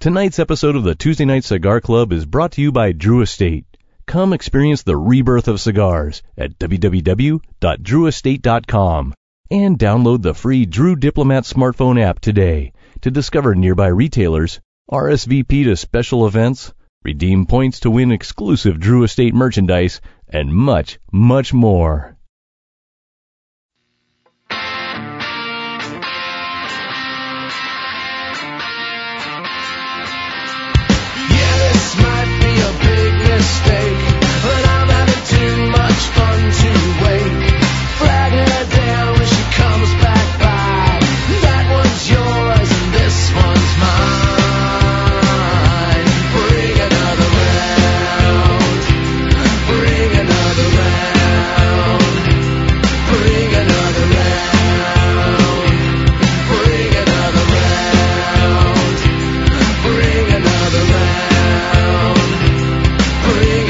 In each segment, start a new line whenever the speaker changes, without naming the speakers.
Tonight's episode of the Tuesday Night Cigar Club is brought to you by Drew Estate. Come experience the rebirth of cigars at www.drewestate.com and download the free Drew Diplomat smartphone app today to discover nearby retailers, RSVP to special events, redeem points to win exclusive Drew Estate merchandise, and much, much more.
Yeah, this might be a big mistake, but I'm having too much fun to wait. Flag her down when she comes back by. That one's yours and this one's mine. Bring another round. Bring another round. Bring another round. Bring another round. Bring another round. Bring another round. Bring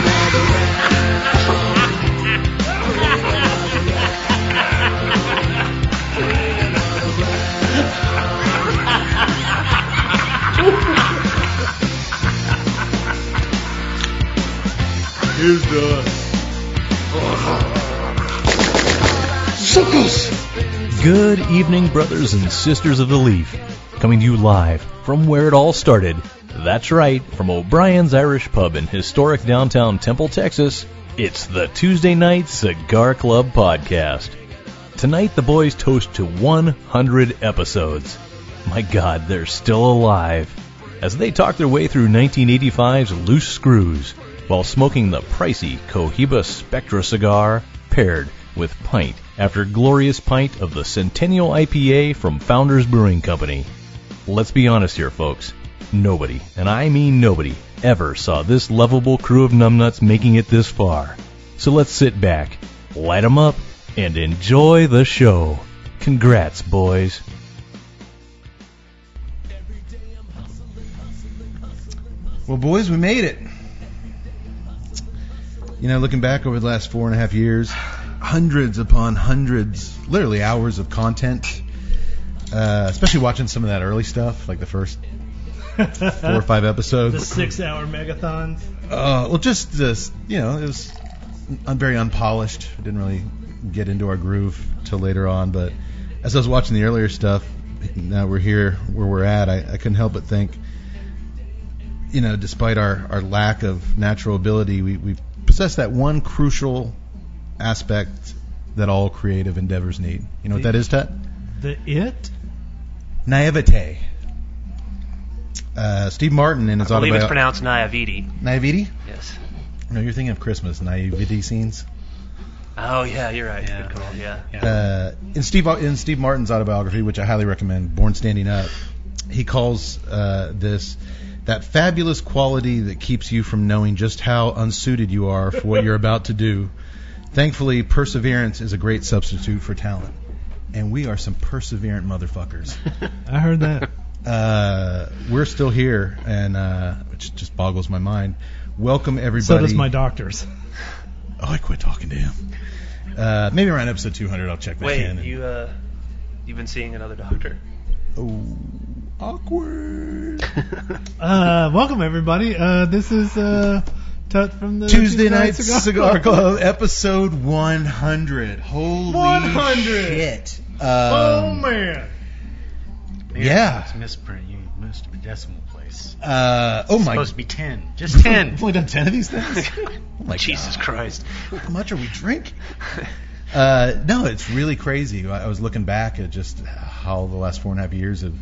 another round. Bring another round.
Here's the.
Good evening, brothers and sisters of the Leaf. Coming to you live from where it all started. That's right, from O'Brien's Irish Pub in historic downtown Temple, Texas. It's the Tuesday Night Cigar Club Podcast. Tonight, the boys toast to 100 episodes. My God, they're still alive. As they talk their way through 1985's Loose Screws while smoking the pricey Cohiba Spectra cigar paired with pint after glorious pint of the Centennial IPA from Founders Brewing Company. Let's be honest here, folks. Nobody, and I mean nobody, ever saw this lovable crew of numbnuts making it this far. So let's sit back, light 'em up, and enjoy the show. Congrats, boys.
Well, boys, we made it. You know, looking back over the last four and a half years, hundreds upon hundreds, literally hours of content. Uh, especially watching some of that early stuff, like the first four or five
the
episodes.
six-hour megathons.
Uh, well, just this, you know, it was un- very unpolished. I didn't really get into our groove till later on. But as I was watching the earlier stuff, now we're here where we're at. I, I couldn't help but think, you know, despite our, our lack of natural ability, we, we possess that one crucial aspect that all creative endeavors need. You know what that is, Tut?
The it.
Naivete. Uh, Steve Martin in his
I believe it's pronounced
autobiography.
Naiviti.
Naivete?
Yes.
No, you're thinking of Christmas naivety scenes.
Oh yeah, you're right. Good call. Yeah.
uh, in Steve in Steve Martin's autobiography, which I highly recommend, Born Standing Up, he calls uh, this that fabulous quality that keeps you from knowing just how unsuited you are for what you're about to do. Thankfully, perseverance is a great substitute for talent, and we are some perseverant motherfuckers.
I heard that.
Uh, we're still here, and uh, which just boggles my mind. Welcome everybody.
so does my doctors.
Oh, I quit talking to him. Uh, maybe around episode 200, I'll check back
Wait,
in. and-
you uh, you've been seeing another doctor?
Oh, awkward.
Uh, welcome everybody. Uh, this is uh, Tut from the
Tuesday Night Cigar, Club, episode 100. Holy
100.
shit. Um,
Oh man.
Yeah.
It's misprint. You missed a decimal place.
Uh, oh, my.
supposed to be ten. Just ten.
We've only done 10 of these things? oh, my
Jesus
God.
Christ.
How much are we drinking? Uh, no, it's really crazy. I I was looking back at just how the last four and a half years have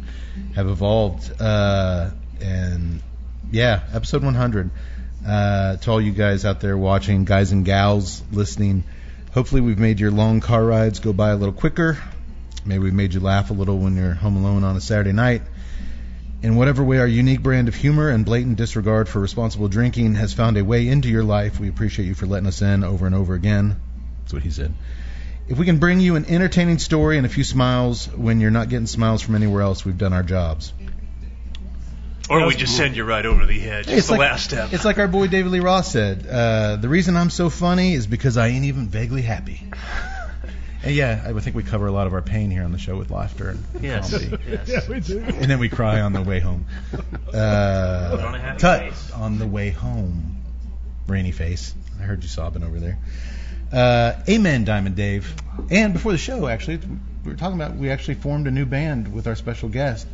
have evolved, uh, and yeah, episode 100. Uh, to all you guys out there watching, guys and gals listening, hopefully we've made your long car rides go by a little quicker. Maybe we made you laugh a little when you're home alone on a Saturday night. In whatever way our unique brand of humor and blatant disregard for responsible drinking has found a way into your life, we appreciate you for letting us in over and over again. That's what he said. If we can bring you an entertaining story and a few smiles when you're not getting smiles from anywhere else, we've done our jobs.
Or we just send you right over the edge. It's, the
like,
last step.
It's like our boy David Lee Ross said uh, the reason I'm so funny is because I ain't even vaguely happy. And yeah, I would think we cover a lot of our pain here on the show with laughter and
Yes.
comedy.
yes.
Yeah, we do.
and then we cry on the way home.
Put on a
Uh,
happy
tut
face.
on the way home. Rainy face. I heard you sobbing over there. Uh, amen, Diamond Dave. And before the show, actually, we were talking about we actually formed a new band with our special guest.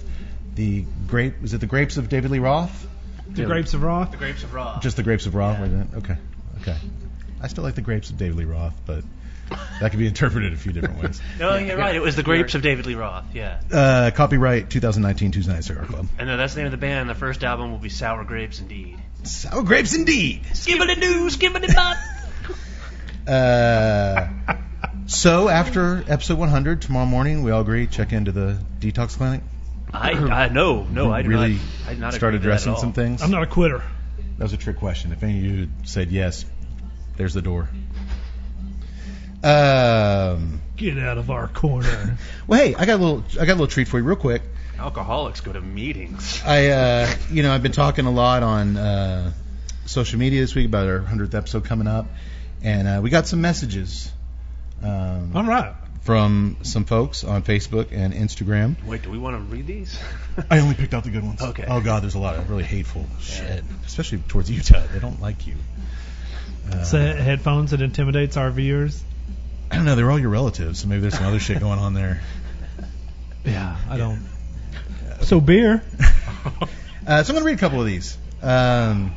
The grape was it the Grapes of David Lee Roth?
The grapes of wrath.
The grapes of raw.
Just the Grapes of Roth, wasn't it? Okay, okay. I still like the Grapes of David Lee Roth, but that could be interpreted a few different ways.
no, Oh, you're right. It was the grapes of David Lee Roth. Yeah.
Uh, copyright 2019 Tuesday Night Cigar Club.
And no, that's the name of the band. The first album will be Sour Grapes Indeed.
Sour grapes indeed.
Skibbity doo, skibbity bop.
Uh, so after episode 100 tomorrow morning, we all agree check into the detox clinic.
I, I no, no, I do
really
not. I did not agree
start
with that at
addressing
all.
some things.
I'm not a quitter.
that was a trick question. If any of you said yes, there's the door. Um,
Get out of our corner.
well, hey, I got a little, I got a little treat for you, real quick.
Alcoholics go to meetings.
I, uh, you know, I've been talking a lot on uh, social media this week about our 100th episode coming up, and uh, we got some messages. Um,
All right.
from some folks on Facebook and Instagram.
Wait, do we want to read these?
I only picked out the good ones.
Okay.
Oh God, there's a lot of really hateful shit, especially towards Utah. They don't like you. Uh,
So headphones that intimidates our viewers.
I don't know. They're all your relatives, so maybe there's some other shit going on there.
Yeah, I don't. So beer.
Uh, so I'm gonna read a couple of these. Um,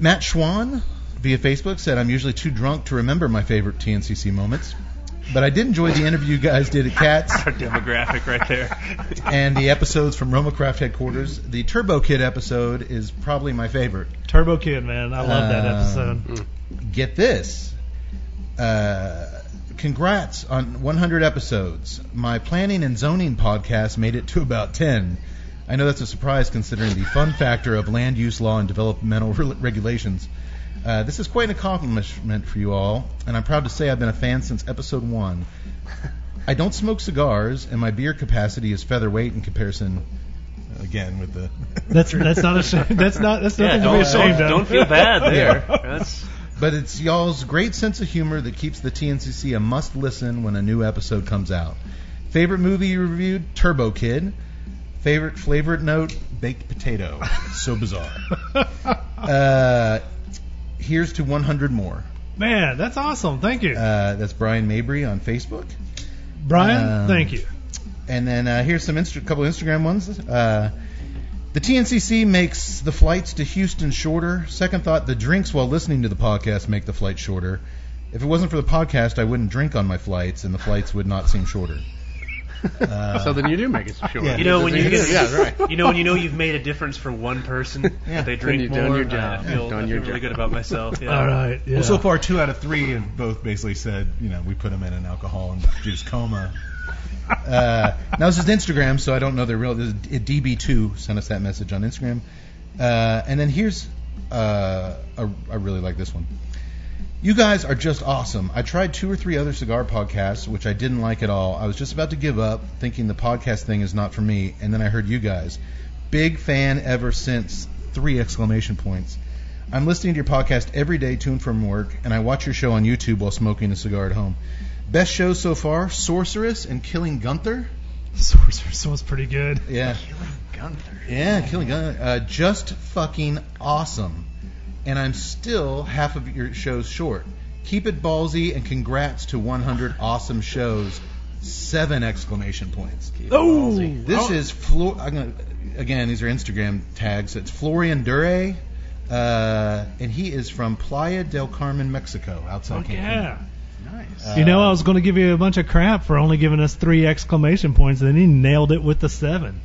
Matt Schwan via Facebook said, "I'm usually too drunk to remember my favorite TNCC moments." But I did enjoy the interview you guys did at Cats
Our demographic right there.
and the episodes from RomaCraft headquarters. The Turbo Kid episode is probably my favorite.
Turbo Kid, man. I love that
Um,
episode.
get this. Uh, congrats on 100 episodes. My planning and zoning podcast made it to about 10. I know that's a surprise considering the fun factor of land use law and developmental re- regulations. Uh, this is quite an accomplishment for you all, and I'm proud to say I've been a fan since episode one. I don't smoke cigars, and my beer capacity is featherweight in comparison. Again, with the
That's that's not a shame. That's not that's
yeah,
nothing to
don't,
be ashamed
don't,
of.
don't feel bad there.
Yeah.
That's
But it's y'all's great sense of humor that keeps the TNCC a must listen when a new episode comes out. Favorite movie you reviewed? Turbo Kid. Favorite flavored note? Baked potato. so bizarre. Uh, here's to 100 more.
Man, that's awesome. Thank you,
Uh, that's Brian Mabry on Facebook.
Brian.
um,
thank you.
And then uh, here's some Insta- couple Instagram ones. Uh, the TNCC makes the flights to Houston shorter. Second thought, the drinks while listening to the podcast make the flight shorter. If it wasn't for the podcast, I wouldn't drink on my flights, and the flights would not seem shorter.
so then you do make it short.
Yeah.
you know when you
Yeah, yeah, right.
You know when you know you've made a difference for one person. Yeah, they drink
you've
more.
done your
uh,
job.
I feel,
You've done
I feel
your
really
job.
good about myself. Yeah.
All right. Yeah.
Well, so far, two out of three have both basically said, you know, we put them in an alcohol and juice coma. Uh, now this is Instagram, so I don't know their real. This is DB2 sent us that message on Instagram, uh, and then here's uh, a, I really like this one. You guys are just awesome. I tried two or three other cigar podcasts, which I didn't like at all. I was just about to give up, thinking the podcast thing is not for me, and then I heard you guys. Big fan ever since. Three exclamation points. I'm listening to your podcast every day to and from work, and I watch your show on YouTube while smoking a cigar at home. Best shows so far: Sorceress and Killing Gunther.
Sorcerer sounds pretty good.
Yeah,
Gunther.
yeah, Killing Gunther. Uh, just fucking awesome. And I'm still half of your shows short. Keep it ballsy, and congrats to 100 awesome shows. Seven exclamation points.
Oh,
This is Flor. I'm gonna, again, these are Instagram tags. It's Florian Dure, uh, and he is from Playa del Carmen, Mexico, outside
Fuck
Cancun.
yeah.
Nice.
You know, I was going to give you a bunch of crap for only giving us three exclamation points, and then he nailed it with the seven.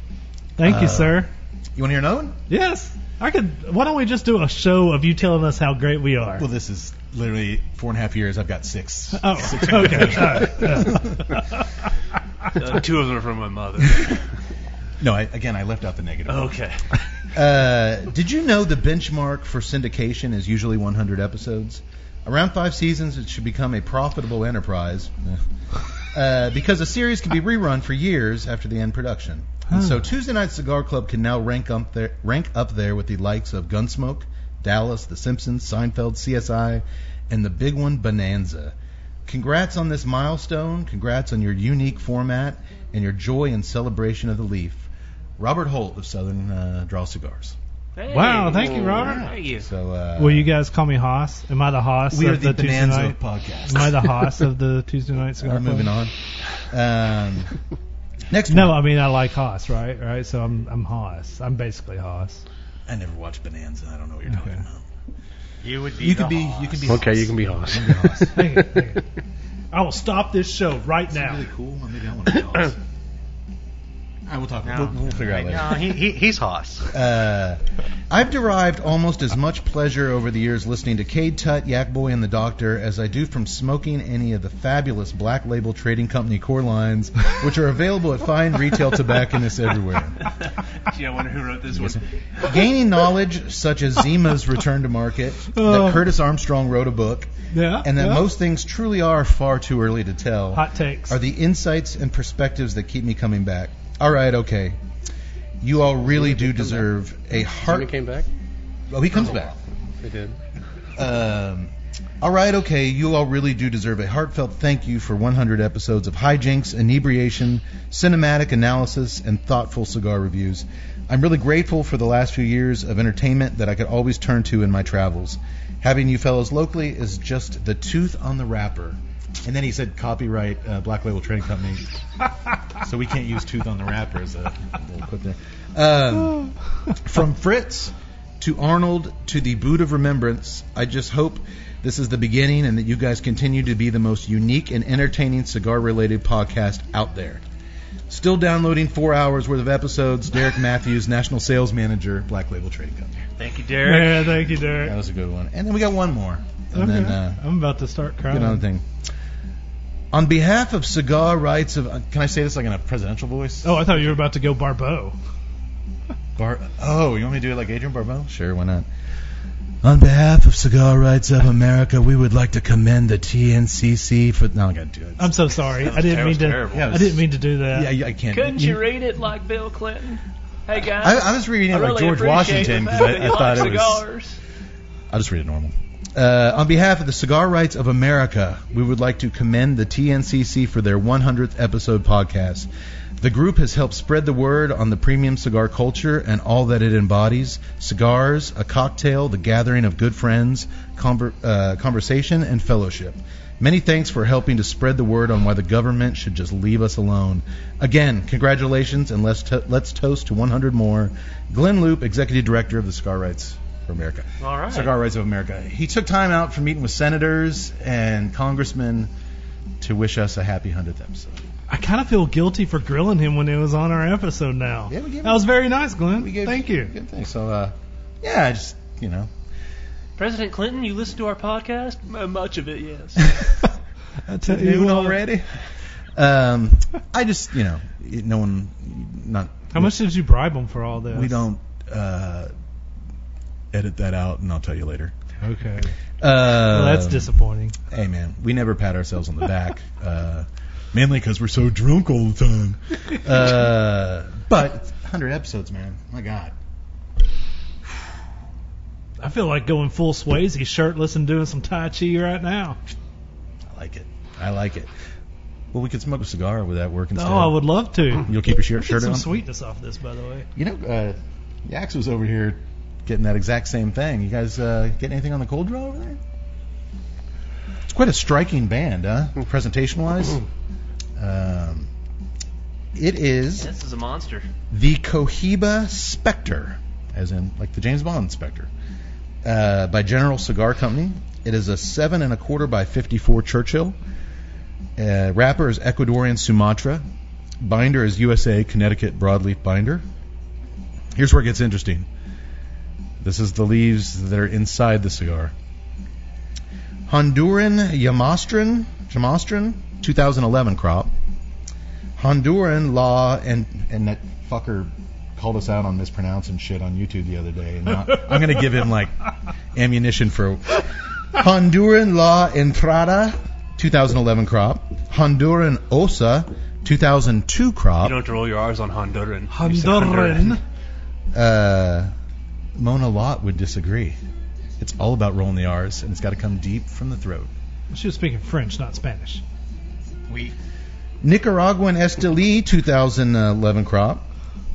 Thank
Uh,
you, sir.
You want to hear another one?
Yes, I could. Why don't we just do a show of you telling us how great we are?
Well, this is literally four and a half years. I've got six.
oh, okay. all right.
Uh, two of them are from my mother.
No, I, again, I left out the negative.
Okay.
Uh, did you know the benchmark for syndication is usually 100 episodes? Around five seasons, it should become a profitable enterprise uh, because a series can be rerun for years after the end production. And so Tuesday Night Cigar Club can now rank up there, rank up there with the likes of Gunsmoke, Dallas, The Simpsons, Seinfeld, CSI, and the big one Bonanza. Congrats on this milestone. Congrats on your unique format and your joy and celebration of the leaf. Robert Holt of Southern uh, Draw Cigars.
Wow, thank you, Robert.
Thank you.
So, uh,
Will you guys call me Haas? Am I the Haas
we are
of
the,
Tuesday
Bonanza
night?
podcast.
Am I the Haas of the Tuesday night cigar?
We're
Club?
moving on. Um, next
No,
one.
I mean I like Haas, right? Right. So I'm I'm Haas. I'm basically Haas.
I never watched Bonanza. I don't know what you're talking
Okay.
about.
You would be.
You
the
could be.
Hoss.
You could be.
Okay, you can be Hoss.
Thank you, thank you. I will stop this show right now.
Really cool. Maybe I want to be Hoss. I will talk.
No.
We'll, we'll figure out later.
No, he, he, he's Hoss.
Uh, I've derived almost as much pleasure over the years listening to Cade Tut, Yak Boy, and the Doctor as I do from smoking any of the fabulous Black Label Trading Company core lines, which are available at fine retail tobacconists everywhere.
Gee, I wonder who wrote this one.
Gaining knowledge such as Zima's Return to Market, that
Oh.
Curtis Armstrong wrote a book,
Yeah.
and that
yeah.
most things truly are far too early to tell
hot takes.
are the insights and perspectives that keep me coming back. All right, okay. You all really do deserve a
When
heart.
it came back,
Oh, he comes back.
it did.
Um, all right, okay. You all really do deserve a heartfelt thank you for 100 episodes of hijinks, inebriation, cinematic analysis, and thoughtful cigar reviews. I'm really grateful for the last few years of entertainment that I could always turn to in my travels. Having you fellows locally is just the tooth on the wrapper. And then he said copyright uh, Black Label Trading Company, so we can't use tooth on the wrapper as a little quip there. Um, from Fritz to Arnold to the Boot of Remembrance, I just hope this is the beginning and that you guys continue to be the most unique and entertaining cigar related podcast out there. Still downloading four hours worth of episodes. Derek Matthews, National Sales Manager, Black Label Trading Company.
Thank you, Derek.
yeah, thank you,
That
Derek.
was a good one. And then we got one more. And then
Okay.
uh,
I'm about to start
get
crying.
another thing. On behalf of cigar rights of, uh, can I say this like in a presidential voice?
Oh, I thought you were about to go Barbeau.
Bar- oh, you want me to do it like Adrian Barbeau? Sure, why not? On behalf of Cigar Rights of America, we would like to commend the TNCC for. No, I gotta do it.
I'm so sorry. I didn't
That
mean
was
to.
terrible.
Yeah, it
I didn't mean to do that.
yeah, I can't.
Couldn't you read it like Bill Clinton? Hey guys,
I, I was reading it
I
like
really
George
appreciate
Washington
the
because
fact that
I, I
you
thought
like
it was.
cigars.
I'll just read it normal. Uh, on behalf of the Cigar Rights of America, we would like to commend the TNCC for their 100th episode podcast. The group has helped spread the word on the premium cigar culture and all that it embodies cigars, a cocktail, the gathering of good friends, conver- uh, conversation, and fellowship. Many thanks for helping to spread the word on why the government should just leave us alone. Again, congratulations, and let's, to- let's toast to 100 more. Glenn Loop, Executive Director of the Cigar Rights for America.
All right.
Cigar Rights of America. He took time out from meeting with senators and congressmen to wish us a happy 100th episode.
I kind of feel guilty for grilling him when it was on our episode now.
Yeah, we gave
that
him-
was very nice, Glenn.
We gave-
Thank you.
Good thing. So, uh, yeah, I just, you know.
President Clinton, you listen to our podcast? M- Much of it, yes.
I tell you
Noon
what.
already? Um, I just, you know, it- no one, not,
How much did you bribe him for all this?
we don't uh, edit that out, and I'll tell you later.
Okay.
Uh,
Well, that's disappointing.
Hey, man, we never pat ourselves on the back, uh, mainly because we're so drunk all the time. Uh, but it's 100 episodes, man. My God.
I feel like going full Swayze shirtless and doing some Tai Chi right now.
I like it. I like it. Well, we could smoke a cigar. Would that work instead?
Oh, I would love to.
You'll keep your
Get
shirt, shirt
some
on?
sweetness off this, by the way.
You know, uh, Yax was over here getting that exact same thing. You guys uh, getting anything on the cold draw over there? It's quite a striking band, huh? Presentation wise. Um, it is
this is a monster.
the Cohiba Spectre, as in like the James Bond Spectre, uh, by General Cigar Company. It is a seven and a quarter by fifty-four Churchill. Uh, wrapper is Ecuadorian Sumatra. Binder is USA Connecticut broadleaf binder. Here's where it gets interesting. This is the leaves that are inside the cigar. Honduran Yamastron, Jamastron, 2011 crop. Honduran law, and and that fucker called us out on mispronouncing shit on YouTube the other day. And not, I'm gonna give him like ammunition for Honduran law entrada, 2011 crop. Honduran osa, 2002
You
crop.
don't have to roll your R's on Honduran. You said
Honduran.
uh, Mona Lott would disagree. It's all about rolling the R's, and it's got to come deep from the throat.
She was speaking French, not Spanish.
We
Nicaraguan Esteli 2011 crop,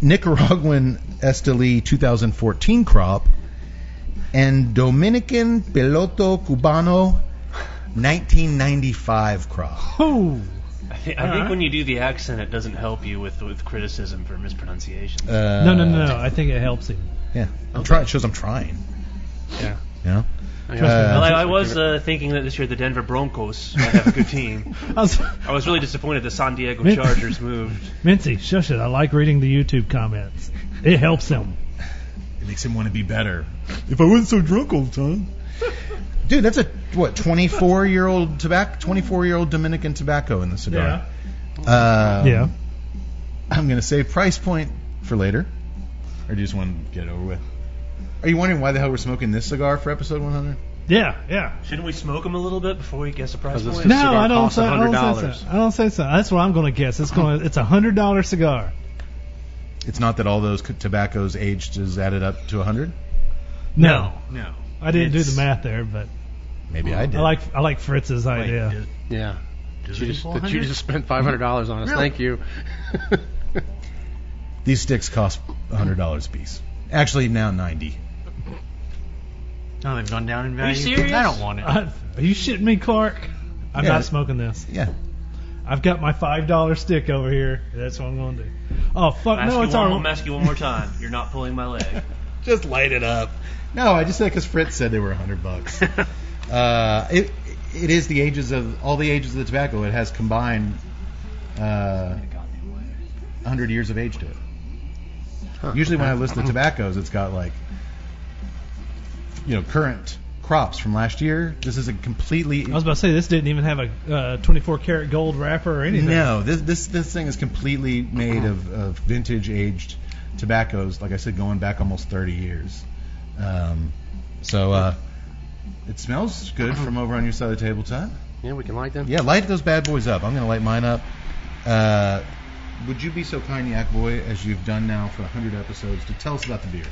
Nicaraguan Esteli 2014 crop, and Dominican Piloto Cubano 1995 crop.
Oh,
I think when you do the accent, it doesn't help you with, with criticism for mispronunciation.
Uh,
no, no, no, no. I think it helps him.
Yeah, I'm trying. It shows I'm trying.
Yeah.
Yeah.
Well,
Uh,
I, I was uh, thinking that this year the Denver Broncos might have a good team.
I was,
I was really disappointed the San Diego
Man.
Chargers moved.
Mincy, shush it. I like reading the YouTube comments. It helps him.
It makes him want to be better. If I wasn't so drunk all the time. Dude, that's a what 24 year old tobacco, 24 year old Dominican tobacco in the cigar. Yeah. Uh,
yeah.
I'm gonna save price point for later. Or do you just want to get it over with? Are you wondering why the hell we're smoking this cigar for episode 100?
Yeah, yeah.
Shouldn't we smoke them a little bit before we guess the price
Because
point?
it's-
No,
cigar
I don't,
costs
say, I don't say
$100.
so. I don't say so. That's what I'm going to guess. It's going. It's a hundred dollar cigar.
It's not that all those c- tobaccos aged is added up to 100.
No,
no.
I didn't do
It's-
the math there, but
Maybe I did.
I like I like Fritz's
Wait,
idea.
did-
Yeah.
did
You
it
just,
equal
that you
100?
just spent five hundred dollars on us.
Really?
Thank you.
These sticks cost $100 a piece. Actually, now 90.
No, they've gone down in value.
serious?
I don't want it.
I- are you shitting me, Clark? I'm
Yeah.
not smoking this.
Yeah.
I've got my five dollar stick over here. That's what I'm going to do. Oh fuck!
I'm
No,
asking
it's
you
our.
one- I'm asking you one more time. You're not pulling my leg.
Just light it up. No, I just said because Fritz said they were 100 bucks. uh, it it is the ages of all the ages of the tobacco. It has combined uh, 100 years of age to it. Usually, when I list the tobaccos, it's got like you know current crops from last year. This is a completely
I was about to say this didn't even have a uh, 24 karat gold wrapper or anything.
no. This this this thing is completely made of, of vintage aged tobaccos. Like I said, going back almost 30 years. Um, so uh, it smells good from over on your side of the table, Todd.
yeah, we can like them.
Yeah, light those bad boys up. I'm gonna light mine up. Uh, would you be so kind, Yak Boy, as you've done now for 100 episodes, to tell us about the beer?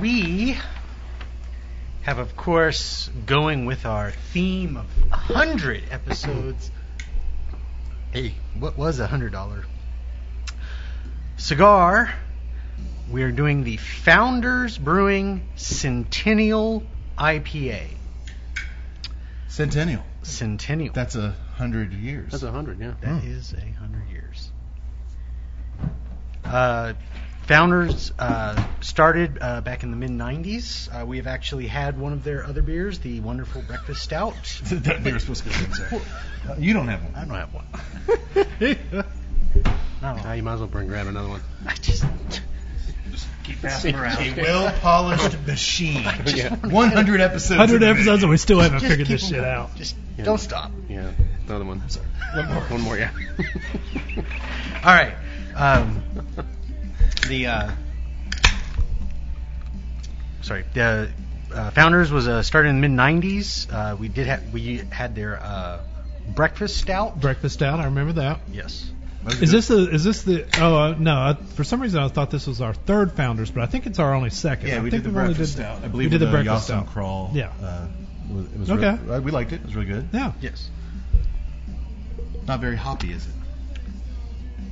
We have, of course, going with our theme of 100 episodes. hey, what was a $100 cigar? We are doing the Founders Brewing Centennial IPA.
Centennial.
Centennial.
That's a hundred years.
That's a hundred. Yeah.
That
Hmm.
is a hundred years. Uh, founders uh, started uh, back in the mid '90s. Uh, we have actually had one of their other beers, the wonderful breakfast stout.
that beer's supposed to go in, sorry. Uh, You don't have
I
one.
don't have one.
Ah,
No,
you might as well bring grab another one.
I just
Keep passing them around.
Well polished machine.
Yeah.
100 episodes.
100
in a
episodes and we still haven't
just
figured this
keep
shit
them-
out.
Just
Yeah.
don't stop.
Yeah. Another one.
One more.
One more. Yeah.
All right. Um, the uh, sorry, the uh, founders was uh, started in the mid '90s. Uh, we did have we had their uh, breakfast stout.
Breakfast out. I remember that.
yes.
minute.
Is this the? Is this the? Oh uh, no! I, for some reason, I thought this was our third founders, but I think it's our only second.
Yeah,
I
we
think
did the
we've only
breakfast stout. I believe
we did
with
the
a
breakfast
Yossam
stout.
crawl.
Yeah.
Uh, was- it was
Okay.
real- uh, we liked it. It was really good.
Yeah.
Yes.
Not very hoppy, is it?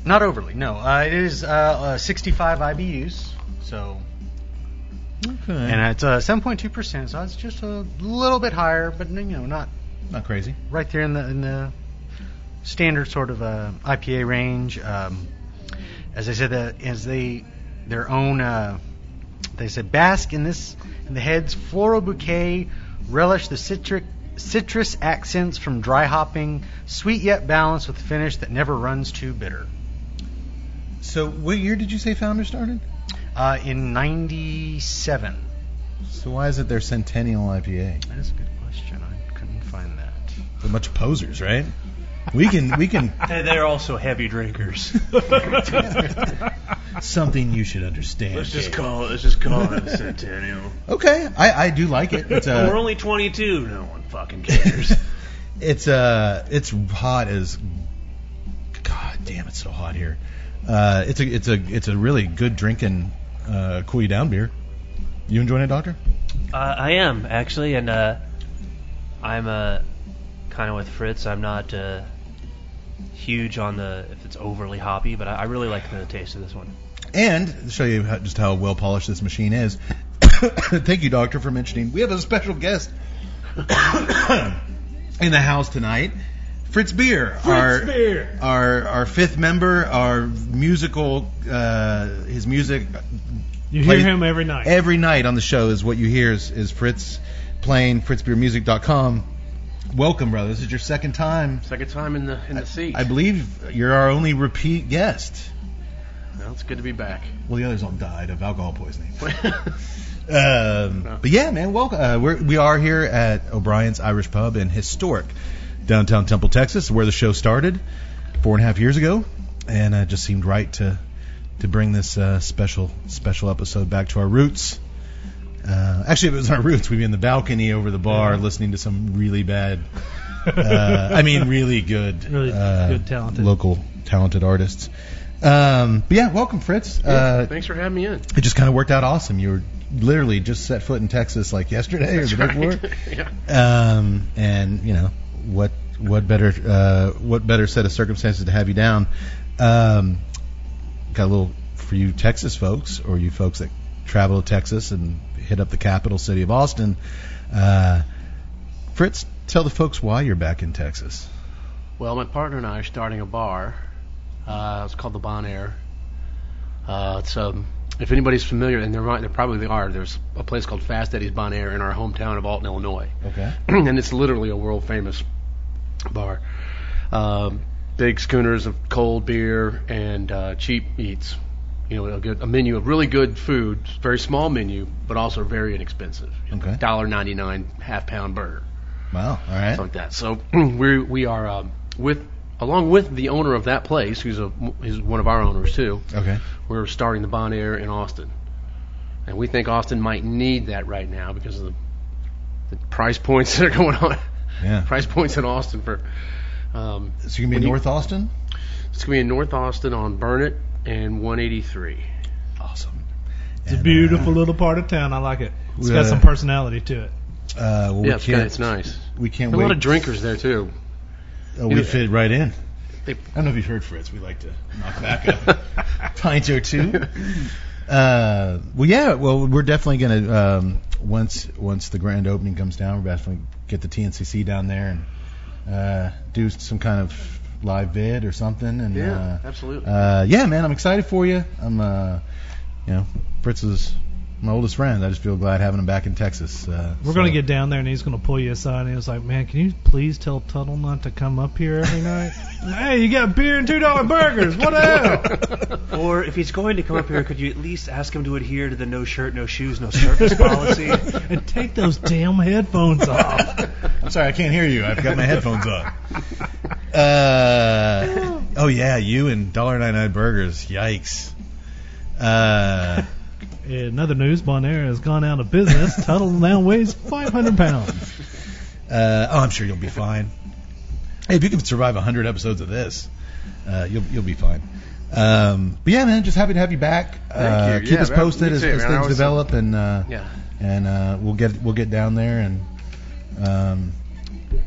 Not overly. No. Uh, it is uh, uh, 65 IBUs. So
Okay.
and it's uh, 7.2%. So it's just a little bit higher, but you know not
Not crazy.
right there in the in the standard sort of uh, IPA range. Um, as I said, uh, as they their own uh, they said bask in this in the head's floral bouquet, relish the citric citrus accents from dry hopping, sweet yet balanced with a finish that never runs too bitter.
So, what year did you say Founder started?
Uh, in '97.
So, why is it their centennial IPA?
That is a good question. I couldn't find that.
A bunch of posers, right? We can, we can.
Hey, they're also heavy drinkers.
something you should understand.
Let's just
Dave.
call it. Let's just call it a centennial.
Okay, I, I do like it. It's, uh,
We're only 22. No one fucking cares.
It's uh, it's hot as God damn, it's so hot here. Uh, it's a it's a it's a really good drinking uh, cool you down beer. You enjoying it, Doctor?
Uh, I am actually, and uh, I'm uh, kind of with Fritz. I'm not uh, huge on the if it's overly hoppy, but I, I really like the taste of this one.
And to show you how, just how well polished this machine is, thank you, Doctor, for mentioning we have a special guest in the house tonight. Fritz Beer, our,
Beer.
our our fifth member, our musical, uh, his music
You
Play-
hear him every night.
every night on the show is what you hear is, is Fritz playing fritzbeermusic.com. Welcome, brother. This is your second time.
Second time in the in the seat.
I believe you're our only repeat guest.
Well, it's good to be back.
Well, the others all died of alcohol poisoning. Um, But yeah, man, welcome. Uh, we're, we are here at O'Brien's Irish Pub in historic downtown Temple, Texas, where the show started four and a half years ago, and uh, just seemed right to to bring this uh, special special episode back to our roots. Uh, actually, if it was our roots, we'd be in the balcony over the bar listening to some really bad. Uh, I mean, really good,
Really
uh,
good, talented.
local talented artists. Um, but yeah, welcome, Fritz. Uh,
Thanks for having me in.
it just kind of worked out awesome. You were literally just set foot in Texas like yesterday or the day before,
yeah.
um, and you know what what better uh, what better set of circumstances to have you down. Um, got a little for you Texas folks or you folks that travel to Texas and hit up the capital city of Austin. Uh, Fritz, tell the folks why you're back in Texas.
Well, my partner and I are starting a bar. Uh, it's called the Bon Air. Uh, it's um, if anybody's familiar, and there might, there probably are. There's a place called Fast Eddie's Bon Air in our hometown of Alton, Illinois.
Okay.
and it's literally a world famous bar. Um, big schooners of cold beer and uh, cheap eats. You know, a, good, a menu of really good food, very small menu, but also very inexpensive.
Okay.
Dollar ninety nine half pound burger,
Wow. All right.
something like that. So we we are um, with along with the owner of that place, who's a who's one of our owners too.
Okay.
We're starting the Bon Air in Austin, and we think Austin might need that right now because of the the price points that are going on
Yeah.
price points in Austin for. Um,
So you're gonna be in
when you-
North Austin.
it's gonna be in North Austin on Burnett and 183.
Awesome.
It's a beautiful little part of town. I like it. It's got
Yeah.
some personality to it.
Uh, well,
yeah,
we can't.
it's, kinda, it's nice.
We can't
There
wait.
are a lot of drinkers there too.
Oh, we
Yeah.
fit right in.
They-
I don't know if you've heard Fritz. We like to knock back a pint or two. Uh, well, yeah. Well, we're definitely gonna um, once once the grand opening comes down, we're definitely get the TNCC down there and uh, do some kind of live vid or something. And
Yeah,
uh,
absolutely.
Uh, yeah, man, I'm excited for you. I'm, uh, you know, Fritz is my oldest friend. I just feel glad having him back in Texas. Uh,
We're
so-
gonna get down there, and he's gonna pull you aside, and he was like, "Man, can you please tell Tuttle not to come up here every night? hey, you got beer and two dollar burgers. What the hell?
Or if he's going to come up here, could you at least ask him to adhere to the no shirt, no shoes, no service policy?
and take those damn headphones off."
I'm sorry, I can't hear you. I've got my headphones on. Uh, oh yeah, you and dollar nine nine burgers. Yikes. Uh,
In other news, Bon Air has gone out of business. Tuttle now weighs 500 pounds.
uh, oh, I'm sure you'll be fine. Hey, if you can survive 100 episodes of this, uh, you'll you'll be fine. Um, but yeah, man, just happy to have you back. uh,
you.
Keep
Yeah,
us
man,
posted
me
as,
too,
as
man. I
things
was-
develop, and uh,
Yeah,
and uh, we'll get we'll get down there and. Um,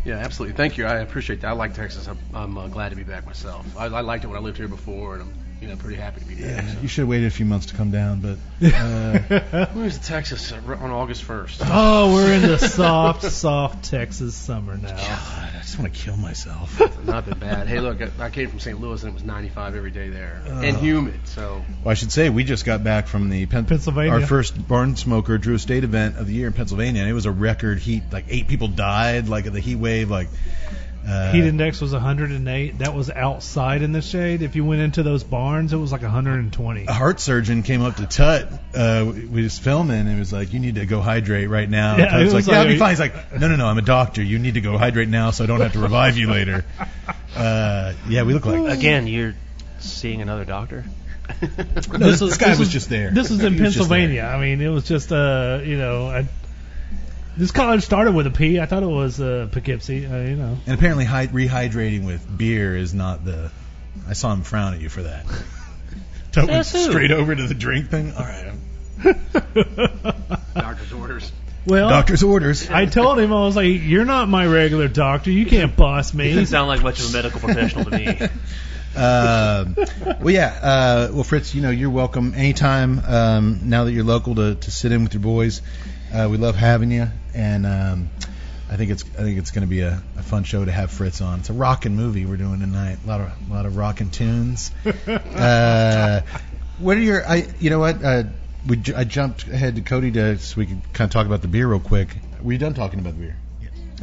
yeah, absolutely. Thank you. I appreciate that. I like Texas. I'm, I'm uh, glad to be back myself. I, I liked it when I lived here before, and I'm you know pretty happy to be back.
yeah,
so.
you should have waited a few months to come down, but uh,
Where's the Texas uh, on August 1st?
Oh, we're in the soft, soft Texas summer now.
I just want to kill myself.
Not that bad. Hey, look, I, I came from St. Louis and it was 95 every day there, and humid. So
Well, I should say we just got back from the Pen-
Pennsylvania.
Our first barn smoker drew state event of the year in Pennsylvania, and it was a record heat. Like eight people died, like of the heat wave. Like uh,
Heat index was 108. That was outside in the shade. If you went into those barns, it was like 120.
a heart surgeon came up to Tut. Uh, we we was filming, and he was like, "You need to go hydrate right now."
Yeah,
Tut's
it was
like, "Yeah, I'll
like-
be fine." He's like, "No, no, no, I'm a doctor. You need to go hydrate now, so I don't have to revive you later." Uh, yeah, we look like
Again, you're seeing another doctor.
no, this, this guy was, just there.
This was in
He just there.
Pennsylvania. I mean, it was just uh, you know, I, this college started with a P. I thought it was uh, Poughkeepsie. Uh, you know,
And apparently, hy- rehydrating with beer is not the. I saw him frown at you for that. Tote went
Says who?
straight over to the drink thing. All right, I'm
Doctor's orders.
Well,
Doctor's orders.
I told him I was like, "You're not my regular doctor. You can't boss me."
Doesn't sound like much of a medical professional to me.
um, well, yeah. Uh, well, Fritz, you know you're welcome anytime. Um, now that you're local, to, to sit in with your boys, uh, we love having you, and um, I think it's I think it's going to be a, a fun show to have Fritz on. It's a rocking movie we're doing tonight. A lot of a lot of rocking tunes. uh, what are your? I you know what? Uh, we ju- I jumped ahead to Cody to so we could kind of talk about the beer real quick. Were you done talking about the beer?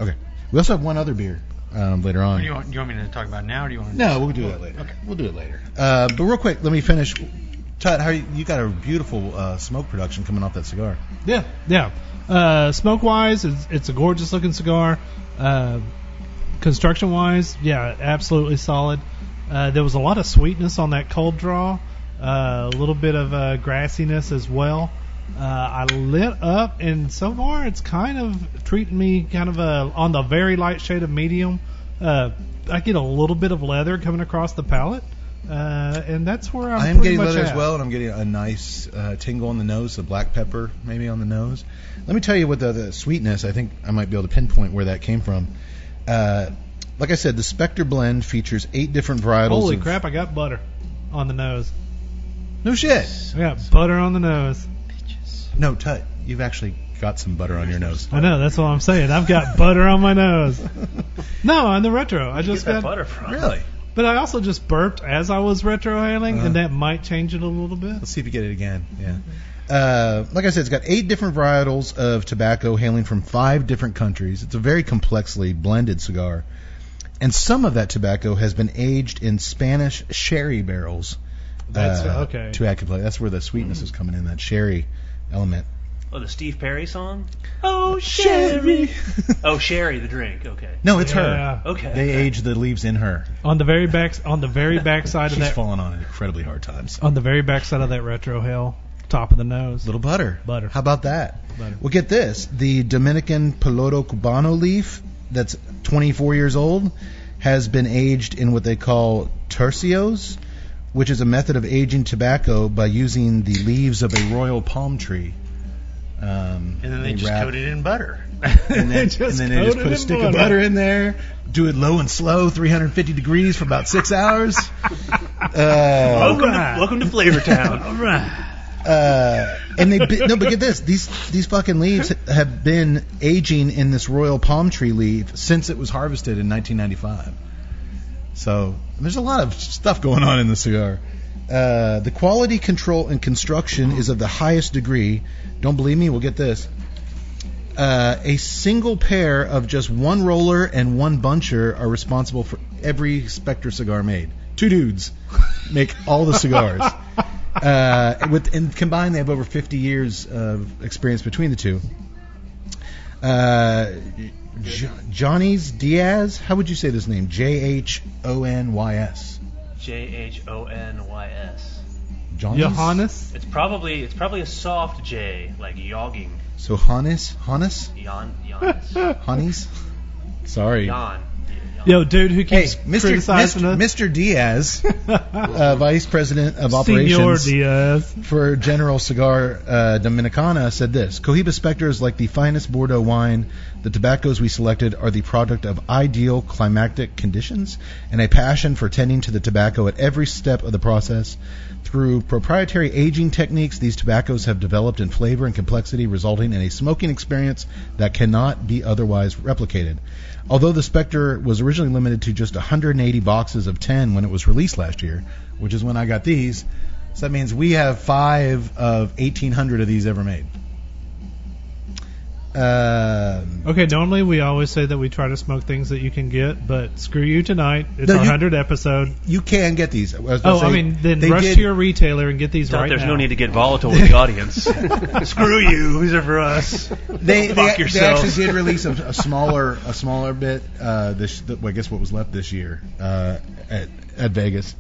Okay. We also have one other beer um, later on.
Do you, want, do you want me to talk about it now, or do you want to?
No, we'll do that later. Okay, we'll do it later. Uh, but real quick, let me finish. Todd, how you, you got a beautiful uh, smoke production coming off that cigar.
Yeah, yeah. Uh, smoke wise, it's, it's a gorgeous looking cigar. Uh, construction wise, yeah, absolutely solid. Uh, there was a lot of sweetness on that cold draw, uh, a little bit of uh, grassiness as well. Uh, I lit up, and so far it's kind of treating me kind of uh on the very light shade of medium. Uh, I get a little bit of leather coming across the palate, uh, and that's where I'm.
I am
pretty
getting
much
leather
at.
as well, and I'm getting a nice uh, tingle on the nose, the black pepper maybe on the nose. Let me tell you what the, the sweetness. I think I might be able to pinpoint where that came from. Uh, like I said, the Spectre blend features eight different varietals.
Holy
of-
crap! I got butter on the nose.
No shit.
I got butter on the nose.
No, Tut, you've actually got some butter on your nose.
I know. That's what I'm saying. I've got butter on my nose. No, on the retro. I just
Where's that
got.
butter from?
Really?
But I also just burped as I was retrohaling,
Uh-huh.
and that might change it a little bit.
Let's see if you get it again. Yeah. Uh, like I said, it's got eight different varietals of tobacco hailing from five different countries. It's a very complexly blended cigar. And some of that tobacco has been aged in Spanish sherry barrels. uh,
That's- okay.
To acuplay. That's where the sweetness is coming in, that sherry element.
Oh, the Steve Perry song?
Oh, sherry.
Oh, Sherry, the drink. Okay.
No, it's
Yeah.
her.
Okay.
They age the leaves in her.
On the very back, on the very back side of
She's
that,
fallen on incredibly hard times.
on the very back side of that retrohale, top of the nose.
Little butter.
Butter.
How about that?
Butter.
Well, get this: the Dominican Piloto Cubano leaf, that's 24 years old, has been aged in what they call tercios, which is a method of aging tobacco by using the leaves of a royal palm tree. Um,
And then they, just
wrap-
coat it in butter.
and then,
Just
and then they just
coated
put a
in
stick of
butter.
butter in there, do it low and slow, 350 degrees for about six hours. uh,
Welcome, to, welcome to Flavor Town. All right.
uh, and they bi- no, but get this: these these fucking leaves have been aging in this royal palm tree leaf since it was harvested in 1995. So there's a lot of stuff going on in the cigar. Uh, the quality control and construction is of the highest degree. Don't believe me? Well, get this. Uh, a single pair of just one roller and one buncher are responsible for every Spectre cigar made. Two dudes make all the cigars. uh, with and combined, they have over 50 years of experience between the two. Uh, Jo- Johnny's Diaz. How would you say this name? J H O N Y S.
J H O N Y S.
Johnny's.
Johannes.
It's probably it's probably a soft J, like yogging.
So Hannes. Hannes.
Yon, Giannis.
Hannes. Sorry.
Yon. Yon.
Yo, dude, who
Hey,
keeps
Mr.
criticizing
Mr. Mr. Diaz, uh, Vice President of
us? Senor
Operations
Diaz.
for General Cigar uh, Dominicana, said this Cohiba Spectre is like the finest Bordeaux wine. The tobaccos we selected are the product of ideal climatic conditions and a passion for tending to the tobacco at every step of the process. Through proprietary aging techniques, these tobaccos have developed in flavor and complexity, resulting in a smoking experience that cannot be otherwise replicated. Although the Spectre was originally limited to just 180 boxes of 10 when it was released last year, which is when I got these, so that means we have five of 1,800 of these ever made. Um,
Okay, normally we always say that we try to smoke things that you can get, but screw you tonight. It's
No,
our
you-
100th episode.
you can get these. I was gonna
Oh, I
say,
mean, then
they
rush
did-
to your retailer and get these
Thought
right
There's
now.
no need to get volatile with the audience.
Screw you. These are for us.
They, they,
Fuck
they
yourself.
actually did release a, a smaller a smaller bit. Uh, this well, I guess what was left this year uh, at at Vegas.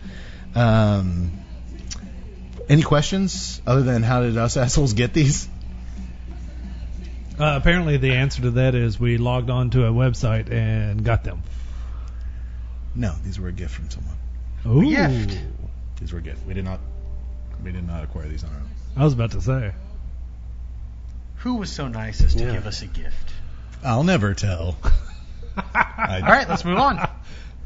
Um, any questions other than how did us assholes get these?
Uh, apparently, the answer to that is we logged on to a website and got them.
No, these were a gift from someone.
Ooh,
gift.
These were a gift. We did not we did not acquire these on our own.
I was about to say.
Who was so nice as to
Yeah.
give us a gift?
I'll never tell. I,
All right, let's move on.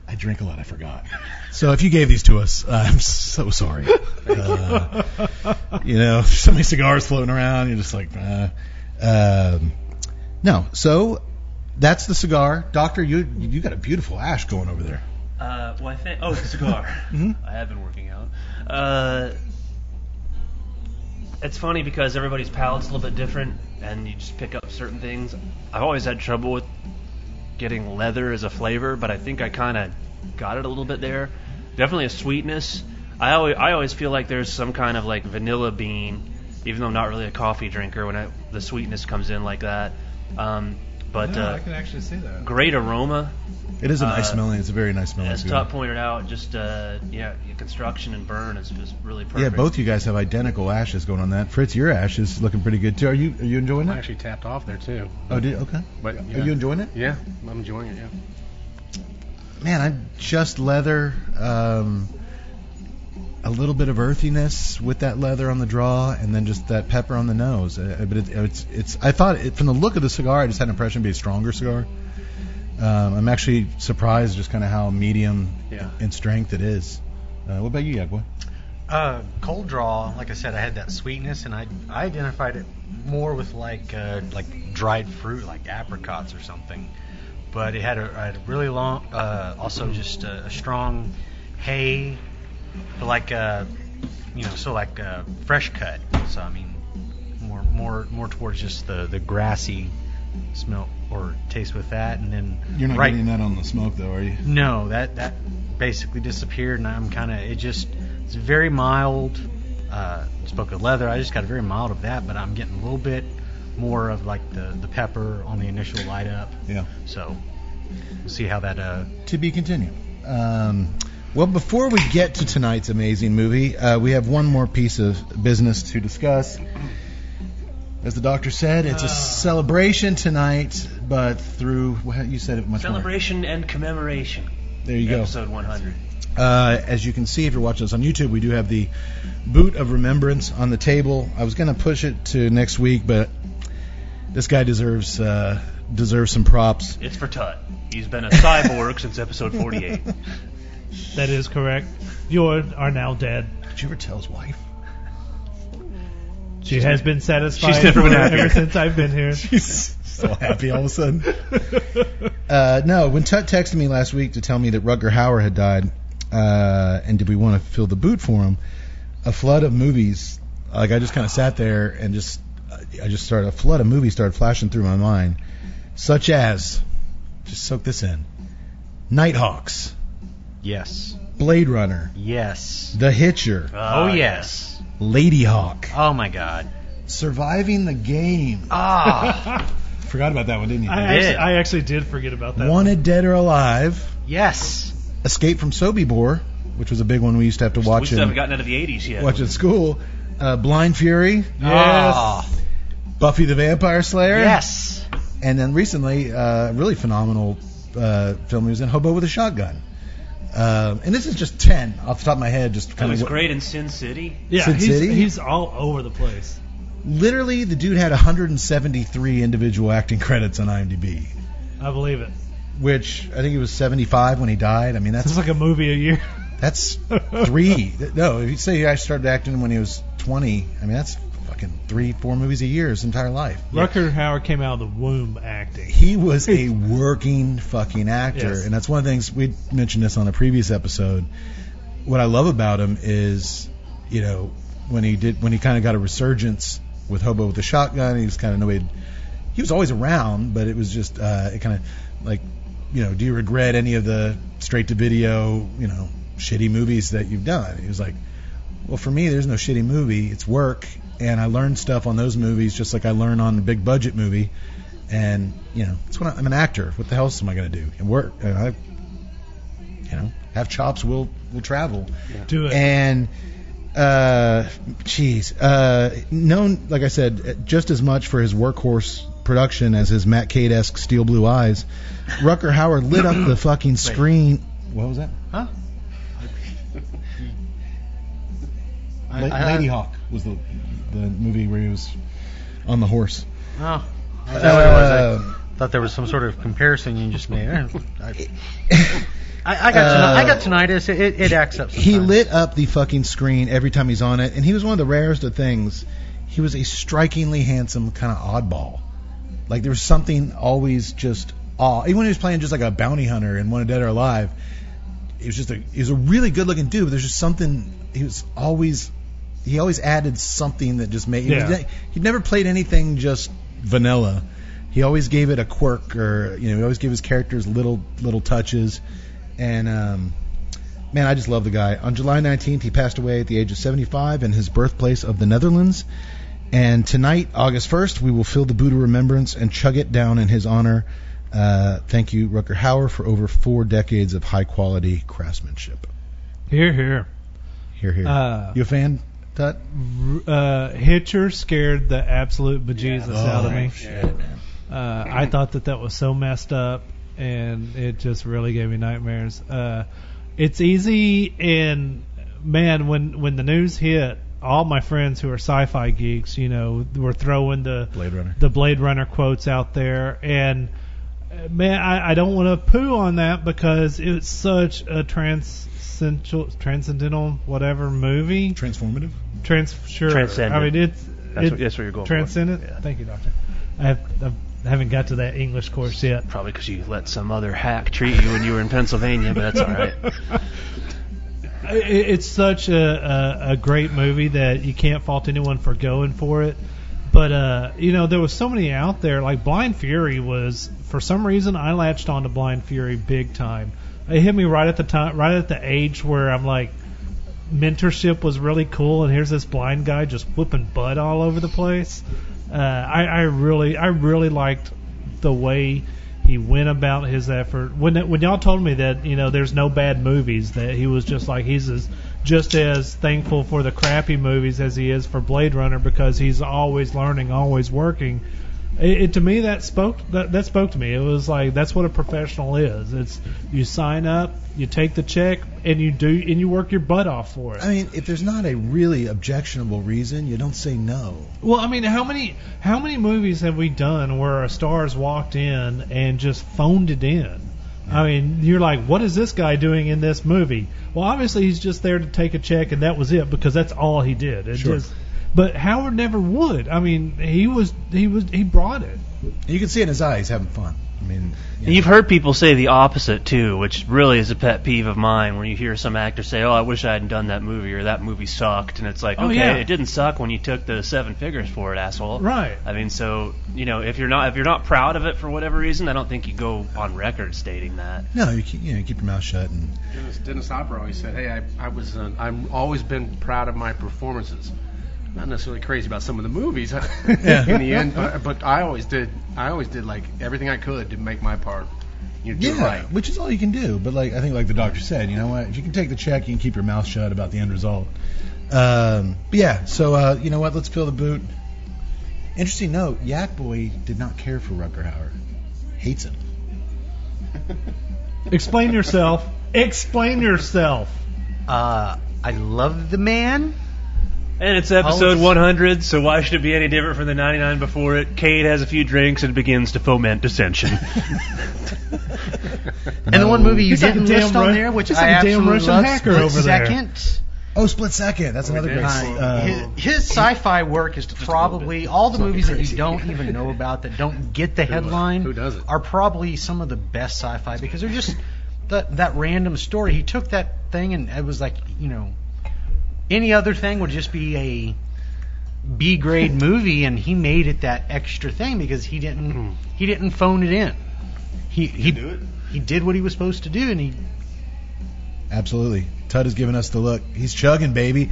I drink a lot. I forgot. So if you gave these to us, uh, I'm so sorry. Uh, you know, there's so many cigars floating around. You're just like, uh, um, no. So that's the cigar, Doctor. You you got a beautiful ash going over there.
Uh, well, I think. Oh, the cigar. I have been working out. Uh, it's funny because everybody's palate's a little bit different, and you just pick up certain things. I've always had trouble with getting leather as a flavor, but I think I kind of got it a little bit there. Definitely a sweetness. I always, I always feel like there's some kind of like vanilla bean, even though I'm not really a coffee drinker. When I, the sweetness comes in like that, um, but
No,
uh,
I can actually see that.
great aroma.
It is a nice
Uh,
smelling. It's a very nice smelling.
As
cigar.
Todd pointed out, just uh, yeah, your construction and burn is just really perfect.
Yeah, both you guys have identical ashes going on that. Fritz, your ash is looking pretty good too. Are you are you enjoying
I
it?
actually tapped off there too.
Oh, did, okay.
But yeah.
Are you enjoying it?
Yeah, I'm enjoying it. Yeah.
Man, I'm just leather. Um, a little bit of earthiness with that leather on the draw, and then just that pepper on the nose. Uh, but it, it's it's. I thought it, from the look of the cigar, I just had an impression it'd be a stronger cigar. Um, I'm actually surprised just kind of how medium
Yeah.
in strength it is. Uh, what about you, Yagwa?
Uh, cold draw, like I said, I had that sweetness, and I, I identified it more with like uh, like dried fruit, like apricots or something. But it had a, had a really long, uh, also just a, a strong hay, but like uh, you know, so like uh, fresh cut. So I mean, more more more towards just the, the grassy smell or taste with that, and then right,
that on the smoke, though, are you?
no, that that basically disappeared, and I'm kind of it just it's very mild. Uh, spoke of leather, I just got very mild of that, but I'm getting a little bit more of like the the pepper on the initial light up.
Yeah.
So we'll see how that. Uh,
to be continued. Um, well, before we get to tonight's amazing movie, uh, we have one more piece of business to discuss. As the doctor said, it's a celebration tonight, but through well, you said it much more.
celebration and commemoration.
There you go.
Episode 100.
Uh, as you can see, if you're watching us on YouTube, we do have the boot of remembrance on the table. I was going to push it to next week, but this guy deserves uh, deserves some props.
It's for Tut. He's been a cyborg since episode 48.
That is correct. You are, are now dead.
Did you ever tell his wife?
She has been satisfied
She's never been
for-
happier.
ever since I've been here.
He's so happy all of a sudden. Uh, no, when Tut texted me last week to tell me that Rutger Hauer had died, uh, and did we want to fill the boot for him, a flood of movies. Like I just kind of sat there and just, I just started a flood of movies started flashing through my mind, such as, just soak this in, Nighthawks,
yes.
Blade Runner,
Yes.
The Hitcher,
oh yes.
Lady Hawk,
Oh my God.
Surviving the Game.
Ah.
Forgot about that one, didn't you?
I,
did.
actually, I actually did forget about that.
Wanted Dead or Alive.
yes.
Escape from Sobibor, which was a big one we used to have to
we
watch
still haven't
in,
gotten out of the 80s yet.
watch at school. Uh, Blind Fury,
Ah.
Buffy the Vampire Slayer,
Yes.
and then recently, uh, really phenomenal uh, film he was in, Hobo with a Shotgun. Um, and this is just ten off the top of my head, just
It
kind
was
of
great in Sin City.
Yeah,
Sin
he's,
City?
he's all over the place.
literally the dude had 173 individual acting credits on IMDb,
I believe it.
which I think he was 75 when he died. I mean, that's
It's like a movie a year.
That's three. no, if you say I started acting when he was 20, I mean, that's fucking three, four movies a year his entire life.
Rucker Howard came out of the womb acting.
He was a working fucking actor.
Yes.
And that's one of the things we mentioned this on a previous episode. What I love about him is, you know, when he did, when he kind of got a resurgence with Hobo with the Shotgun, he was kind of nobody, he was always around, but it was just, uh, it kind of like, you know, do you regret any of the straight to video, you know, shitty movies that you've done? He was like, well, for me, there's no shitty movie. It's work, and I learn stuff on those movies just like I learn on the big budget movie. And you know, it's when I, I'm an actor. What the hell else am I going to do? And work, and I, you know, have chops. We'll we'll travel.
Do it.
And uh, jeez, uh, known like I said, just as much for his workhorse production as his Matt Cade esque Steel Blue Eyes. Rucker Howard lit up the fucking screen. What was that?
Huh?
La- Lady Hawk was the the movie where he was on the horse.
Oh, I
Uh,
thought there was some sort of comparison you just made. I, I, I got toni-
Uh,
I got tinnitus. It, it, it acts up.
he
sometimes.
lit up the fucking screen every time he's on it, and he was one of the rarest of things. He was a strikingly handsome kind of oddball. Like there was something always just awe. Even when he was playing just like a bounty hunter in One Dead or Alive, it was just a he was a really good looking dude. But there's just something he was always he always added something that just made.
Yeah.
He, would never played anything just vanilla. He always gave it a quirk, or you know, he always gave his characters little little touches. And um, man, I just love the guy. On July 19th, he passed away at the age of 75 in his birthplace of the Netherlands. And tonight, August 1st, we will fill the Buddha remembrance and chug it down in his honor. Uh, thank you, Rucker Hauer, for over four decades of high quality craftsmanship.
Here, here.
Here, here.
Uh,
you a fan, Tut?
uh, Hitcher scared the absolute bejesus out of me.
Oh, shit, man.
Uh, I thought that that was so messed up, and it just really gave me nightmares. Uh, it's easy, and man, when when the news hit, all my friends who are sci-fi geeks, you know, were throwing the
Blade Runner.
the Blade Runner quotes out there, and uh, man, I, I don't want to poo on that because it's such a transcendental, transcendental, whatever movie.
Transformative?
Trans, sure.
Transcendent.
I mean, it's
That's
it-
what- that's what you're going for.
Transcendent.
Yeah.
Thank you, doctor. I, have, I haven't got to that English course yet.
Probably because you let some other hack treat you when you were in Pennsylvania, but that's all right.
I- it- It's such a, a, a great movie that you can't fault anyone for going for it. But uh, you know, there was so many out there. Like Blind Fury was, for some reason, I latched onto Blind Fury big time. It hit me right at the time, right at the age where I'm like, mentorship was really cool, and here's this blind guy just whipping butt all over the place. Uh, I, I really, I really liked the way he went about his effort. When when y'all told me that you know there's no bad movies, that he was just like he's as, just as thankful for the crappy movies as he is for Blade Runner because he's always learning, always working. It, it to me that spoke that, that spoke to me. It was like that's what a professional is. It's you sign up, you take the check, and you do and you work your butt off for it.
I mean, if there's not a really objectionable reason, you don't say no.
Well, I mean, how many how many movies have we done where our stars walked in and just phoned it in? I mean, you're like, what is this guy doing in this movie? Well, obviously he's just there to take a check, and that was it because that's all he did. It
Sure.
just, but Howard never would. I mean, he was he was he brought it.
You can see it in his eye; he's having fun. I mean, you know.
You've heard people say the opposite too, which really is a pet peeve of mine. When you hear some actor say, "Oh, I wish I hadn't done that movie," or "That movie sucked," and it's like,
Oh,
okay,
yeah.
it didn't suck when you took the seven figures for it, asshole.
Right.
I mean, so you know, if you're not if you're not proud of it for whatever reason, I don't think you go on record stating that.
no, you, keep, you know, keep your mouth shut and
Dennis, Dennis Hopper always said, "Hey, I, I was, uh, I'm always been proud of my performances. Not necessarily crazy about some of the movies in the end, but, but I always did. I always did like everything I could to make my part. You know, do
Yeah,
right.
which is all you can do. But like I think, like the doctor said, you know what? If you can take the check, you can keep your mouth shut about the end result. Um, but yeah. So uh, you know what? Let's fill the boot. Interesting note: Yak Boy did not care for Rucker Hauer. Hates him.
Explain yourself. Explain yourself.
Uh, I love the man.
And it's episode 100, so why should it be any different from the 99 before it? Cade has a few drinks and begins to foment dissension.
And the one movie you
He's that
didn't
damn
list on
Ru-
there, which
he's
I
that damn
absolutely
Russian
love,
hacker
Split
over there.
Second.
Oh, Split Second. That's another great.
Uh,
Uh,
his, his sci-fi work is probably all the movies that you don't even know about that don't get the headline.
who doesn't?
Are probably some of the best sci-fi because they're just that that random story. He took that thing and it was like you know, any other thing would just be a B grade movie, and he made it that extra thing because he didn't he didn't phone it in. He he he did what he was supposed to do, and he
absolutely. Tud has given us the look. He's chugging, baby.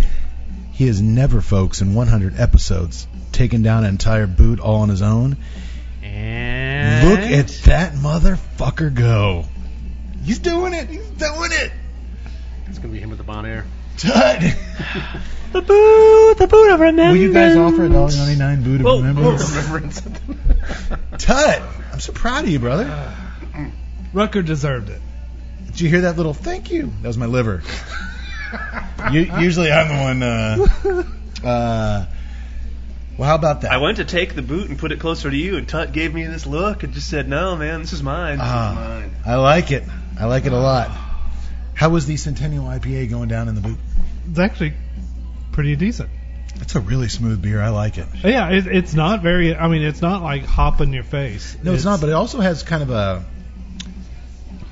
He has never, folks, in 100 episodes, taken down an entire boot all on his own.
and
Look at that motherfucker go. He's doing it. He's doing it.
It's gonna be him with the Bon Air.
Tut.
the boo, the boo of remembrance.
Will you guys offer a dollar ninety nine boot of
Whoa,
remembrance?
Remembrance.
Tut, I'm so proud of you, brother.
Rucker deserved it.
Did you hear that little thank you? That was my liver. U- usually I'm the one. Uh, uh, Well, how about that?
I went to take the boot and put it closer to you, and Tut gave me this look and just said, "No, man, this is mine. This
Ah,
is mine."
I like it. I like it a lot. How was the Centennial IPA going down in the boot?
It's actually pretty decent.
It's a really smooth beer. I like it.
Yeah, it, it's not very. I mean, it's not like hop in your face.
No, it's, not, but it also has kind of a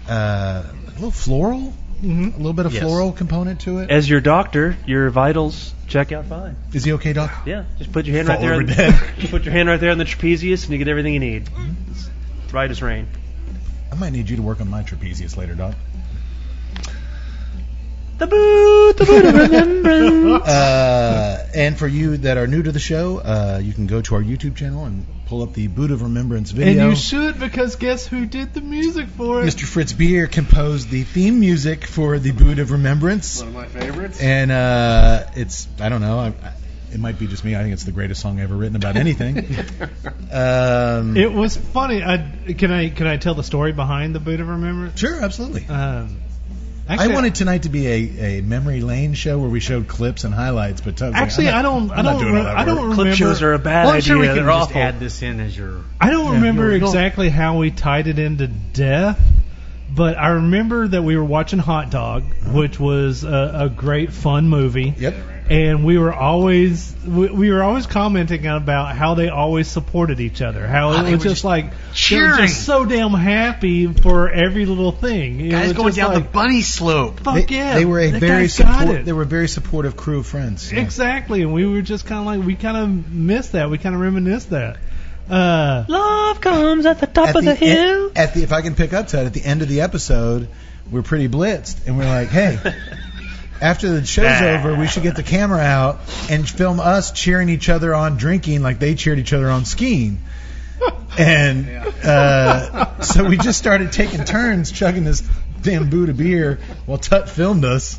uh, a little floral,
hmm
a little bit of
Yes.
floral component to it.
As your doctor, your vitals check out fine.
Is he okay, Doc?
Yeah, just put your hand right
Fall
there.
over
on-
dead.
put your hand right there on the trapezius, and you get everything you need. It's Right as rain.
I might need you to work on my trapezius later, Doc.
The boot, the boot of remembrance.
Uh, and for you that are new to the show, uh, you can go to our YouTube channel and pull up the Boot of Remembrance
And
video.
you should because guess who did the music for it?
Mr. Fritz Beer composed the theme music for the Boot of Remembrance.
One of my favorites.
and uh, it's I don't know. I, I, it might be just me. I think it's the greatest song ever written about anything. um,
It was funny. I, can I can I tell the story behind the boot of remembrance?
sure, absolutely.
Um,
I wanted tonight to be a, a memory lane show where we showed clips and highlights, but Tug's like,
Actually,
I'm not-
I don't. I
I'm not
don't.
doing all
re-
that
I don't
work.
remember.
Clip shows are a bad
Well, I'm
idea.
sure we can
They're
just
awful.
add this in as your.
I don't
Yeah.
remember
You'll- you'll-
exactly how we tied it into death, but I remember that we were watching Hot Dog, which was a, a great fun movie.
Yep.
And we were always we, we were always commenting about how they always supported each other, how it
they
was
were
just,
just
like they were
cheering.
just so damn happy for every little thing. It
Guys
was
going
just
down
like,
the bunny slope.
fuck
They,
yeah.
they were a
that
very
guy got
support,
it.
they were a very supportive crew of friends. Yeah.
Exactly, and we were just kind of like we kind of missed that. We kind of reminisced that. Uh,
Love comes at the top
At the, en- at the if I can pick up to it, at the end of the episode, we're pretty blitzed, and we're like, hey. After the show's over, we should get the camera out and film us cheering each other on drinking like they cheered each other on skiing. And uh, so we just started taking turns chugging this damn boot of beer while Tut filmed us.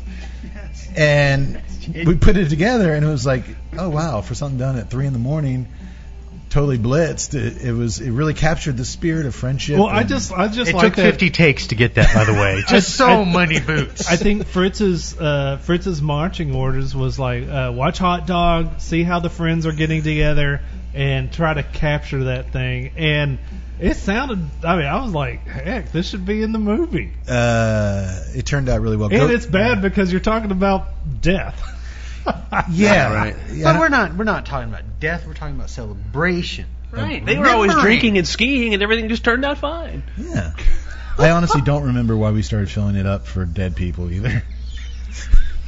And we put it together, and it was like, oh wow, for something done at three in the morning, totally blitzed. It, it was it really captured the spirit of friendship.
well, I
and-
just I just
It
like
took
that.
50 takes to get that, by the way. Just so many boots.
I think Fritz's uh, Fritz's marching orders was like uh, watch Hot Dog, see how the friends are getting together, and try to capture that thing. And it sounded. I mean, I was like, heck, this should be in the movie.
uh, it turned out really well. Go-
And it's bad because you're talking about death.
Yeah,
Right.
Yeah.
But we're not we're not talking about death. We're talking about celebration.
Right. They were always
Remembering.
drinking and skiing, and everything just turned out fine.
Yeah. I honestly don't remember why we started filling it up for dead people either.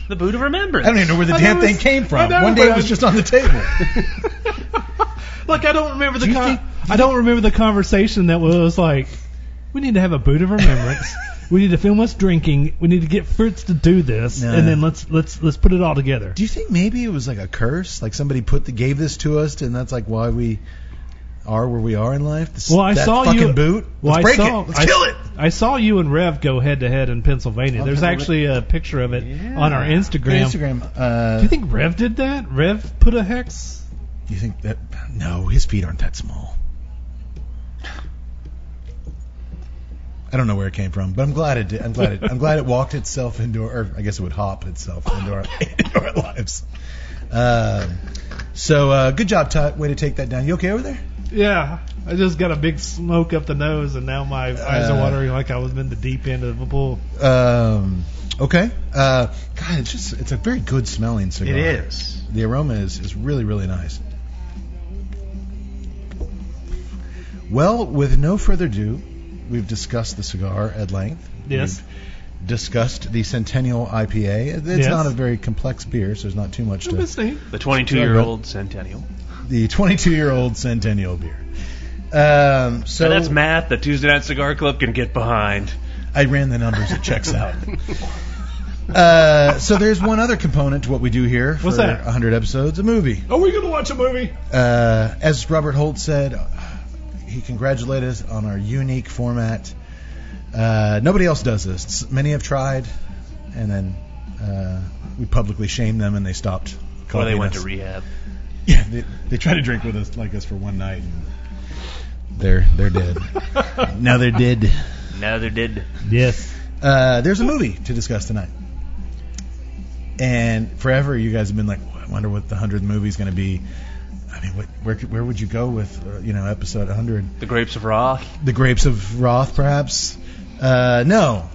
The boot of
I
remembrance.
don't even know where the
I
damn
know
thing
it's-
came
I
from.
know,
One day it
but
was
I-
just on the table.
like I don't remember the
Do you
con-
think-
I don't remember the conversation that was like, we need to have a boot of remembrance. we need to film us drinking. We need to get Fritz to do this,
No.
and then let's let's let's put it all together.
Do you think maybe it was like a curse? Like somebody put the gave this to us, and that's like why we are where we are in life. This,
Well, I
that
saw
fucking
you-
boot.
Well,
Let's
I
break
saw,
it. Let's
I-
kill it.
I saw you and Rev go head to head in Oh, Pennsylvania. There's actually a picture of it on our Instagram.
Instagram. Uh,
Do you think Rev did that? Rev put a hex?
You think that? No, his feet aren't that small. I don't know where it came from, but I'm glad it did. I'm glad it. I'm glad it walked itself into, or I guess it would hop itself into our, into our lives. Um, so uh, good job, Tut. Way to take that down. You okay over there?
Yeah. I just got a big smoke up the nose, and now my eyes
Uh,
are watering like I was in the deep end of a pool.
Um, okay. Uh, God, it's just it's a very good smelling cigar.
It is.
The aroma is, is really, really nice. Well, with no further ado, we've discussed the cigar at length.
Yes.
We've discussed the Centennial IPA. It's
Yes.
not a very complex beer, so there's not too much
Don't
to
miss me.
The 22-year-old centennial.
the 22 year old Centennial beer. Um, so
So that's math the Tuesday Night Cigar Club can get behind.
I ran the numbers. It checks out. Uh, so there's one other component to what we do here for
What's that?
100 episodes, a movie.
Are we going to watch a movie?
Uh, as Robert Holt said, he congratulated us on our unique format. Uh, nobody else does this. S- Many have tried, and then uh, we publicly shamed them, and they stopped.
Or they
copying
went
us.
to rehab.
Yeah, they, they tried to drink with us like us for one night. And they're they're dead. now they're dead.
No, they did.
Yes.
Uh, there's a movie to discuss tonight. And forever, you guys have been like, "Well, I wonder what the hundredth movie is going to be. I mean, what, where could- where would you go with uh, you know episode 100?
The grapes of wrath.
The Grapes of Wrath, perhaps? Uh, no,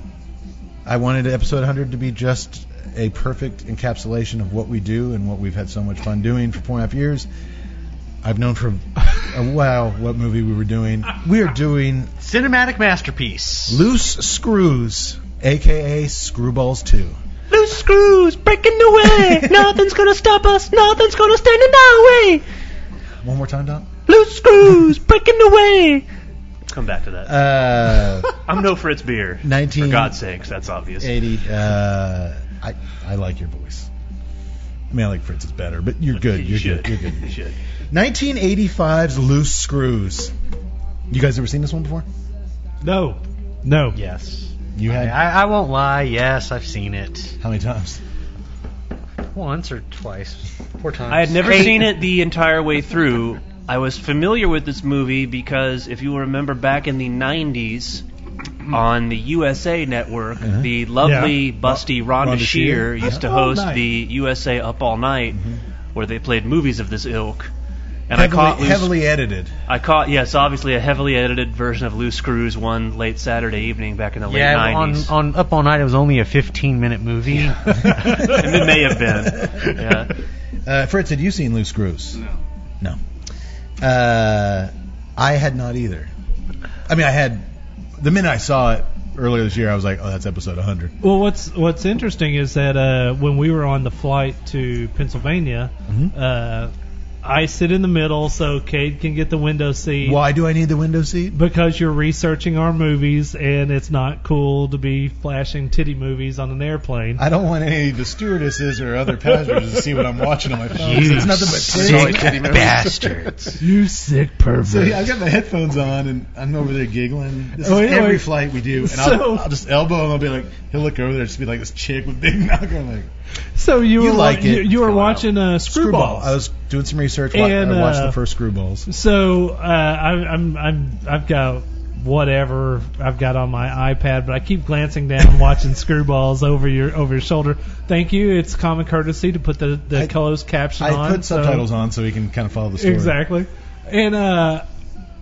I wanted episode 100 to be just a perfect encapsulation of what we do and what we've had so much fun doing for four and a half years. I've known for a while what movie we were doing. We are doing
Cinematic masterpiece.
Loose Screws, aka Screwballs 2.
Loose screws breaking the way. Nothing's gonna stop us. Nothing's gonna stand in our way.
One more time, Don.
Loose screws breaking the way.
Come back to that.
Uh,
I'm no Fritz beer. For
19
God's sakes, that's obvious.
80. Uh, I I like your voice. I mean, I like Fritz's better, but you're good.
You
You're
should.
good. You're good.
You should.
1985's Loose Screws. You guys ever seen this one before?
No. No.
Yes.
You had
I, I won't lie. Yes, I've seen it
how many times?
once or twice, four times.
I had never
Hey,
seen it the entire way through. I was familiar with this movie because if you remember back in the 90s on the USA network,
Uh-huh.
the lovely busty Rhonda,
Rhonda Shear.
Shear used to
Oh,
host
nice.
the USA Up All Night where they played movies of this ilk. And
Mm-hmm. heavily,
I caught Loose-
heavily edited.
I caught yes, obviously a heavily edited version of Loose Screws one late Saturday evening back in the
Yeah,
late 90s.
on on Up All Night, it was only a 15 minute movie.
And it may have been. Yeah.
Uh, Fritz, had you seen Loose Screws? No. No. Uh, I had not either. I mean, I had the minute I saw it earlier this year, I was like, oh, that's episode 100.
Well, what's what's interesting is that uh, when we were on the flight to Pennsylvania, uh, I sit in the middle so Cade can get the window seat.
Why do I need the window seat?
Because you're researching our movies, and it's not cool to be flashing titty movies on an airplane.
I don't want any of the stewardesses or other passengers to see what I'm watching on my phone.
You
It's nothing but titties.
sick bastards.
you sick
So
pervert.
yeah, I've got my headphones on and I'm over there giggling. This
Oh,
is
yeah,
every
like-
flight we do, and
So-
I'll, I'll just elbow him. I'll be like, he'll look over there, just be like this chick with big knocker. I'm like
so you,
You
were
like
wa-
it.
You, you were
Come on.
watching uh, Screwballs.
I was doing some research. wa-
And,
I watched
uh,
the first Screwballs.
So uh, I, I'm I'm I've got whatever I've got on my iPad, but I keep glancing down, watching screwballs over your over your shoulder. Thank you. It's common courtesy to put the the
I-
closed caption on.
I put
so-
subtitles on so we can kind of follow the story.
Exactly. And uh,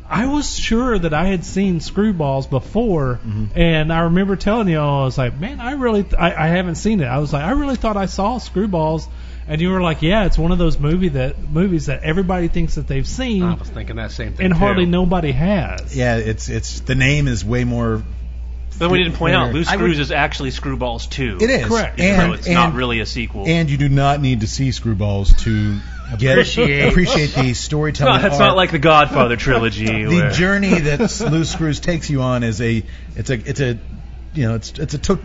I was sure that I had seen screwballs before, and I remember telling you, all I was like, man, I really, th- I, I haven't seen it. I was like, I really thought I saw screwballs. And you were like, yeah, it's one of those movie that movies that everybody thinks that they've seen,
I was thinking that same thing.
and
too.
hardly nobody has.
Yeah, it's it's the name is way more.
Then we didn't point out Loose
I would-
Screws is actually Screwballs 2.
It is
Correct.
Even
and
though it's
and,
not really a sequel.
and you do not need to see Screwballs to get
Appreciate.
appreciate the
No,
storytelling.
it's
art.
not like the Godfather trilogy.
the
where
journey that Loose Screws takes you on is a it's a it's a you know it's it's a to-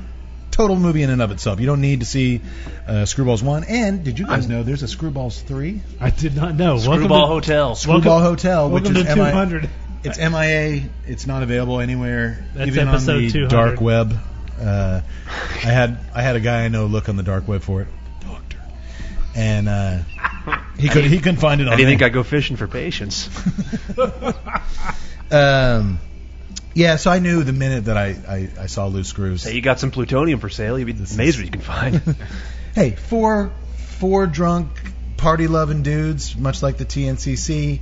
total movie in and of itself. You don't need to see uh, Screwballs one. And did you guys know there's a Screwballs three?
I did not know. Welcome
Screwball
to,
Hotel.
Screwball Hotel, which
welcome
is
to
MIA
200.
it's MIA. It's not available anywhere,
That's
even
episode
on the
200.
dark web. Uh, I had I had a guy I know look on the dark web for it, doctor, and uh, he could he couldn't find it on.
How do you
there.
think I go fishing for patience?
Um, yeah, so I knew the minute that I, I, I saw loose screws.
Hey, you got some plutonium for sale? You'd be amazed what you can find.
Hey, four four drunk party loving dudes, much like the TNCC,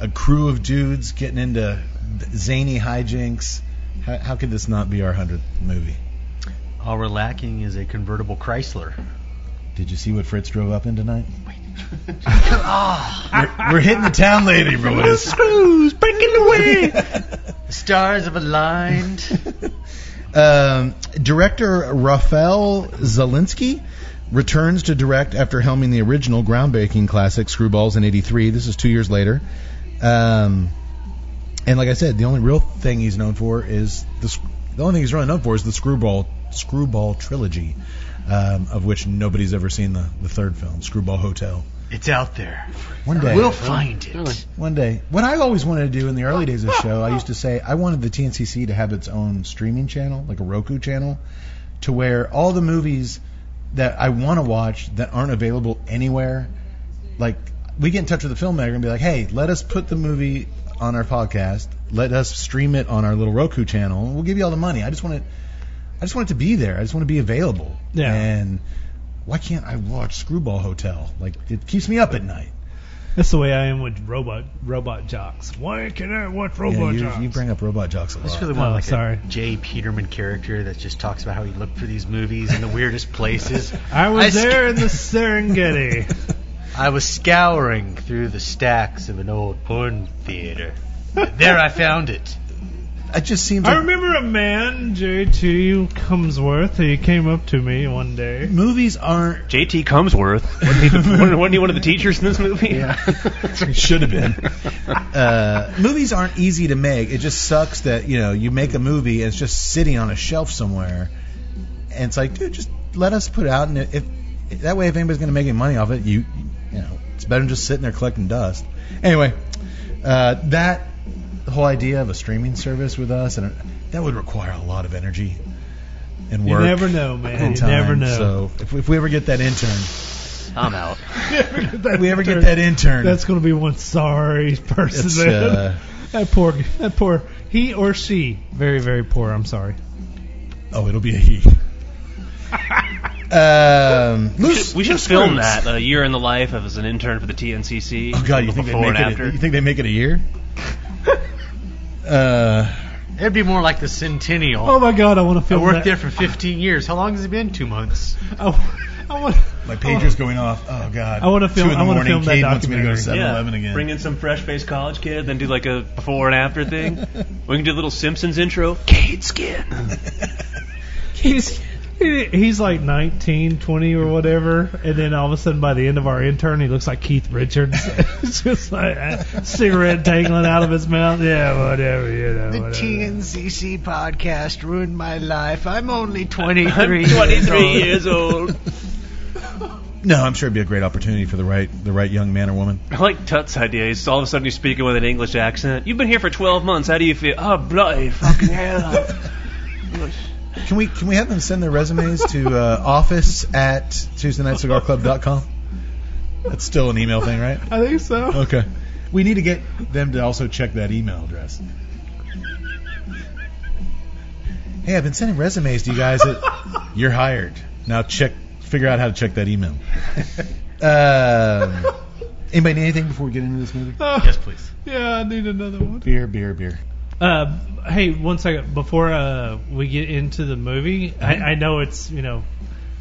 a crew of dudes getting into zany hijinks. How, how could this not be our hundredth movie?
All we're lacking is a convertible Chrysler.
Did you see what Fritz drove up in tonight? we're, we're hitting the town lady, boys.
Screws breaking away. the stars have aligned.
Um, director Rafael Zelinsky returns to direct after helming the original groundbreaking classic Screwballs in '83. This is two years later. Um, and like I said, the only real thing he's known for is the sc- the only thing he's really known for is the Screwball Screwball trilogy, um, of which nobody's ever seen the, the third film, Screwball Hotel.
It's out there.
One day
We'll find it.
One day. What I always wanted to do in the early days of the show, I used to say I wanted the TNCC to have its own streaming channel, like a Roku channel, to where all the movies that I want to watch that aren't available anywhere, like we get in touch with the filmmaker and be like, hey, let us put the movie on our podcast, let us stream it on our little Roku channel, and we'll give you all the money. I just want it. I just want it to be there. I just want to be available.
Yeah.
And why can't I watch Screwball Hotel? Like it keeps me up at night.
That's the way I am with robot robot jocks. Why can I want
Yeah,
robot
you,
jocks?
you bring up robot jocks a
I just
lot.
really want
Oh,
like
sorry.
a Jay Peterman character that just talks about how he looked for these movies in the weirdest places.
I was
sc-
there in the Serengeti.
I was scouring through the stacks of an old porn theater. There I found it.
It just seems
I
like
remember a man, J.T. Cumsworth. He came up to me one day.
movies aren't.
JT Cumsworth. Wasn't he, wasn't he one of the teachers in this movie? Yeah.
Should have been. Uh, movies aren't easy to make. It just sucks that you know you make a movie and it's just sitting on a shelf somewhere, and it's like, dude, just let us put it out. And if that way, if anybody's gonna make any money off it, you, you know, it's better than just sitting there collecting dust. Anyway, uh, that whole idea of a streaming service with us, and that would require a lot of energy and
You
work.
never know, man.
and
You never
time.
know.
So if, if we ever get that intern,
I'm out.
if we ever get that intern,
That's going to be one sorry person.
It's,
man.
uh,
that poor, that poor, he or she, very, very poor. I'm sorry.
Oh, it'll be a he. um, loose,
We should
loose
film
screws.
that a year in the life of as an intern for the TNCC.
Oh God, you think they
before
make
and
it?
after.
A, you think they make it a year? uh,
It'd be more like the Centennial.
Oh my God, I want to
I
film
worked there
that.
for 15 years. How long has it been? Two months.
I, I want.
my pager's going off. Oh God,
I wanna film-
Two in the
I wanna
morning.
film that
Cade wants me to go to
documentary.
7-Eleven again.
Bring in some fresh faced college kid, then do like a before and after thing. we can do a little Simpsons intro. Kate Skin.
He's he- he's like 19, 20 or whatever, and then all of a sudden by the end of our intern, he looks like Keith Richards. it's just like a cigarette dangling out of his mouth. Yeah, whatever, you know.
The
whatever.
TNCC podcast ruined my life. I'm only 23.
I'm
years
23
old.
years old.
no, I'm sure it'd be a great opportunity for the right the right young man or woman.
I like Tut's idea. He's all of a sudden he's speaking with an English accent. You've been here for 12 months. How do you feel? Oh, bloody fucking hell.
Can we can we have them send their resumes to uh, office at TuesdayNightCigarClub.com? That's still an email thing, right?
I think so.
Okay. We need to get them to also check that email address. Hey, I've been sending resumes to you guys. That you're hired. Now check, figure out how to check that email. Um, anybody need anything before we get into this movie?
yes, please. Yeah, I need another one.
Beer, beer, beer.
Uh, hey, one second before uh, we get into the movie, I, I know it's you know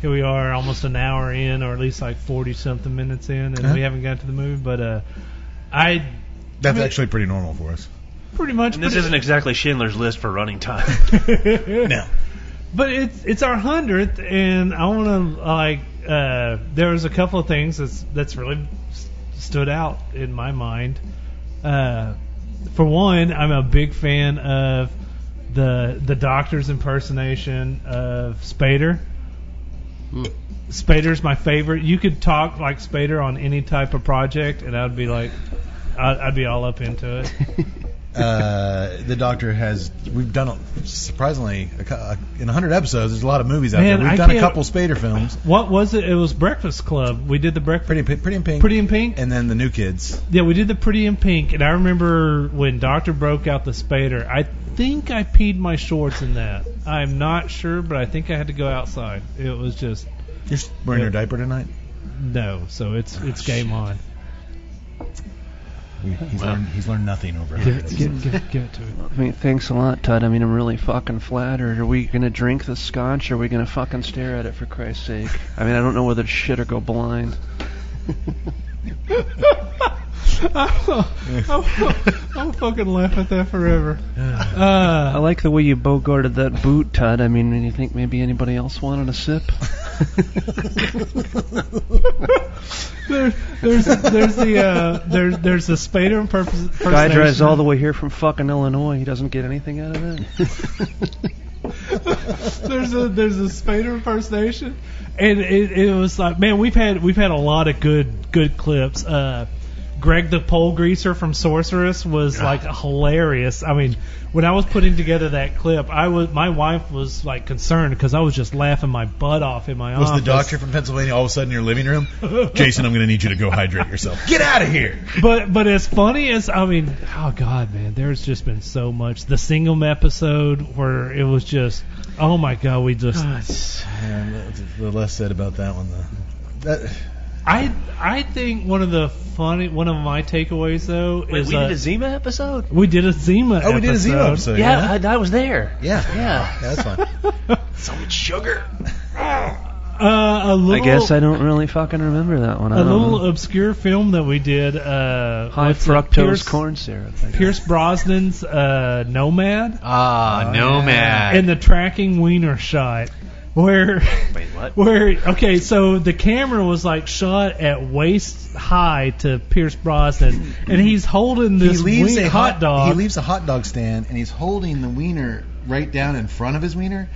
here we are almost an hour in, or at least like forty something minutes in, and
Uh-huh.
we haven't got to the movie. But uh, I
That's actually pretty normal for us.
pretty much
And this
put it-
isn't exactly Schindler's List for running time.
No.
But it's it's our hundredth, and I want to like uh, there was a couple of things that's that's really s- stood out in my mind. Uh, for one, I'm a big fan of the the doctor's impersonation of Spader. Spader's my favorite. You could talk like Spader on any type of project, and I'd be like, I'd, I'd be all up into it.
Uh, the Doctor has. We've done a, surprisingly a, cou- in 100 episodes. There's a lot of movies out
Man,
there. We've
I
done a
can't-
couple Spader films.
What was it? It was Breakfast Club. We did the breakfast.
Pretty, pretty in pink.
Pretty in Pink?
And then the new kids.
Yeah, we did the Pretty in Pink, and I remember when Doctor broke out the spader. I think I peed my shorts in that. I'm not sure, but I think I had to go outside. It was just
You're s- wearing your diaper tonight.
no, so it's it's game on.
We- He's, learned, he's learned nothing over
get, get to it.
I mean, thanks a lot, Todd. I mean, I'm really fucking flattered. Are we gonna drink the scotch? Or are we gonna fucking stare at it for Christ's sake? I mean, I don't know whether to shit or go blind.
I'll, I'll fucking laugh at that forever.
I
Uh,
like the way you bogarted that boot, Todd. I mean, you think maybe anybody else wanted a sip?
there, there's there's the uh, there's there's the spader and purpose.
Guy drives all the way here from fucking Illinois. He doesn't get anything out of it.
there's a there's a Spader impersonation, and it, it was like, man, we've had we've had a lot of good good clips. Uh, Greg the pole greaser from Sorceress was like hilarious. I mean, when I was putting together that clip, I was my wife was like concerned because I was just laughing my butt off in my
Was the
office.
doctor from Pennsylvania all of a sudden in your living room? Jason, I'm going to need you to go hydrate yourself. Get out of here.
but but as funny as I mean, oh god, man, there's just been so much. The single episode where it was just, oh my god, we just
Uh,
Yeah, the, the less said about that one, the, that
I I think one of the funny one of my takeaways though
Wait,
is
we
uh,
did a Zima episode.
we did a Zima.
Oh, we did a Zemo episode.
Yeah,
Yeah.
I, I was there.
Yeah.
Yeah.
Yeah, that's fine.
So much sugar.
Uh, a little,
I guess I don't really fucking remember that one. I
a
don't
little
uh,
know.
obscure film that we did. Uh,
high
what's it,
fructose
Pierce,
corn syrup. I guess.
Pierce Brosnan's uh, Nomad
Oh,
Ah, Nomad.
and the tracking wiener shot, where
Wait, what?
where okay, so the camera was like shot at waist high to Pierce Brosnan, and he's holding
He
this
leaves
wien-
a
hot dog.
He leaves a hot dog stand and he's holding the wiener right down in front of his wiener,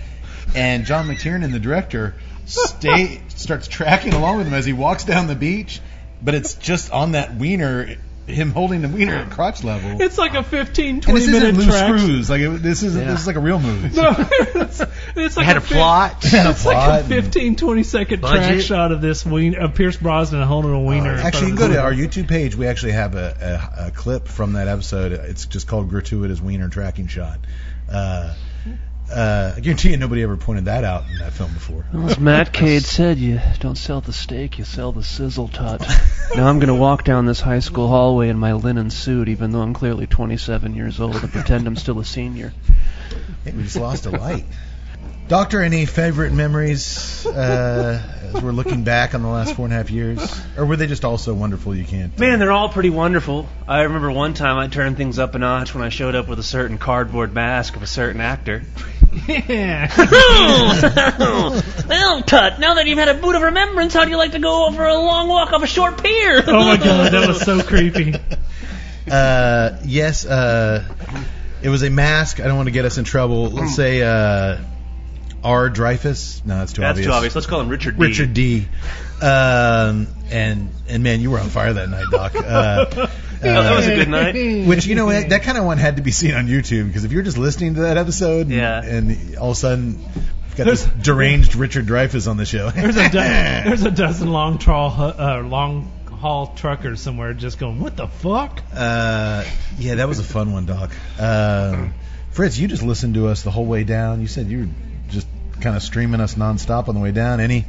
and John McTiernan, the director, stay starts tracking along with him as he walks down the beach, but it's just on that wiener, him holding the wiener at crotch level.
it's like a 15,
and
20
this isn't
minute
loose
track.
screws. Like it, this is not this is like a real movie.
No, it's, it's like
had a
fif-
plot.
It's like a 15, 20 second track
Budget.
shot of this wien- of Pierce Brosnan holding a wiener. in front
Actually, you can
of
go
his
to
wiener.
our YouTube page. We actually have a, a, a clip from that episode. It's just called "Gratuitous Wiener Tracking Shot." Uh, uh, I guarantee you, nobody ever pointed that out in that film before.
Well, as Matt Cade said, you don't sell the steak, you sell the sizzle tut. now I'm going to walk down this high school hallway in my linen suit, even though I'm clearly 27 years old, and pretend I'm still a senior.
Hey, we just lost a light. Doctor, any favorite memories uh, as we're looking back on the last four and a half years, or were they just all so wonderful you can't?
Man, they're all pretty wonderful. I remember one time I turned things up a notch when I showed up with a certain cardboard mask of a certain actor.
well, Tut, now that you've had a boot of remembrance, how'd you like to go for a long walk off a short pier?
Oh my god, that was so creepy.
Uh, yes, uh, it was a mask. I don't want to get us in trouble. Let's say uh, R. Dreyfus. No, that's too
That's
obvious.
too obvious. Let's call him Richard D.
Richard D. Um, and and man, you were on fire that night, Doc. Uh,
Oh, that was
uh,
a good night.
which you know what, that kind of one had to be seen on YouTube because if you're just listening to that episode, and,
Yeah.
and all of a sudden we've got
There's-
this deranged Richard Dreyfus on the show.
There's a do- there's a dozen long trawl uh, long haul truckers somewhere just going, what the fuck?
uh, yeah, that was a fun one, Doc. Um, Fritz, you just listened to us the whole way down. You said you were just kind of streaming us nonstop on the way down. Any,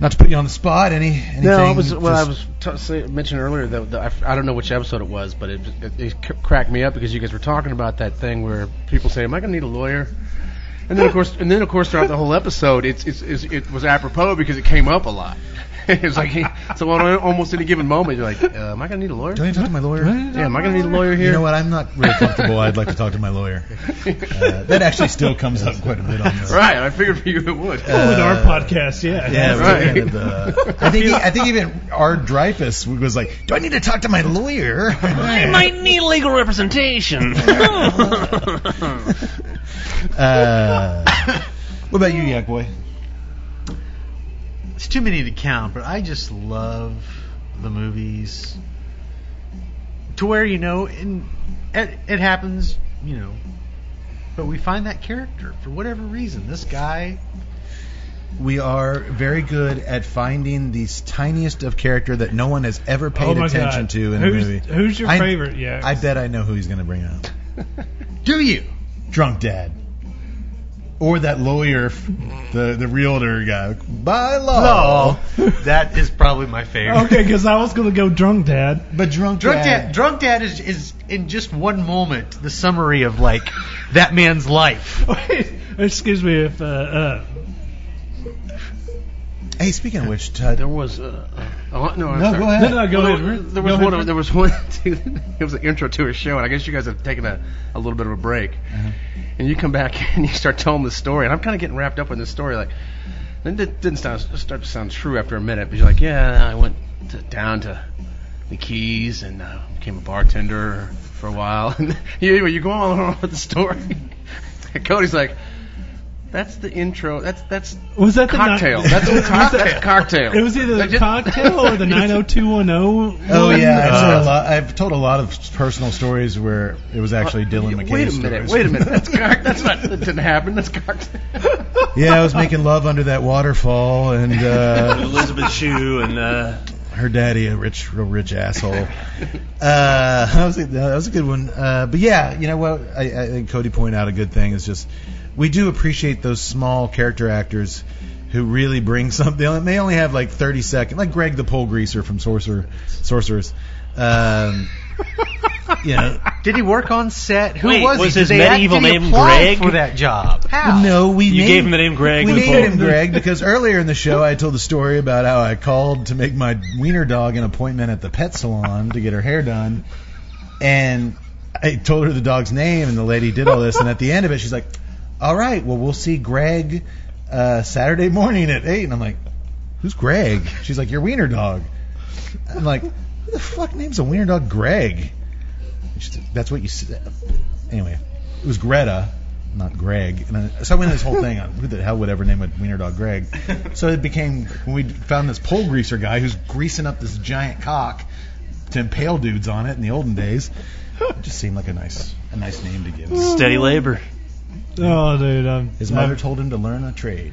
not to put you on the spot, any anything?
No, it was well. I
just-
was t- say, mentioned earlier that the, I, f- I don't know which episode it was, but it, it, it c- cracked me up because you guys were talking about that thing where people say, "Am I going to need a lawyer?" And then of course, and then of course, throughout the whole episode, it's, it's, it's it was apropos because it came up a lot. it was like so on almost any given moment, you're like, uh, "Am I going to need a lawyer?"
Do I need to talk to my lawyer?
Yeah, am I going to need a lawyer here?
You know what? I'm not really comfortable. I'd like to talk to my lawyer. Uh, that actually still comes up quite a bit on this.
Right, I figured for you it would.
Oh, in our podcast, yeah.
Uh, Yeah,
Right.
we had, uh, I think I think even our Dreyfus was like, "Do I need to talk to my lawyer?"
I might need legal representation.
Uh, what about you, Yak Boy?
It's too many to count, but I just love the movies to where you know, and it, it happens, you know, but we find that character for whatever reason. This guy,
We are very good at finding these tiniest of character that no one has ever paid
Oh my
attention
God.
to in
Who's-
a movie.
who's your
I-
favorite, Yak?
I bet I know who he's going to bring up.
do you?
drunk dad. Or that lawyer, f- the the realtor guy. By law.
Oh, that is probably my favorite.
Okay, because I was gonna go drunk, Dad.
But drunk,
Drunk
dad.
dad, drunk dad is is in just one moment the summary of like that man's life.
Excuse me if uh, uh,
Hey, speaking of which, Tud.
There was uh, uh, no, I'm
No,
sorry.
go ahead.
no, no, go
Well, there,
ahead.
there
Go
was
ahead.
one. There was one. it was an intro to a show, and I guess you guys have taken a, a little bit of a break, and you come back and you start telling the story, and I'm kind of getting wrapped up in this story. Like, then it didn't sound, start to sound true after a minute, but you're like, yeah, I went to, down to the Keys and uh, became a bartender for a while, and you, anyway, you go on with the story. And Cody's like. That's the intro. That's that's
was that the ni-
cocktail. That's what cocktail. cocktail.
It was either
That
the
just-
cocktail or the 90210.
Oh yeah, I've,
Uh,
told a lot, I've told a lot of personal stories where it was actually Dylan
Yeah,
McKay's
Uh, Wait a minute.
stories.
Wait a minute. That's cock- that's not. That didn't happen. That's cocktail.
yeah, I was making love under that waterfall, and uh,
Elizabeth Shue and uh,
her daddy, a rich, real rich asshole. Uh, that, was a, that was a good one. Uh, but yeah, you know what? I, I think Cody pointed out a good thing is just we do appreciate those small character actors who really bring something. They they only have like 30 seconds, like Greg the pole greaser from Sorcerer, Sorcerers. Um, you know,
Did he work on set? Who
Wait,
was,
was
he?
his
Did they act-
medieval
did he
name
apply
Greg?
for that job? How?
no, we
You
named,
gave him the name Greg.
We
the
named him
Pope.
Greg because earlier in the show I told the story about how I called to make my wiener dog an appointment at the pet salon to get her hair done, and I told her the dog's name, and the lady did all this, and at the end of it she's like, "All right, well we'll see Greg uh, Saturday morning at 8. and I'm like, "Who's Greg?" She's like, "Your wiener dog." I'm like, "Who the fuck names a wiener dog Greg?" And she said, That's what you said. Anyway, it was Greta, not Greg. And I, so I went into this whole thing on who the hell would ever name a wiener dog Greg. So it became when we found this pole greaser guy who's greasing up this giant cock to impale dudes on it in the olden days. It just seemed like a nice, a nice name to give.
Steady labor.
Oh, dude, I'm,
His mother told him to learn a trade.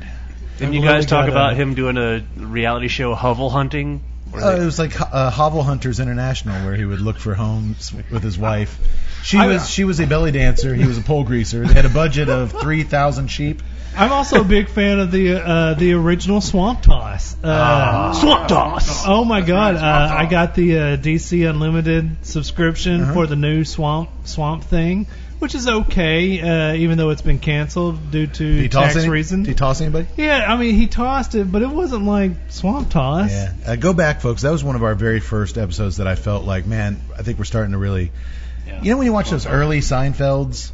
Didn't you
Well,
guys
we
talk
got,
about
uh,
him doing a reality show, hovel hunting? Where
Uh,
they-
it was like uh, Hovel Hunters International, where he would look for homes with his wife. She
I-
was she was a belly dancer. He was a pole greaser. They had a budget of three thousand sheep.
I'm also a big fan of the uh, the original Swamp Toss.
Ah,
Uh, Swamp Toss. Oh my God! Uh, I got the uh, DC Unlimited subscription
Uh-huh.
for the new Swamp Swamp thing, which is okay, uh, even though it's been canceled due to
Did he toss
tax
any-
reason.
Did he toss anybody?
yeah, I mean he tossed it, but it wasn't like Swamp Toss.
Yeah. Uh, go back, folks. That was one of our very first episodes that I felt like, man, I think we're starting to really. You know when you watch those early Seinfelds,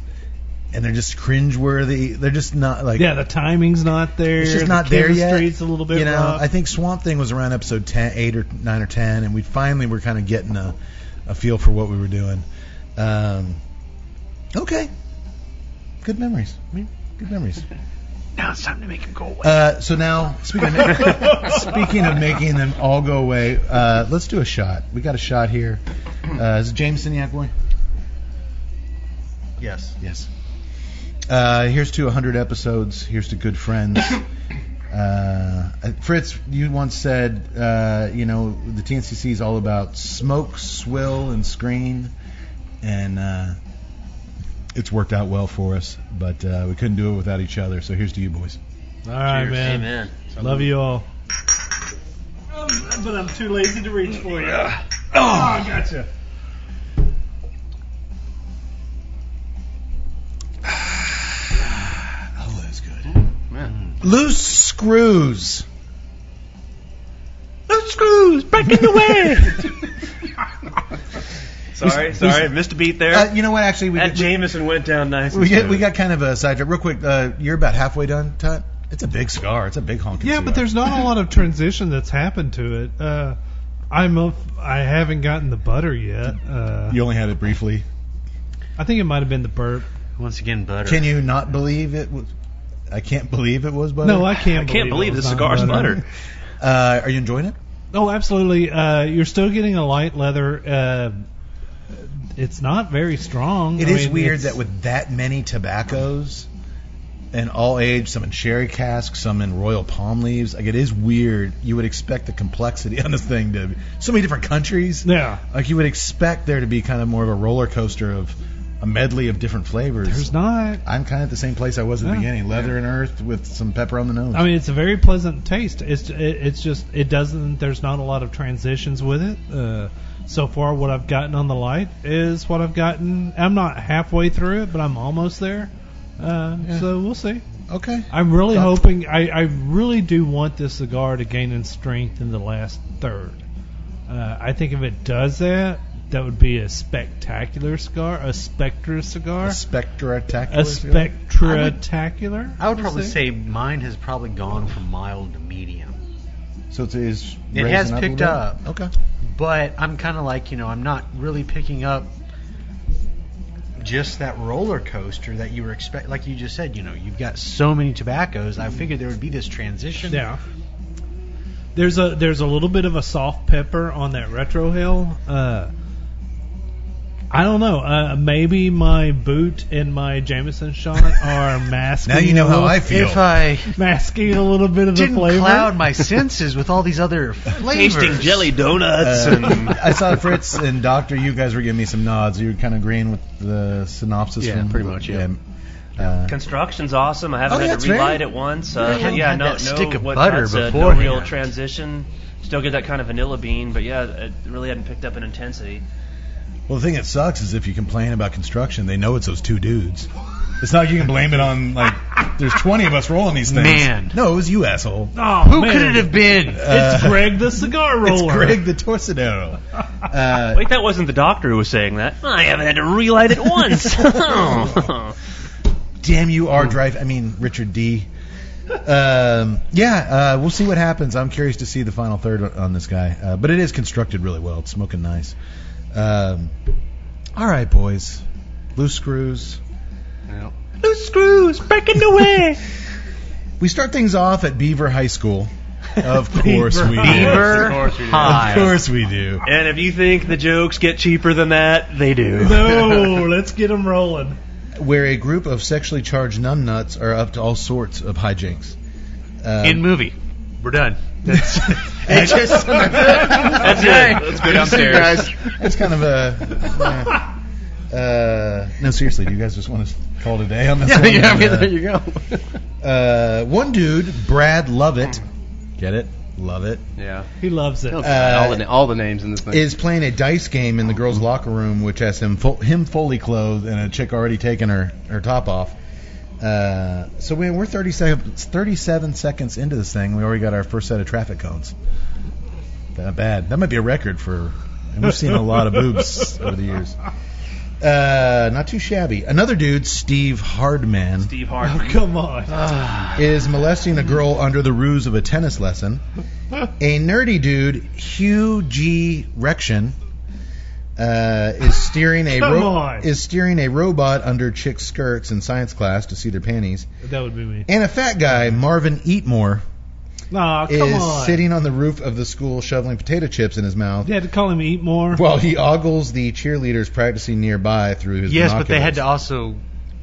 and they're just cringeworthy. They're just not like.
Yeah, the timing's not there.
It's just
the
not there yet.
chemistry's a little bit
you know,
rough.
I think Swamp Thing was around episode 10, 8 or 9 or 10, and we finally were kind of getting a, a feel for what we were doing. Um, okay. Good memories. I mean, Good memories.
Now it's time to make him go away.
Uh, so now, speaking of, ma- speaking of making them all go away, uh, let's do a shot. We got a shot here. Uh, is it James Siniak boy?
yes.
Yes. Uh, here's to 100 episodes. Here's to good friends. Uh, Fritz, you once said, uh, you know, the TNCC is all about smoke, swill, and screen, and uh, it's worked out well for us. But uh, we couldn't do it without each other. So here's to you, boys.
All right, man.
Amen.
Love you all. but I'm too lazy to reach for you. Oh, gotcha.
Oh, that's good. Loose screws. Loose screws, back in the way.
Sorry, sorry, missed a beat there.
uh, you know what? Actually, we
that
we-
Jameson went down nice. and
We get,
smooth.
we got kind of a sidetrack. Real quick, uh, you're about halfway done, Todd. It's a big scar. It's a big honking.
Yeah,
cigar.
but there's not a lot of transition that's happened to it. Uh, I'm up, I haven't gotten the butter yet. Uh,
You only had it briefly.
I think it might have been the burp.
Once again, butter.
Can you not believe it was? I can't believe it was butter.
No, I can't.
I can't
it
believe the
was not
cigar's
butter.
buttered.
Uh, are you enjoying it?
Oh, absolutely. Uh, you're still getting a light leather. Uh, it's not very strong.
It
I
is
mean,
weird
it's-
that with that many tobaccos and all age, some in sherry casks, some in royal palm leaves. Like it is weird. You would expect the complexity on this thing to so many different countries.
yeah.
Like you would expect there to be kind of more of a roller coaster of a medley of different flavors.
There's not.
I'm kind of at the same place I was at the
Yeah.
beginning, leather and earth with some pepper on the nose.
I mean, it's a very pleasant taste. It's it, it's just it doesn't. There's not a lot of transitions with it. Uh, so far, what I've gotten on the light is what I've gotten. I'm not halfway through it, but I'm almost there. Uh, So we'll see.
okay.
I'm really
Doc-
hoping. I, I really do want this cigar to gain in strength in the last third. Uh, I think if it does that, that would be a spectacular cigar, a spectra cigar,
A spectacular.
uh, a spectacular.
I would probably say mine has probably gone from mild to medium.
So it is.
It
raising
has
up a
picked
little
up.
bit? Okay.
But I'm kind of like, you know, I'm not really picking up just that roller coaster that you were expect. Like you just said, you know, you've got so many tobaccos. I figured there would be this transition.
Yeah. There's a there's a little bit of a soft pepper on that retro hill. Uh, I don't know. Uh, maybe my boot and my Jameson shot are masking.
Now you know
a little,
how I feel.
If I
masking a little bit of the
didn't
flavor.
cloud my senses with all these other flavors,
tasting jelly donuts
Uh,
and
I saw Fritz and Doctor. You guys were giving me some nods. You were kind of agreeing with the synopsis.
Yeah,
from
pretty much, yeah.
Uh,
Construction's awesome. I haven't
Oh, yeah,
had
it's
to
very-
relight it once.
Yeah, I
Uh, yeah,
haven't had
no,
that
no,
stick of
what
butter
Todd said,
before.
No real
Yeah.
transition. Still get that kind of vanilla bean, but yeah, it really hadn't picked up in intensity.
Well, the thing that sucks is if you complain about construction, they know it's those two dudes. It's not like you can blame it on like there's 20 of us rolling these things.
Man.
no, it was you asshole.
Oh,
Who
man.
could it have been?
It's
Uh,
Greg the cigar roller.
It's Greg the Torsadero. Uh,
Wait, that wasn't the doctor who was saying that. I haven't had to relight it once. Oh.
Damn you, R Drive. I mean, Richard D. Um, yeah, uh, we'll see what happens. I'm curious to see the final third on this guy. Uh, but it is constructed really well. It's smoking nice. Um, all right, boys. Loose screws.
Yep.
Loose screws breaking the way. we start things off at Beaver High School. Of course we do.
Beaver
Of course we do.
High.
Of course we do.
and if you think the jokes get cheaper than that, they do.
no, let's get him rolling.
Where a group of sexually charged numbnuts are up to all sorts of hijinks. Um,
In movie. We're done. That's,
It's just-
That's
Okay.
it. Let's go downstairs.
See you guys. It's kind of a. Uh, no, seriously, do you guys just want to call today on this?
yeah,
one?
yeah, I mean,
Uh,
there you go.
Uh, one dude, Brad Lovett, get it, Lovett,
yeah.
He loves it.
Uh,
all, the, na- all the names in this thing.
is playing a dice game in the girls' locker room, which has him fu- him fully clothed and a chick already taken her her top off. Uh, so we, we're 30 seconds, 37 seconds into this thing. We already got our first set of traffic cones. Not bad. That might be a record for. And we've seen a lot of boobs over the years. Uh, not too shabby. Another dude, Steve Hardman,
Steve Harvey.
Oh, come on.
is molesting a girl under the ruse of a tennis lesson. A nerdy dude, Hugh G. Rection, uh, is steering a
Come on.
is steering a robot under chick skirts in science class to see their panties.
that would be me.
And a fat guy, Marvin Eatmore,
Nah, come
is
on.
sitting on the roof of the school shoveling potato chips in his mouth.
You had to call him Eat More.
While he ogles the cheerleaders practicing nearby through his
Yes, but they had to
binoculars.
also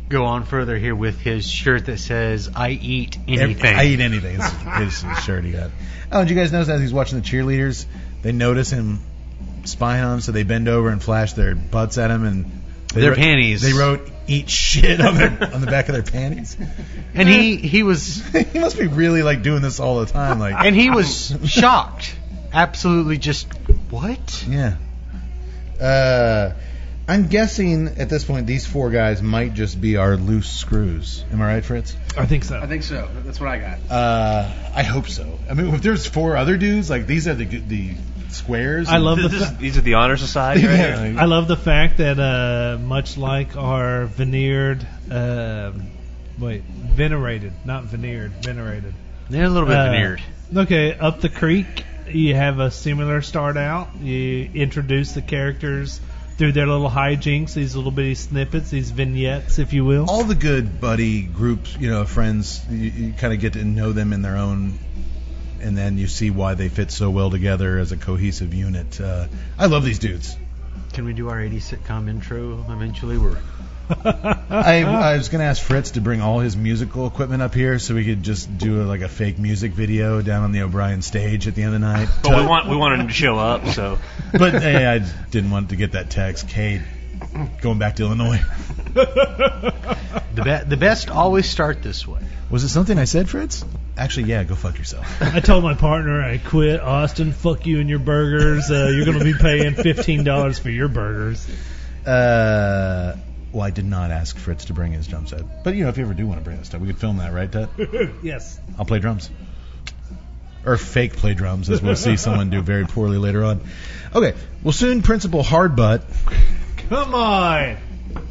go on further here with his shirt that says "I eat anything."
I eat anything. It's, it's his shirt he got. Oh, did you guys notice as he's watching the cheerleaders, they notice him spying on him, so they bend over and flash their butts at him and they
Their
wrote-
panties.
They wrote "eat shit" on, their, on the back of their panties.
and he he was
he must be really like doing this all the time. Like,
and he was shocked, absolutely just what?
yeah. Uh, I'm guessing at this point these four guys might just be our loose screws. Am I right, Fritz?
I think so.
think so. That's what I got.
Uh, I hope so. I mean, if there's four other dudes, like these are the the squares.
I love the.
This
fa-
is, these are the honor society right here.
I love the fact that uh, much like our veneered, um wait, venerated, not veneered, venerated.
They're a little bit
Uh,
veneered.
Okay, up the creek, you have a similar start out. You introduce the characters through their little hijinks, these little bitty snippets, these vignettes, if you will.
all the good buddy groups, you know, friends, you, you kind of get to know them in their own, and then you see why they fit so well together as a cohesive unit. Uh, I love these dudes.
Can we do our 80 sitcom intro eventually? We're
I, I was gonna ask Fritz to bring all his musical equipment up here so we could just do a, like a fake music video down on the O'Brien stage at the end of the night.
But we want we wanted him to show up, so
but hey, I didn't want to get that text. Cade, going back to Illinois.
the be- the best always start this way.
Was it something I said, Fritz? Actually, yeah. Go fuck yourself.
I told my partner I quit. Austin, fuck you and your burgers. Uh, you're going to be paying $15 for your burgers.
Uh, well, I did not ask Fritz to bring his drum set, but you know, if you ever do want to bring that stuff, we could film that, right? Tut?
Yes.
I'll play drums, or fake play drums, as we'll see someone do very poorly later on. Okay, well, soon Principal Hardbutt
Come on.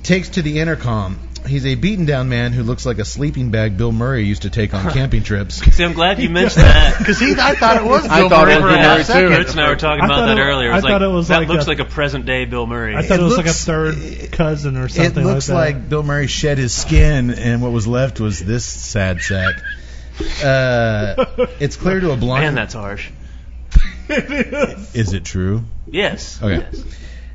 takes to the intercom. He's a beaten down man who looks like a sleeping bag Bill Murray used to take on camping trips.
see, I'm glad you mentioned that
Because he, I thought it was.
I
Bill
thought
Murray
it
for
was
a
Bill
half
Murray, too.
second.
Fritz and I were talking
I
about
thought
that
it-
earlier.
I
was like,
thought it was
that
like
looks
a-
like a present day Bill Murray.
I thought it, was like a
looks-
third cousin or
It
something
looks
like that.
like Bill Murray shed his skin, and what was left was this sad sack. Uh, it's clear to a blind.
Man, that's harsh.
Is it true?
Yes.
Okay.
Yes.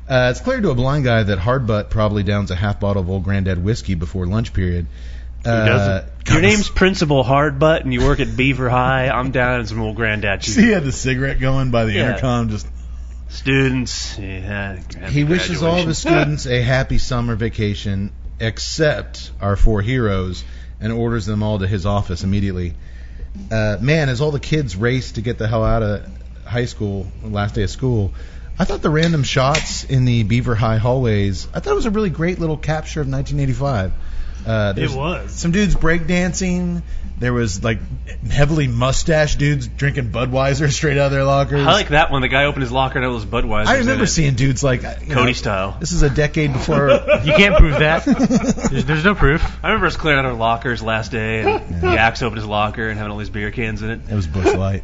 Uh, it's clear to a blind guy that Hardbutt probably downs a half bottle of old granddad whiskey before lunch period. Uh,
doesn't? Your name's Principal Hardbutt, and you work at Beaver High. I'm down in some old granddad.
He had the cigarette going by the
Yeah.
intercom. Just
Students. Yeah,
he wishes all of his students a happy summer vacation except our four heroes and orders them all to his office immediately. Uh, man, as all the kids race to get the hell out of high school, last day of school, I thought the random shots in the Beaver High hallways, I thought it was a really great little capture of 1985. Uh, there's
It was.
Some dudes breakdancing. There was like heavily mustached dudes drinking Budweiser straight out of their lockers.
I like that one. The guy opened his locker and it was Budweiser.
I remember seeing dudes like you
Cody
know,
style.
This is a decade before.
You can't prove that. There's, there's no proof.
I remember us clearing out our lockers last day, and the axe opened his locker and having all these beer cans in it.
It was Bush Light.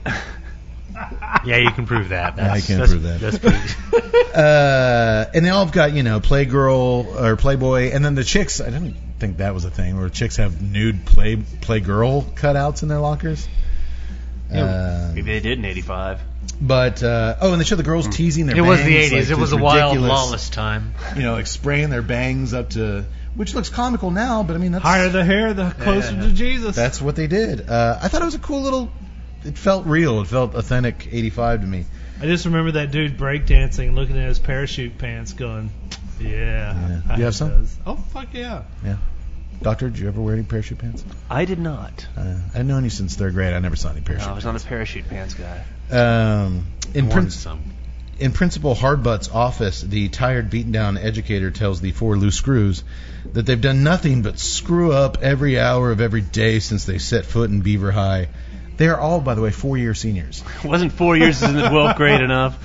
Yeah, you can prove that.
I
That's-
can't
that's-
prove that.
That's pretty.
Uh, and they all have got you know Playgirl or Playboy, and then the chicks. I didn't think that was a thing where chicks have nude Play Playgirl cutouts in their lockers. Uh,
Maybe they did in '85.
but uh, oh, and they show the girls teasing their.
Mm. It was the
bangs,
80s.
like,
it
this
was a wild,
ridiculous,
lawless time.
You know, like spraying their bangs up to, which looks comical now, but I mean that's
Higher the hair, the closer to Jesus.
That's what they did. Uh, I thought it was a cool little. It felt real. It felt authentic. '85 to me.
I just remember that dude breakdancing, looking at his parachute pants, going, "Yeah,
Yeah.
I
You have
had
some?
those." Oh fuck yeah!
Doctor, did you ever wear any parachute pants?
I did not.
Uh, I've known you since third grade. I never saw any parachute.
No, I was not a parachute pants guy.
Um, in,
Warned
prin-
some.
in Principal Hardbutt's office, the tired, beaten down educator tells the four loose screws that they've done nothing but screw up every hour of every day since they set foot in Beaver High. They are all, by the way, four year seniors.
Wasn't four years in the 12th grade enough?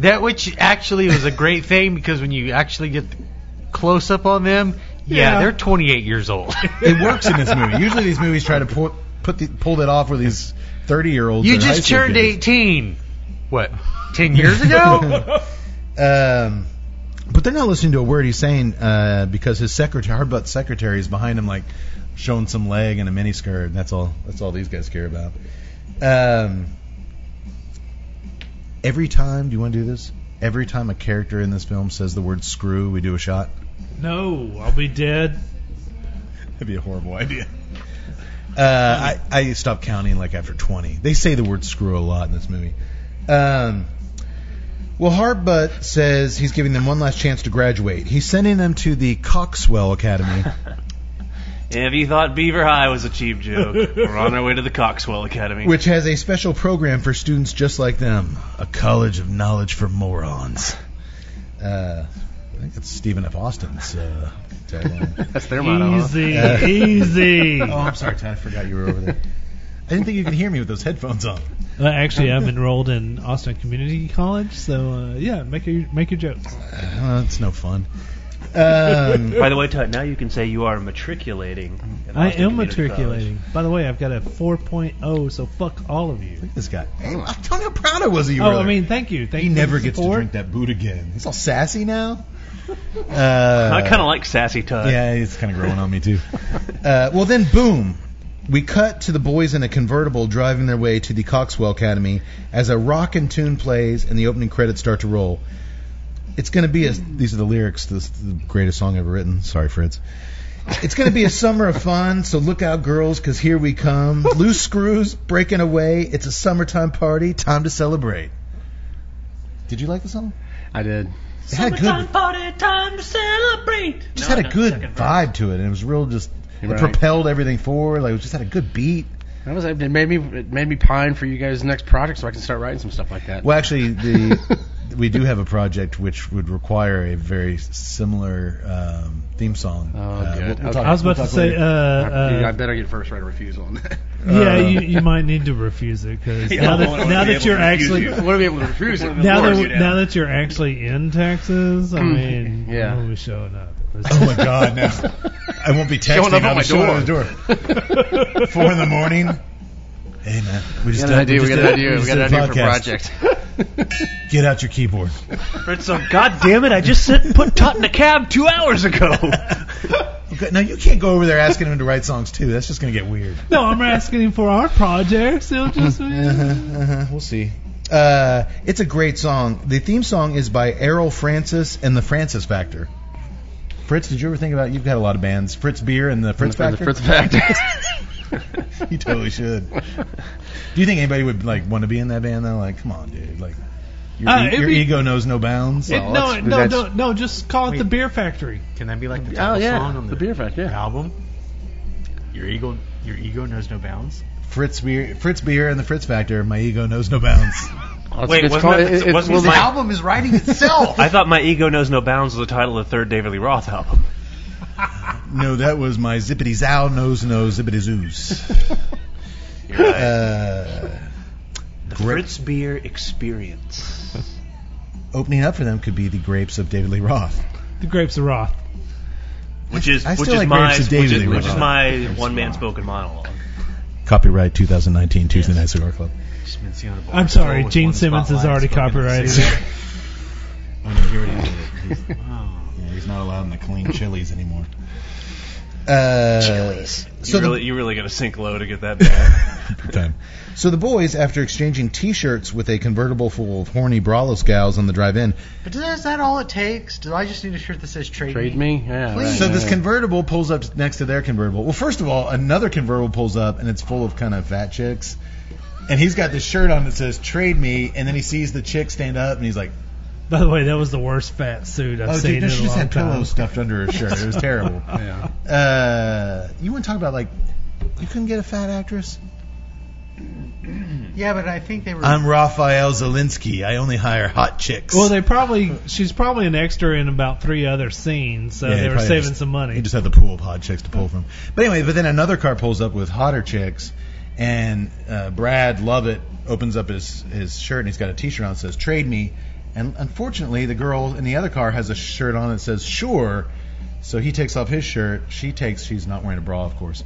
That which actually was a great thing because when you actually get close up on them, yeah,
Yeah.
they're 28 years old.
It works in this movie. Usually these movies try to pull, put the, pull that off with these 30 year olds.
you just turned 18. What? 10 years ago?
Um, but they're not listening to a word he's saying uh, because his secretary, Hardbutt's secretary, is behind him, like showing some leg and a miniskirt. And that's all. That's all these guys care about. Um, every time, do you want to do this? Every time a character in this film says the word "screw," we do a shot.
No, I'll be dead.
That'd be a horrible idea. Uh, I, I stopped counting like after 20. They say the word screw a lot in this movie. Um, well, Harbutt says he's giving them one last chance to graduate. He's sending them to the Coxwell Academy.
If you thought Beaver High was a cheap joke, we're on our way to the Coxwell Academy.
Which has a special program for students just like them, a college of knowledge for morons. Uh, I think it's Stephen F. Austin's uh, tagline.
That's their motto. huh?
Easy,
Uh,
easy.
oh, I'm sorry, Todd. I forgot you were over there. I didn't think you could hear me with those headphones on.
Uh, actually, I'm enrolled in Austin Community College, so uh, yeah, make your make your jokes.
Uh, it's no fun. Um,
By the way, Tut, now you can say you are matriculating. in
I
Austin
am
Community
matriculating. By the way, I've got a 4.0, so fuck all of you.
this guy. Hey, Antonio Prado was a you
Oh, I mean, thank you. Thank
he
you for
never
the
gets to
support.
drink that boot again. He's all sassy now. Uh,
College. I kind of like sassy Tut.
Yeah, it's kind of growing on me too. Uh, well, then boom, we cut to the boys in a convertible driving their way to the Coxwell Academy as a rock and tune plays and the opening credits start to roll. It's going to be a. These are the lyrics. This is the greatest song ever written. Sorry, Fritz. It's going to be a summer of fun, so look out, girls, 'cause here we come. Loose screws, breaking away. It's a summertime party. Time to celebrate. Did you like the song?
I did.
It had a good,
party time to celebrate.
just had a good vibe to it, and it was real. Just it
Right.
propelled everything forward. Like it just had a good beat.
That was. It made me. It made me pine for you guys' next project, so I can start writing some stuff like that. Uh,
Well, actually, the we do have a project which would require a very similar um, theme song.
Oh,
Uh,
good.
we'll- we'll
Okay.
talk-
I was about
we'll talk
to say, uh,
later.
I, I
uh,
better get first right of refusal on that.
uh,
yeah, you, you might need to refuse it because now that now that you're actually
I want to be able to refuse it.
now that, now that you're actually in Texas, I mean,
Yeah.
when we showing up.
oh my god, no! I won't be texting.
Showing up
I'll
on
be
my
showing up at
door.
the door. Four in the morning. Hey man, we just
We got
did-
an idea. We
just
got an
did-
idea. We
just
got an
did
idea for a
podcast.
project.
Get out your keyboard.
Fritz, so God damn it, I just said put Tut in a cab two hours ago.
Okay, Now you can't go over there asking him to write songs too. That's just gonna get weird.
No, I'm asking him for our projects. He'll just
Uh-huh, we'll see. Uh, it's a great song. The theme song is by Errol Francis and the Francis Factor. Fritz, did you ever think about? You've got a lot of bands. Fritz Beer and the Fritz
For the
Factor.
Fritz Factor.
you totally should. Do you think anybody would like want to be in that band though? Like, come on, dude. Like, Your,
Uh,
e-
it'd
your
be-
ego knows no bounds.
It, no, it- no, no, no, just call it
Wait.
the Beer Factory.
Can that be like the
Oh
title
yeah,
song on
the
the,
beer fact. Yeah.
album? Your ego, your ego knows no bounds.
Fritz beer, Fritz beer, and the Fritz Factor. My ego knows no bounds.
Wait, wasn't
called-
that- wasn't
well,
my-
the-
album is writing itself.
I thought My Ego Knows No Bounds was the title of the third David Lee Roth album.
no, that was my zippity zow nose no zippity zoos. uh,
The
Great.
Fritz Beer Experience.
opening up for them could be the grapes of David Lee Roth.
The Grapes of Wrath.
Which is
I
which
still
is
like
my
Grapes of
which
David
is,
Lee
which is
Roth.
my one man spoken monologue.
Copyright 2019 Tuesday Night Cigar Club.
I'm sorry, Gene Simmons has already copyrighted it.
Oh, no, he already did it. He's, yeah, he's not allowed in the clean chilies anymore. Uh, So
you
the-
really you really got to sink low to get that bad.
time. So the boys, after exchanging T-shirts with a convertible full of horny Brawlos gals on the drive-in,
But does- is that all it takes? Do I just need a shirt that says "Trade,
Trade me. Yeah. right.
so this convertible pulls up next to their convertible. Well, first of all, another convertible pulls up and it's full of kind of fat chicks, and he's got this shirt on that says "Trade me," and then he sees the chick stand up and he's like,
By the way, that was the worst fat suit I've
"Oh,
seen
dude, no,
in
she
a
just
long
had
time.
pillows stuffed under her shirt. It was terrible."
Yeah.
Uh, you want to talk about like you couldn't get a fat actress?
Yeah, but I think they were.
I'm Raphael Zelinsky. I only hire hot chicks.
Well, they probably she's probably an extra in about three other scenes, so
Yeah, he
they were
probably
saving
just-
some
He
money.
just had the pool of hot chicks to pull from. But anyway, but then another car pulls up with hotter chicks, and uh, Brad Lovett opens up his his shirt and he's got a T-shirt on that says "Trade Me," and unfortunately, the girl in the other car has a shirt on that says "Sure." So he takes off his shirt. She takes. She's not wearing a bra, of course.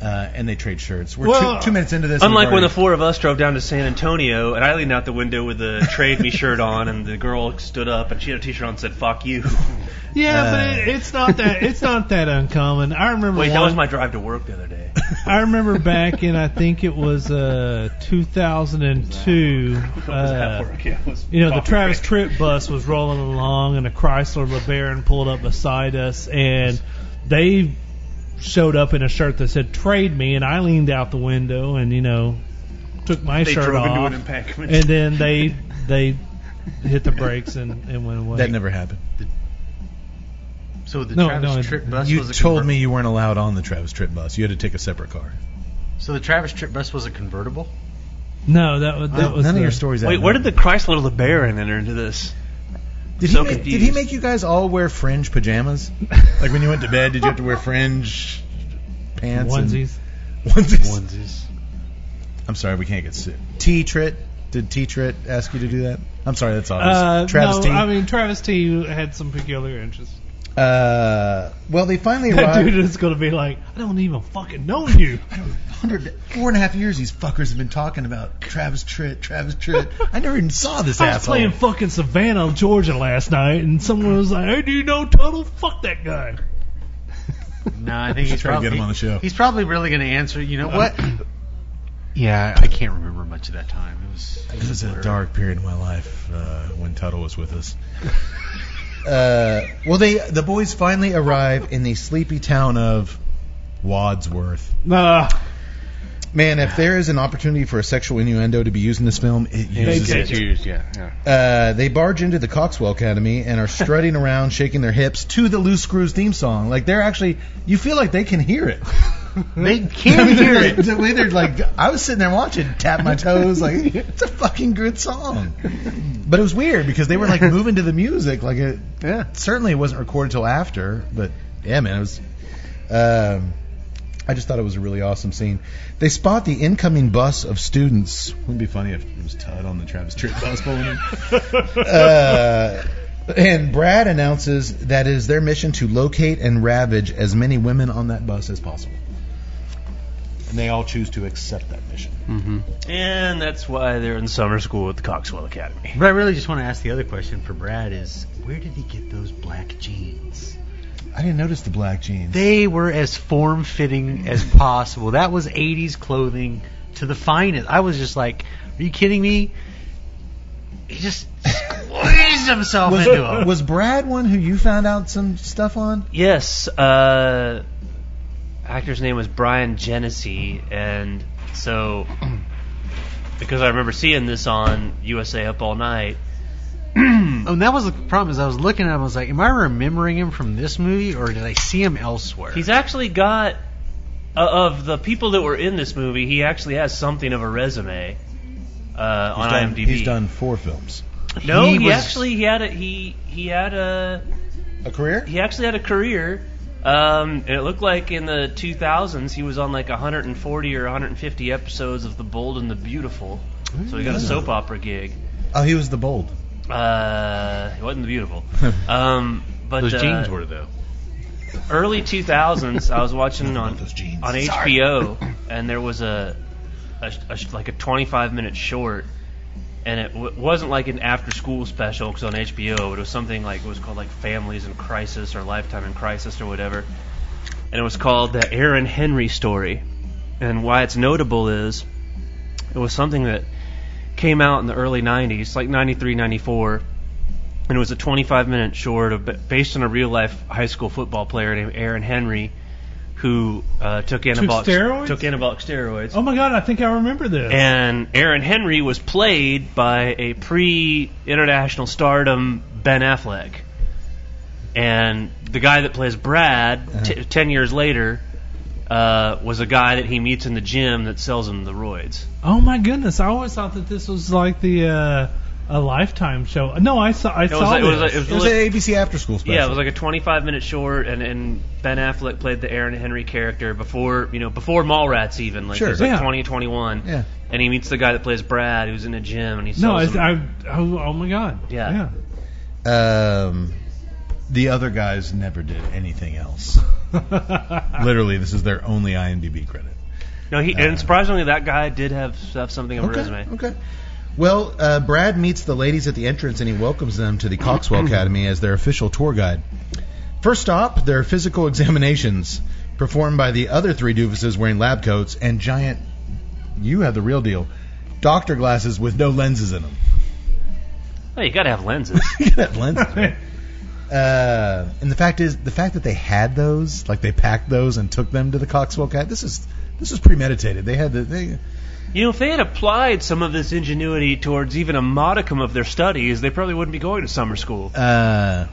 Uh, and they trade shirts. We're
Well,
two, two minutes into this. and
Unlike
we've
when the
already-
four of us drove down to San Antonio and I leaned out the window with the trade me shirt on and the girl stood up and she had a t-shirt on and said fuck you.
Yeah,
Uh.
but it, it's not that it's not that uncommon. I remember
Wait, that
one-
was my drive to work the other day.
I remember back in I think it was uh 2002.
I was at
uh,
work, yeah, it was
you know, the
coffee
Travis
break.
Tripp bus was rolling along, and a Chrysler LeBaron pulled up beside us, and they showed up in a shirt that said "Trade Me," and I leaned out the window and you know took my
They
shirt
drove into
off,
an embankment.
and then they they hit the brakes and, and went away.
that never happened.
so the
No,
Travis
no, it-
Tripp bus
You
was a
told
conver-
me you weren't allowed on the Travis Tripp bus. You had to take a separate car.
So the Travis Tripp bus was a convertible.
no, that was that was
None
the,
of your stories.
Wait,
add
where
up.
did the Chrysler LeBaron enter into this?
Did, he
So
make, did
confused.
he make you guys all wear fringe pajamas? like when you went to bed, did you have to wear fringe pants? and-
onesies.
Onesies.
Onesies.
I'm sorry, we can't get sued. T Trit. Did T Trit ask you to do that? I'm sorry, that's obvious.
Uh,
Travis
no,
T.
I mean Travis T had some peculiar interests.
uh, well, they finally
That
arrived.
dude is gonna be like, I don't even fucking know you.
Hundred four and a half years, these fuckers have been talking about Travis Tritt, Travis Tritt. I never even saw this
I was
asshole.
playing fucking Savannah, Georgia last night, and someone was like, "Hey, do you know Tuttle? Fuck that guy."
No, I think
should
he's
try to
probably
get him on the show. Uh,
He's probably really going to answer. You know what? yeah, I can't remember much of that time. It was. It
It was a
blurry.
dark period in my life uh, when Tuttle was with us. uh, well, they the boys finally arrive in the sleepy town of Wadsworth.
Ah,
Nah,
Man, if there is an opportunity for a sexual innuendo to be used in this film, it uses
It's
it.
used, yeah, yeah.
Uh, they barge into the Coxwell Academy and are strutting around, shaking their hips to the Loose Screws theme song. Like they're actually, you feel like they can hear it.
They can't hear it.
The way they're like, I was sitting there watching, tap my toes, like it's a fucking good song. But it was weird because they were like moving to the music, like it
Yeah.
certainly it wasn't recorded till after. But yeah, man, it was. Um, I just thought it was a really awesome scene. They spot the incoming bus of students. Wouldn't it be funny if it was Todd on the Travis Tritt bus pulling in. uh, and Brad announces that it is their mission to locate and ravage as many women on that bus as possible. And they all choose to accept that mission.
And that's why they're in summer school at the Coxwell Academy.
But I really just want to ask the other question for Brad is where did he get those black jeans?
I didn't notice the black jeans.
They were as form fitting as possible. That was 80s clothing to the finest. I was just like, are you kidding me? He just squeezed himself
was,
into them.
was Brad one who you found out some stuff on?
Yes, uh, actor's name was Brian Genesee, and so because I remember seeing this on USA Up All Night,
oh, and that was the problem. Is I was looking at him, I was like, "Am I remembering him from this movie, or did I see him elsewhere?"
He's actually got uh, of the people that were in this movie. He actually has something of a resume uh, on
done,
IMDb.
he's done four films.
No, he,
He was-
actually he had a he he had a
A career?
he actually had a career. Um, and it looked like in the 2000s he was on like 140 or 150 episodes of The Bold and the Beautiful. So he got a soap opera gig.
Oh, he was the bold.
Uh, he wasn't the beautiful. Um, but
Those
uh,
jeans were though.
early 2000s. I was watching on
Those jeans.
on HBO, and there was a, a, sh- a sh- like a 25 minute short, and it w- wasn't like an after school special because on HBO it was something like it was called like Families in Crisis or Lifetime in Crisis or whatever, and it was called the Aaron Henry story, and why it's notable is it was something that came out in the early 90s, like 93, 94. And it was a 25 minute short of, based on a real life high school football player named Aaron Henry who uh, took anabolic
steroids?
took anabolic steroids.
Oh my god, I think I remember this.
And Aaron Henry was played by a pre-international stardom Ben Affleck. And the guy that plays Brad
Uh-huh.
t- ten years later uh, was a guy that he meets in the gym that sells him the roids.
oh my goodness, I always thought that this was like the uh, a lifetime show. No, I saw I
It was,
saw
like, it
this.
was, like, it was
It was
like-
an ABC after school special.
Yeah, it was like a 25 minute short, and, and Ben Affleck played the Aaron Henry character before you know before Mallrats even like
Sure,
he was like
yeah.
20 21.
Yeah.
And he meets the guy that plays Brad, who's in a gym, and he
no, I,
sells him-
I oh, oh my god.
Yeah.
yeah.
Um, the other guys never did anything else.
Ah.
Literally, this is their only IMDb credit.
no, he and surprisingly that guy did have have something of a
Okay.
resume.
Okay. Well, uh, Brad meets the ladies at the entrance and he welcomes them to the Coxwell Academy as their official tour guide. First stop, their physical examinations performed by the other three doofuses wearing lab coats and giant. You have the real deal. Doctor glasses with no lenses in them.
Hey, you gotta have lenses.
that lenses. man. Uh, and the fact is, the fact that they had those, like they packed those and took them to the Coxwell Cat, this is this is premeditated. They had the they,
you know, if they had applied some of this ingenuity towards even a modicum of their studies, they probably wouldn't be going to summer school.
uh,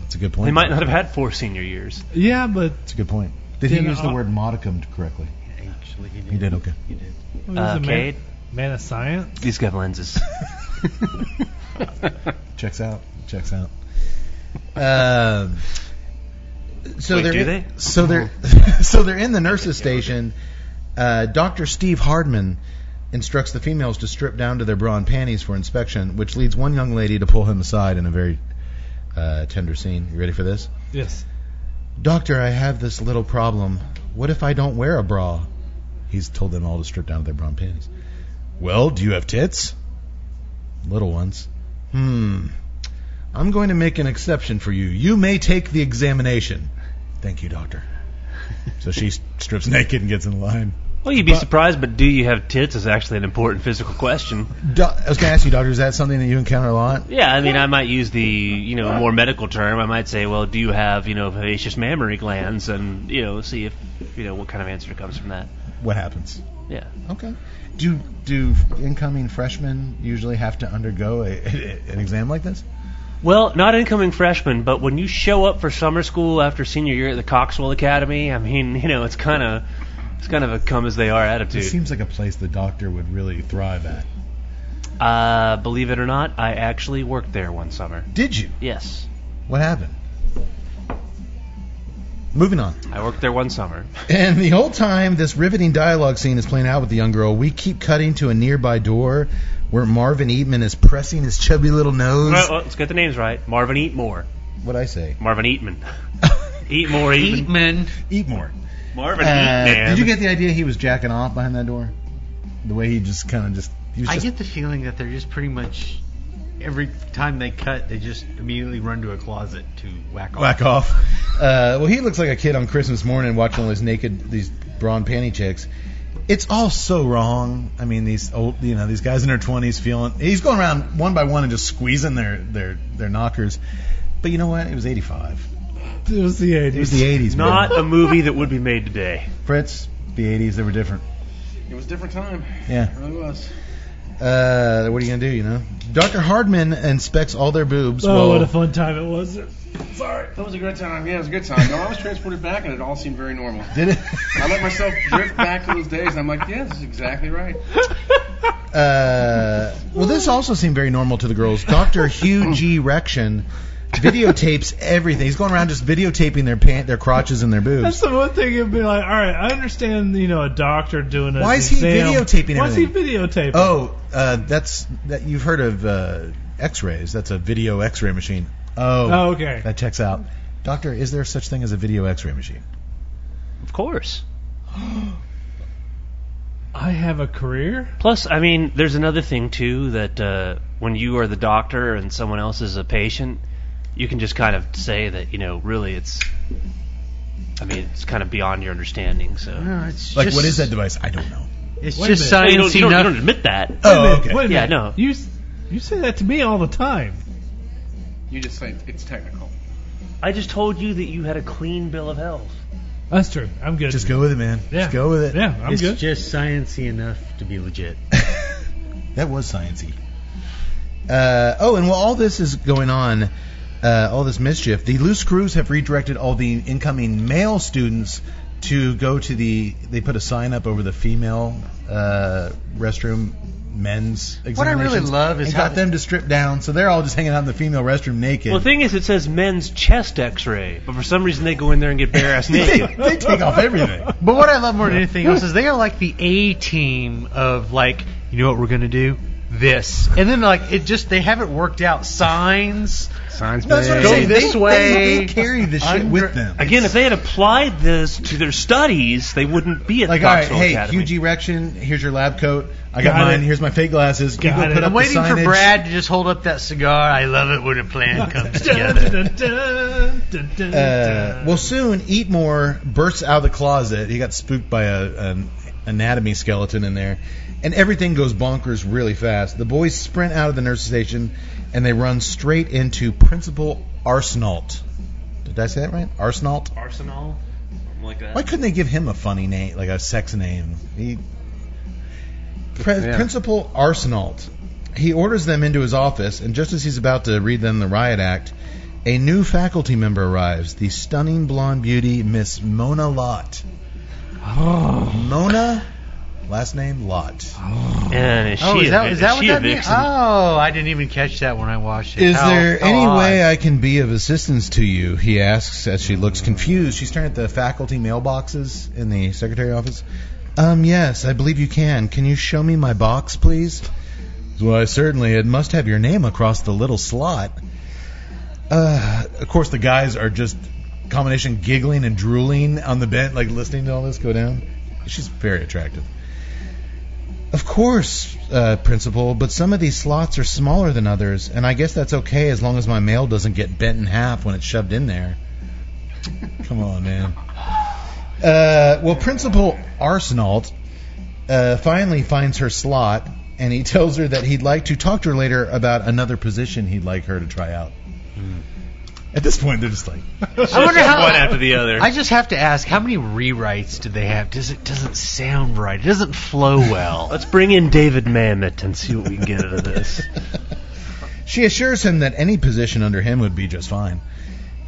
that's a good point.
They might not have had four senior years.
Yeah, but
That's a good point. Did
Did,
he use the
uh,
word modicum correctly?
Actually, he did.
He did. Okay.
he was
Uh,
a man,
Cade,
man of science.
he's got lenses.
Checks out. Checks out. Um, so
Wait,
they're
do they?
so they're so they're in the nurses' station. Uh, Doctor Steve Hardman instructs the females to strip down to their bra and panties for inspection, which leads one young lady to pull him aside in a very uh, tender scene. You ready for this?
Yes.
Doctor, I have this little problem. What if I don't wear a bra? He's told them all to strip down to their bra and panties. Well, do you have tits? Little ones. Hmm. I'm going to make an exception for you. You may take the examination. Thank you, doctor. so she strips naked and gets in line.
Well, you'd be surprised, but do you have tits is actually an important physical question.
Do- I was going to ask you, doctor, is that something that you encounter a lot?
Yeah, I mean, I might use the you know more medical term. I might say, well, do you have you know vivacious mammary glands, and you know see if you know what kind of answer comes from that.
What happens?
Yeah,
Okay. Do do incoming freshmen usually have to undergo a, an exam like this?
Well, not incoming freshmen, but when you show up for summer school after senior year at the Coxwell Academy, I mean, you know, it's kind of it's kind of a come as they are
It
attitude.
seems like a place the doctor would really thrive at.
Uh, believe it or not, I actually worked there one summer.
Did you?
Yes,
What happened? Moving on.
I worked there one summer.
And the whole time this riveting dialogue scene is playing out with the young girl, we keep cutting to a nearby door where Marvin Eatman is pressing his chubby little nose.
Well, uh, let's get the names right. Marvin Eatmore,
What'd I say?
Marvin Eatman, Eatmore, Eatman,
Eatman.
Eat more.
Marvin
Uh,
Eatman.
did you get the idea he was jacking off behind that door? The way he just kind of just. He was
I
just
get the feeling that they're just pretty much every time they cut, they just immediately run to a closet to whack off.
Whack off. Uh, well, he looks like a kid on Christmas morning watching all these naked, these brawn panty chicks. It's all so wrong. I mean, these old, you know, these guys in their twenties feeling. He's going around one by one and just squeezing their their their knockers. But you know what? It was '85.
It was the
It
80s.
was the '80s.
Not
man.
a movie that would be made today.
Fritz. The '80s. They were different.
It was a different time.
Yeah.
It really was.
Uh, what are you gonna do? You know, Doctor Hardman inspects all their boobs.
Oh,
while-
what a fun time it was.
Sorry, that was a great time. Yeah, it was a good time. No, I was transported back, and it all seemed very normal.
Did it?
I let myself drift back to those days, and I'm like, yeah, this is exactly right.
Uh, well, this also seemed very normal to the girls. Doctor Hugh G. Rection videotapes everything. He's going around just videotaping their pant, their crotches, and their boobs.
That's the one thing you'd be like, all right, I understand, you know, a doctor doing a
Why is he videotaping
Why is he videotaping?
Oh, uh, that's that you've heard of uh, X-rays. That's a video X-ray machine. Oh,
Oh, okay.
That checks out. Doctor, is there such thing as a video X-ray machine?
Of course.
I have a career.
Plus, I mean, there's another thing too that uh, when you are the doctor and someone else is a patient, you can just kind of say that you know, really, it's. I mean, it's kind of beyond your understanding. So,
No, it's
Like,
just,
what is that device? I don't know.
It's
Wait a
just
minute.
Well, you don't,
science
you don't- you
enough.
don't admit that.
Wait a
Oh,
minute,
okay.
wait a
Yeah,
minute.
no.
You, s- you say that to me all the time.
You just say it's technical.
I just told you that you had a clean bill of health.
That's true. I'm good.
Just go with it, man.
Yeah.
Just go with it.
Yeah, I'm
It's
good.
just sciency enough to be legit.
That was sciency. Uh, oh, and while all this is going on, uh, all this mischief, the loose screws have redirected all the incoming male students to go to the. They put a sign up over the female uh, restroom, men's.
What I really
examinations,
love is
and
how-
got them to strip down, so they're all just hanging out in the female restroom naked.
Well, the thing is, it says men's chest X-ray, but for some reason they go in there and get bare ass naked.
they take off everything.
But what I love more than anything else is they are like the A team of like, you know what we're gonna do? This. And then like it just they haven't worked out signs.
Signs
That's what I'm
made.
Go
saying.
this
they,
way.
They, they carry the shit
Under-
with them.
Again, if they had applied this to their studies, they wouldn't be at
Like,
the
all right,
Knoxville
hey,
Academy.
Hugh G. Rection, here's your lab coat. I got,
Got
mine.
it.
Here's my fake glasses. You
Got
go
it.
put up
I'm
the
waiting for
signage.
Brad to just hold up that cigar. I love it when a plan comes
Dun,
together.
dun, dun, dun, dun,
Uh,
dun.
well, soon Eatmore bursts out of the closet. He got spooked by a, an anatomy skeleton in there, and everything goes bonkers really fast. The boys sprint out of the nurse's station, and they run straight into Principal Arsenault. Did I say that right? Arsenault.
Arsenal, something like that.
Why couldn't they give him a funny name, like a sex name? He, Pre-
Yeah.
Principal Arsenault. He orders them into his office, and just as he's about to read them the riot act, a new faculty member arrives. The stunning blonde beauty, Miss Mona Lott. Oh. Mona, last name Lott.
And is she
Oh, is
a,
that,
vi-
is that what
she a
that means?
vixen?
Oh, I didn't even catch that when I watched it. Oh,
Is
How-
there
how
any
odd.
way I can be of assistance to you? He asks as she looks confused. She's staring at the faculty mailboxes in the secretary office. Um, yes, I believe you can. Can you show me my box, please? Why, certainly. It must have your name across the little slot. Uh, of course, the guys are just combination giggling and drooling on the bent, like listening to all this go down. She's very attractive. Of course, uh, Principal, but some of these slots are smaller than others, and I guess that's okay as long as my mail doesn't get bent in half when it's shoved in there. Come on, man. Uh, well, Principal Arsenault uh, finally finds her slot, and he tells her that he'd like to talk to her later about another position he'd like her to try out. At this point, they're just like,
I wonder how
One after the other.
I just have to ask, how many rewrites do they have? Does it doesn't sound right? It doesn't flow well.
Let's bring in David Mamet and see what we can get out of this.
She assures him that any position under him would be just fine.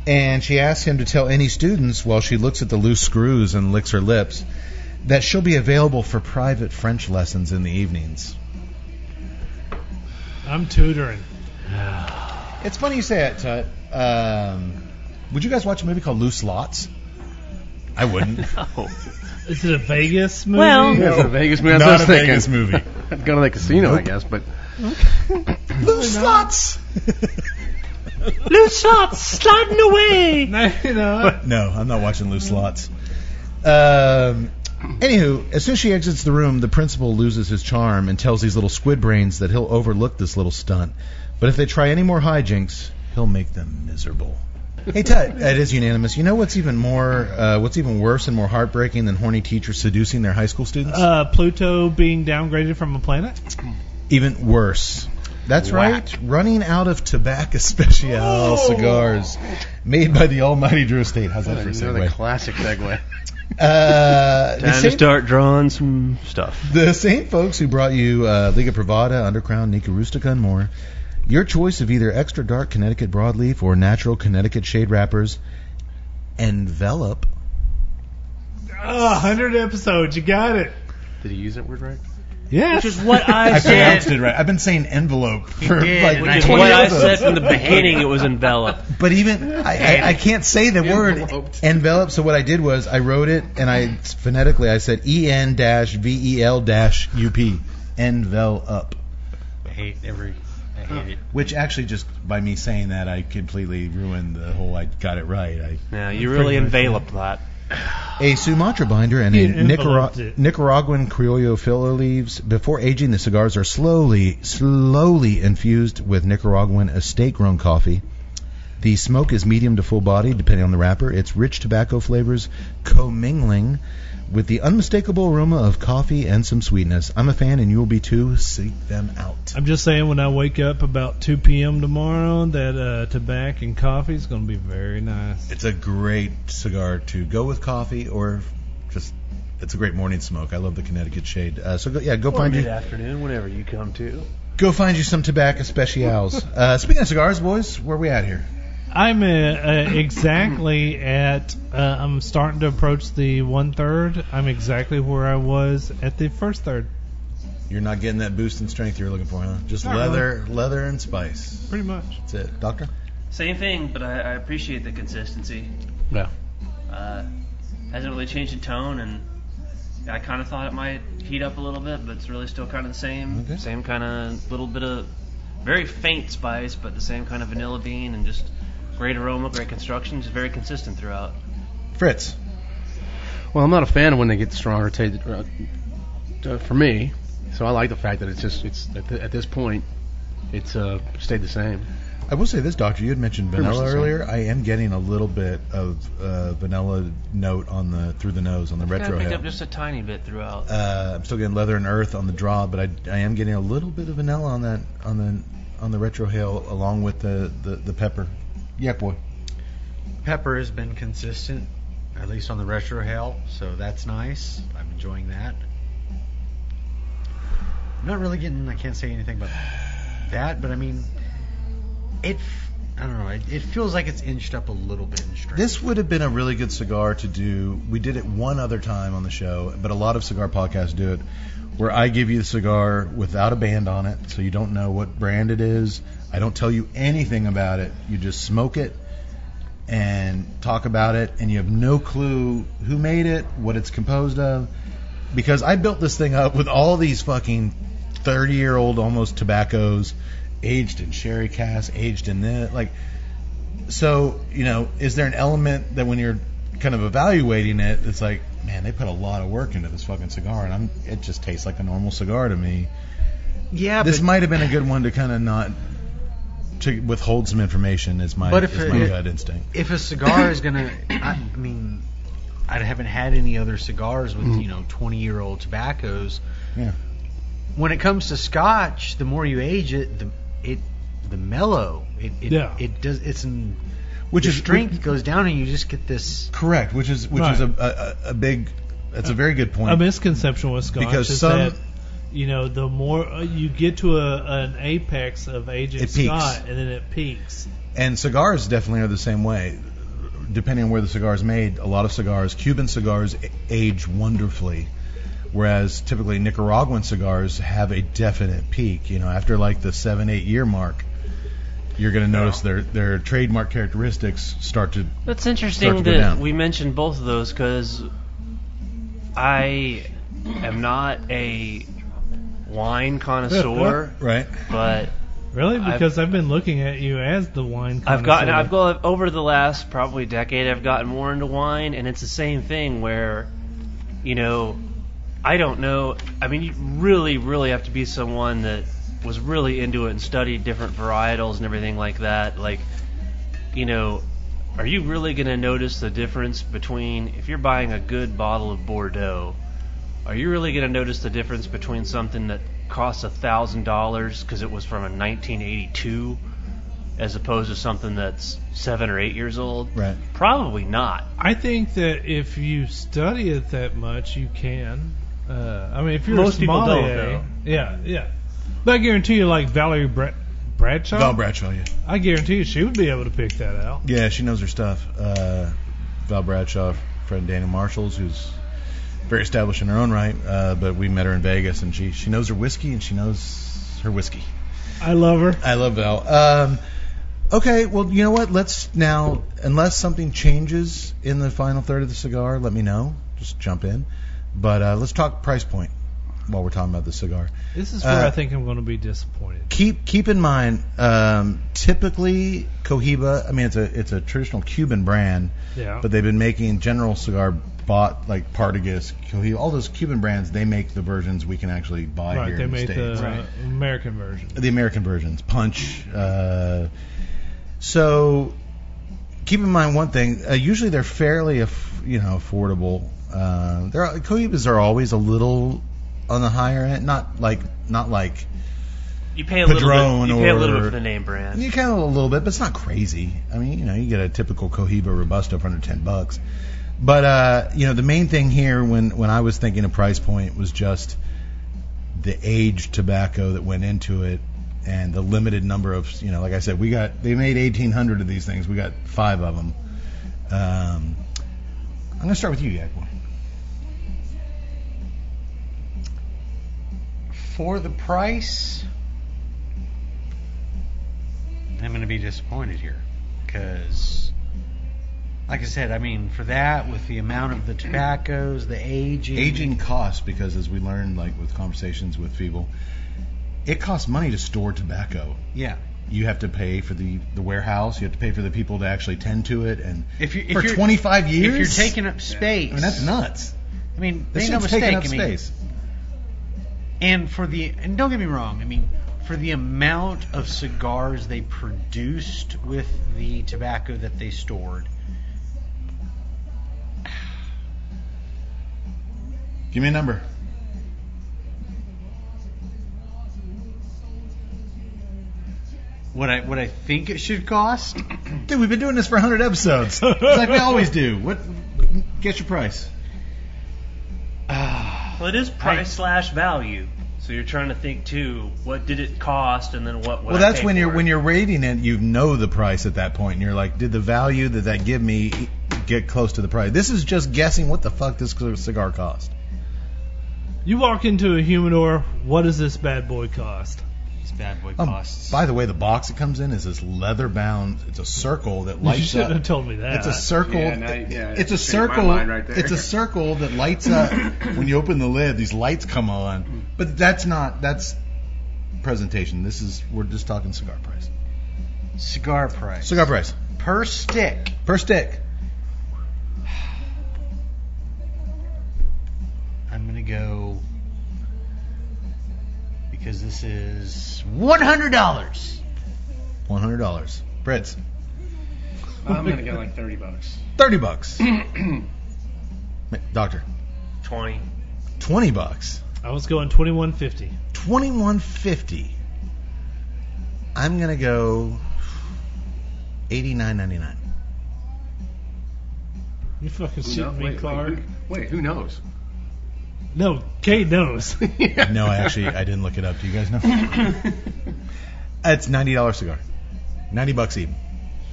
And she asks him to tell any students while she looks at the loose screws and licks her lips that she'll be available for private French lessons in the evenings.
I'm tutoring.
It's funny you say that, Tut. Um, would you guys watch a movie called Loose Lots? I wouldn't.
Is it a Vegas movie?
Well-
Yeah, it's a Vegas movie.
Not
That's
a
what I
Vegas
was thinking.
movie.
I'd go to the casino, I guess, but
Loose Lots!
Loose shots sliding away.
No, you know,
No, I'm not watching loose slots. Um, anywho, as soon as she exits the room, the principal loses his charm and tells these little squid brains that he'll overlook this little stunt. But if they try any more hijinks, he'll make them miserable. Hey, Tut, it is unanimous. You know what's even more, uh, what's even worse and more heartbreaking than horny teachers seducing their high school students?
uh, Pluto being downgraded from a planet.
even worse. That's right. Running out of tobacco special cigars made by the almighty Drew Estate. How's that for a
Another
segue?
classic segue.
Uh, the
Time to
same-
start drawing some stuff.
The same folks who brought you uh, Liga Pravada, Underground, Nika Rustica, and more. Your choice of either extra dark Connecticut broadleaf or natural Connecticut shade wrappers envelop.
Oh, 100 episodes. You got it.
Did he use that word right?
Yes.
Which is what
I
I
pronounced
said.
it right. I've been saying envelope for
did,
like
which is
20
what I
episodes.
said from the beginning. It was enveloped.
But even I, I, I can't say the word envelope. So what I did was I wrote it and I phonetically I said E N dash V E L dash U P envelope.
I hate every. I hate it.
Which actually, just by me saying that, I completely ruined the whole. I got it right. I
Yeah, you really enveloped that.
a Sumatra binder and a
He enveloped
Nicara-
it.
Nicaraguan Criollo filler leaves. Before aging, the cigars are slowly, slowly infused with Nicaraguan estate grown coffee. The smoke is medium to full body, depending on the wrapper. Its rich tobacco flavors commingling with the unmistakable aroma of coffee and some sweetness. I'm a fan, and you will be too. Seek them out.
I'm just saying, when I wake up about 2 p.m. tomorrow, that uh, tobacco and coffee is going to be very nice.
It's a great cigar to go with coffee or just. It's a great morning smoke. I love the Connecticut shade. Uh, so go, yeah, go
Or
find you.
mid-afternoon, whenever you come to.
Go find you some tobacco specials. uh, speaking of cigars, boys, where we at here?
I'm uh, uh, exactly at. Uh, I'm starting to approach the one third. I'm exactly where I was at the first third.
You're not getting that boost in strength you're looking for, huh? Just
Not
leather, leather and spice.
Pretty much.
That's it, doctor.
Same thing, but I, I appreciate the consistency.
Yeah.
Uh, hasn't really changed in tone, and I kind of thought it might heat up a little bit, but it's really still kind of the same.
Okay.
Same kind of little bit of very faint spice, but the same kind of vanilla bean and just great aroma, great construction, just very consistent throughout.
Fritz.
Well, I'm not a fan of when they get stronger. T- uh, uh, for me, so I like the fact that it's just it's at, th- at this point, it's uh, stayed the same.
I will say this, doctor. You had mentioned
Pretty much
vanilla
the same.
earlier. I am getting a little bit of uh, vanilla note on the through the nose on the
Kind
retro
of picked up
head.
just a tiny bit throughout.
Uh, I'm still getting leather and earth on the draw, but I, I am getting a little bit of vanilla on that on the on the retro hail along with the, the, the pepper. Yeah, boy.
Pepper has been consistent, at least on the retro hail, so that's nice. I'm enjoying that. I'm not really getting. I can't say anything about that, but I mean, it. f- I don't know. It, it feels like it's inched up a little bit in strength.
This would have been a really good cigar to do. We did it one other time on the show, but a lot of cigar podcasts do it, where I give you the cigar without a band on it, so you don't know what brand it is. I don't tell you anything about it. You just smoke it and talk about it, and you have no clue who made it, what it's composed of, because I built this thing up with all these fucking 30 year old almost tobaccos, aged in sherry cask, aged in this, like. So, you know, is there an element that when you're kind of evaluating it, it's like, man, they put a lot of work into this fucking cigar, and I'm, it just tastes like a normal cigar to me.
yeah,
This
but,
might have been a good one to kind of not to withhold some information. Is my
But if
is my
it-
gut instinct.
if a cigar is gonna, I, I mean, I haven't had any other cigars
Mm-hmm.
with you know 20 year old tobaccos.
Yeah.
when it comes to scotch, the more you age it, the it the mellow it it,
Yeah.
it does it's an,
Which
the
is
strength goes down and you just get this
correct. Which is which is a, a- a, a big. That's
Uh,
a very good point.
A misconception with Scotch
Because
is
some-
that you know the more uh, you get to a, an apex of aging
It peaks.
Scott, and then it peaks.
And cigars definitely are the same way. Depending on where the cigar is made, a lot of cigars, Cuban cigars, a- age wonderfully, whereas typically Nicaraguan cigars have a definite peak. You know, after like the seven, eight year mark, you're going to notice their their trademark characteristics start to. Start
That's
to
interesting
go
that
down.
we mentioned both of those because I am not a wine connoisseur,
Right.
but
Really,
I've-
because I've, been looking at you as the wine.
I've gotten
connoisseur.
I've gone over the last probably decade I've gotten more into wine and it's the same thing where you know I don't know I mean you really really have to be someone that was really into it and studied different varietals and everything like that like you know are you really going to notice the difference between if you're buying a good bottle of Bordeaux are you really going to notice the difference between something that cost a thousand dollars because it was from a 1982, as opposed to something that's seven or eight years old.
Right.
Probably not.
I think that if you study it that much, you can. Uh, I mean, if you're
Most
a
people
sommelier,
don't, though.
yeah, yeah. But I guarantee you, like Valerie Bra- Bradshaw,
Val Bradshaw, yeah.
I guarantee you, she would be able to pick that out.
Yeah, she knows her stuff. Uh, Val Bradshaw, friend Dana Marshalls, who's very established in her own right, uh, but we met her in Vegas, and she she knows her whiskey and she knows her whiskey.
I love her.
I love Val. Um, okay, well, you know what? Let's now, unless something changes in the final third of the cigar, let me know. Just jump in. But uh, let's talk price point while we're talking about the cigar.
This is where
Uh,
I think I'm going to be disappointed.
Keep keep in mind, um, typically Cohiba. I mean, it's a it's a traditional Cuban brand,
Yeah.
but they've been making general cigar bought like Partagas, Cohiba, all those Cuban brands. They make the versions we can actually buy
right,
here
they
in the
made
states
the uh, American version.
the American versions, Punch. Uh, so keep in mind one thing. Uh, usually they're fairly, aff- you know, affordable. Uh, they're Cohibas are always a little on the higher end, not like not like
You pay a little
Padron
bit. You pay a little
or-
bit for the name brand.
you kind of a little bit, but it's not crazy. I mean, you know, you get a typical Cohiba Robusto for under ten bucks. But uh, you know, the main thing here when when I was thinking of price point was just the aged tobacco that went into it and the limited number of you know, like I said, we got they made eighteen hundred of these things. We got five of them. Um, I'm gonna start with you, Yakboy.
For the price, I'm going to be disappointed here because, like I said, I mean, for that, with the amount of the tobaccos, the aging,
Aging costs because as we learned, like with conversations with people, it costs money to store tobacco.
yeah.
you have to pay for the, the warehouse. You have to pay for the people to actually tend to it, and
If you if
for
you're,
25 years,
if you're taking up space,
I mean that's nuts.
I mean,
This
make no
shit's
mistake.
taking up
I mean,
space.
and for the and don't get me wrong, I mean, for the amount of cigars they produced with the tobacco that they stored,
Give me a number.
what I what I think it should cost.
Dude, we've been doing this for 100 episodes. it's like we always do. What? Guess your price.
Well, it is price slash value. So you're trying to think too. What did it cost, and then what? would
well,
I
that's
pay
when
for
you're
it?
when you're rating it, you know the price at that point, and you're like, did the value that that give me get close to the price? This is just guessing what the fuck this cigar cost.
You walk into a humidor. What does this bad boy cost?
This bad boy
Um,
costs.
by the way, the box it comes in is this leather bound. It's a circle that lights
you shouldn't
up.
have told me that.
It's a circle.
Yeah, now- yeah,
it's a
just changed my
circle.
mind right there.
it's a circle that lights up when you open the lid. These lights come on, but that's not that's presentation. This is we're just talking cigar price.
Cigar price.
Cigar price
per stick.
per stick.
I'm gonna go because this is one hundred dollars.
One hundred dollars. Breads
I'm gonna get like thirty bucks.
thirty bucks. Doctor
twenty.
twenty bucks.
I was going 2150.
Twenty-one fifty. I'm gonna go eighty-nine ninety-nine.
You fucking
Who knows?
shitting me,
Wait,
Clark?
wait, who, wait, who knows?
No, Kate knows.
No, I actually I didn't look it up. Do you guys know? it's ninety dollar cigar, ninety bucks even.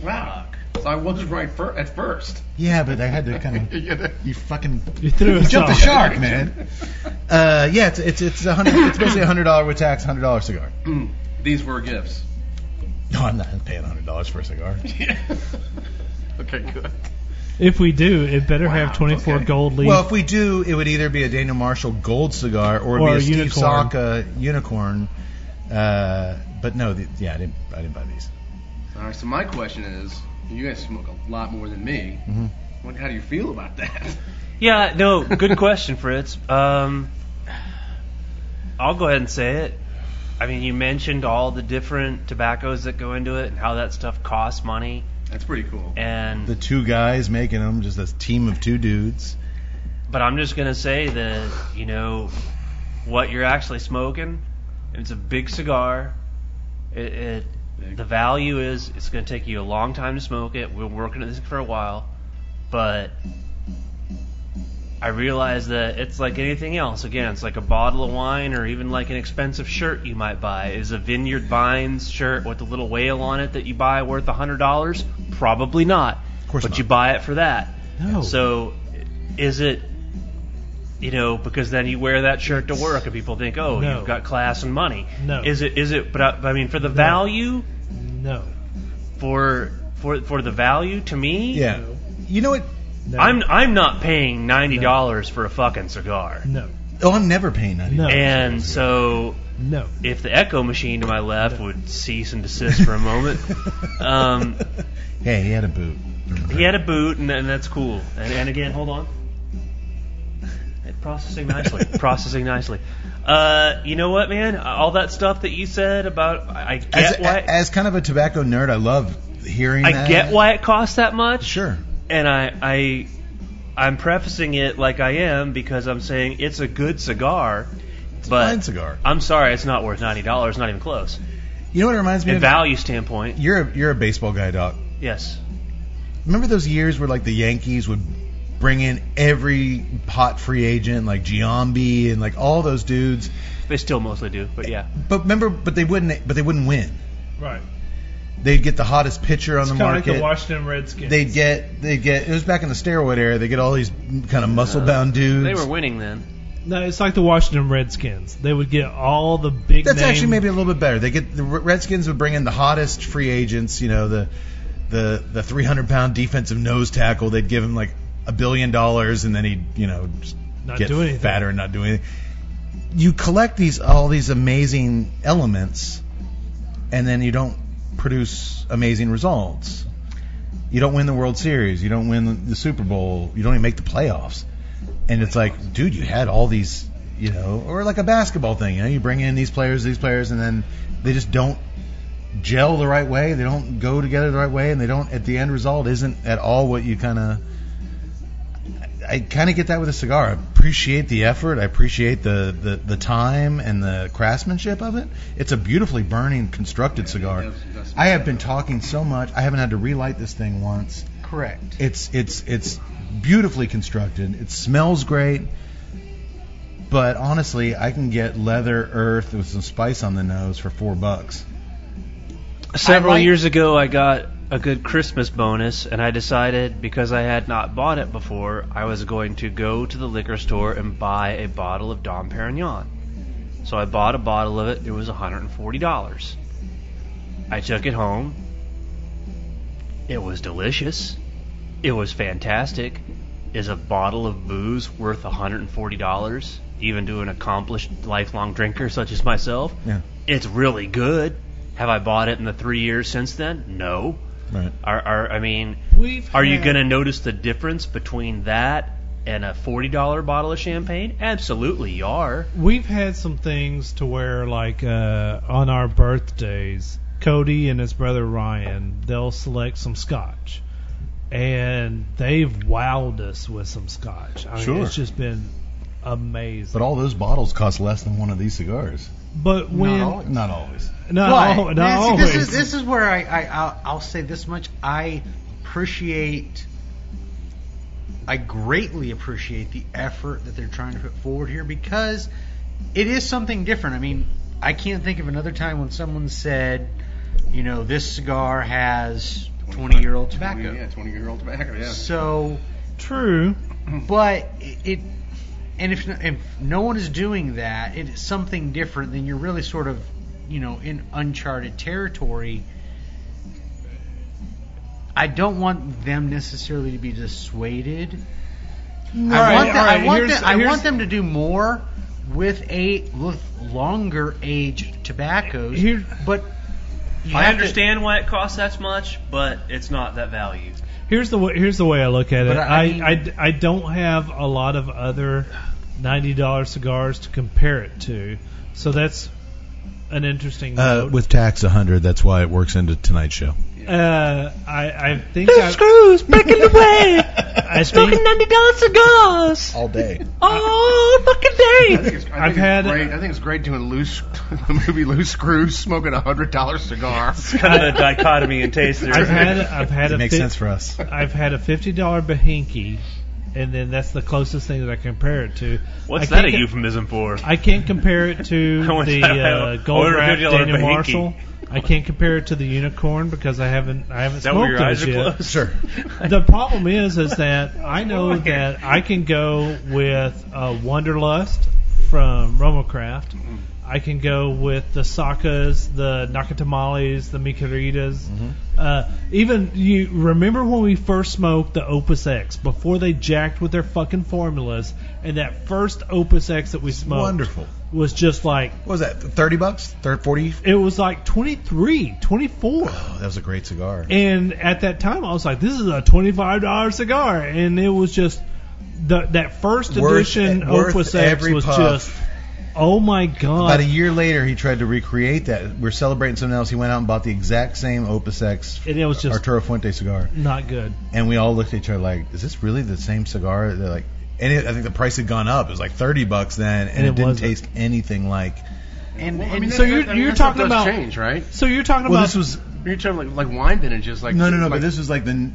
Wow. So I was right fir- at first.
Yeah, but I had to kind of
Yeah, that-
you fucking
You threw
you
us
jumped the
off.
shark, man. Uh, yeah, it's it's it's a hundred. It's basically a hundred dollar with tax, hundred dollar cigar.
Mm, These were gifts.
No, I'm not paying hundred dollars for a cigar.
Okay, good.
If we do, it better have 24
okay.
gold leaf.
Well, if we do, it would either be a Daniel Marshall Gold cigar or, it'd
Or
be a
a
Steve
unicorn.
Saka unicorn. Uh, but no, the, yeah, I didn't I didn't buy these.
All right. So my question is, you guys smoke a lot more than me.
Mhm.
What, how do you feel about that?
Yeah, no, good question, Fritz. Um, I'll go ahead and say it. I mean, you mentioned all the different tobaccos that go into it and how that stuff costs money.
That's pretty cool.
And
The two guys making them, just this team of two dudes.
but I'm just gonna say that you know what you're actually smoking and it's a big cigar. It, it the value is it's going to take you a long time to smoke it. We're working at this for a while, but I realize that it's like anything else. Again, it's like a bottle of wine or even like an expensive shirt you might buy. Is a Vineyard Vines shirt with a little whale on it that you buy worth a hundred dollars? Probably not. Of course but you buy it for that.
No.
So is it you know, because then you wear that shirt to work and people think, oh,
No.
you've got class and money.
No.
Is it? Is it? But I, but I mean, for the value,
No.
for for for the value to me,
Yeah. You know what?
I'm I'm not paying ninety dollars for a fucking cigar.
No.
Oh, I'm never paying ninety.
No.
And so,
No.
if the echo machine to my left would cease and desist for a moment, um,
Hey, he had a boot.
he had a boot, and, and that's cool. And, and again, hold on. It processing nicely. processing nicely. Uh, you know what, man? All that stuff that you said about I I
As,
get why
a- as kind of a tobacco nerd, I love hearing.
I
that.
get why it costs that much.
Sure.
And I I I'm prefacing it like I am because I'm saying it's a good cigar, but
fine cigar.
I'm sorry, it's not worth ninety dollars. Not even close.
You know what it reminds me
In
of?
value standpoint,
You're a, you're a baseball guy, Doc.
yes.
Remember those years where like the Yankees would bring in every hot free agent, like Giambi and like all those dudes.
They still mostly do, but yeah.
But remember, but they wouldn't. But they wouldn't win.
Right.
They'd get the hottest pitcher on
It's
the
kind of like
market.
the Washington Redskins.
they'd get they get it was back in the steroid era. They get all these kind of muscle bound dudes.
They were winning then.
no, it's like the Washington Redskins. They would get all the big.
That's
name-
actually maybe a little bit better. They get the Redskins would bring in the hottest free agents. You know the the the 300 pound defensive nose tackle. They'd give him like a billion dollars, and then he'd you know just
Not
get
do anything.
fatter and not do anything. You collect these all these amazing elements, and then you don't produce amazing results. You don't win the World Series. You don't win the Super Bowl. You don't even make the playoffs. And it's like, dude, you had all these, you know, or like a basketball thing. You know, you bring in these players, these players, and then they just don't gel the right way. They don't go together the right way, and they don't. At the end result, isn't at all what you kind of. I kind of get that with a cigar. I appreciate the effort. I appreciate the, the, the time and the craftsmanship of it. It's a beautifully burning, constructed cigar. I have been talking so much. I haven't had to relight this thing once.
Correct.
It's it's it's beautifully constructed. It smells great. But honestly, I can get leather earth with some spice on the nose for four bucks.
Several
I like-
years ago, I got a good Christmas bonus, and I decided because I had not bought it before, I was going to go to the liquor store and buy a bottle of Dom Perignon. So I bought a bottle of it. It was $140. I took it home. It was delicious. It was fantastic. Is a bottle of booze worth $140, even to an accomplished lifelong drinker such as myself?
Yeah.
It's really good. Have I bought it in the three years since then? No.
Right.
Are, are I mean,
We've
are you
had-
going to notice the difference between that and a forty dollar bottle of champagne? Absolutely, you are.
We've had some things to where, like uh, on our birthdays, Cody and his brother Ryan, they'll select some scotch, and they've wowed us with some scotch. I mean,
Sure.
it's just been amazing.
But all those bottles cost less than one of these cigars.
But when
always.
Not always.
not,
But,
al- not
Nancy,
always.
This is, this is where I, I I'll, I'll say this much: I appreciate, I greatly appreciate the effort that they're trying to put forward here because it is something different. I mean, I can't think of another time when someone said, you know, this cigar has twenty-year-old tobacco.
Yeah, 20 year old tobacco, yeah.
So
true.
but it and if if no one is doing that it is something different then you're really sort of you know in uncharted territory i don't want them necessarily to be dissuaded i
right,
want, them,
all right,
I, want
here's-
them, I
here's-
want them to do more with a with longer aged tobaccos
Here-
but you
I
have to-
understand why it costs that much, but it's not that value.
Here's the way, here's the way I look at it.
But I-
I,
I
I,
mean-
d- I don't have a lot of other ninety dollar cigars to compare it to, so that's an interesting.
Uh,
note.
with tax a hundred, that's why it works into tonight's show.
Uh, I, I think
Loose
I,
screws, breaking the way.
I
Smoking
think
ninety dollar cigars
all day.
Oh,
all fucking day.
I
I've
think
had-
It's great. I think it's great doing loose the movie Loose Screws, smoking a hundred dollar cigar.
kind of dichotomy in taste there.
I've had I've had
It
a
makes
fif-
sense for us.
I've had a fifty dollar Behinky, and then that's the closest thing that I compare it to.
What's
I
that
can't
a
co-
euphemism for?
I can't compare it to
How much
the
I owe-
uh, gold
order a
wrap
$50
Daniel
Behinky.
Marshall. I can't compare it to the unicorn because I haven't I haven't
Is that
smoked
where your eyes
those
are
yet.
closed?
Sure.
The problem is, is that I know that I can go with uh, Wonderlust from Romocraft. I can go with the Sakas, the Nakatamales, the Mikaritas. Uh, even you remember when we first smoked the Opus X before they jacked with their fucking formulas, and that first Opus X that we smoked
Wonderful.
was just like
What was that? Thirty bucks? Third forty?
it was like 23, 24.
Oh, that was a great cigar.
And at that time, I was like, "This is a twenty-five dollar cigar," and it was just the, that first
Worth-
edition
worth
Opus X
every
was
puff.
just, oh my god!
About a year later, he tried to recreate that. We're celebrating something else. He went out and bought the exact same Opus X
And it was just
Arturo Fuente cigar,
not good.
and we all looked at each other like, "Is this really the same cigar?" They're like, and it, I think the price had gone up. It was like thirty bucks then, and,
And
it,
it
didn't
wasn't.
taste anything like.
And,
Well, I
and
mean,
that-
so
that-
you're-
that-
you're
that
talking
does
about-
change, right?
So you're talking
Well,
about
this was
You're talking like, like wine vintages, like
no, no, no.
like-
but this was like the you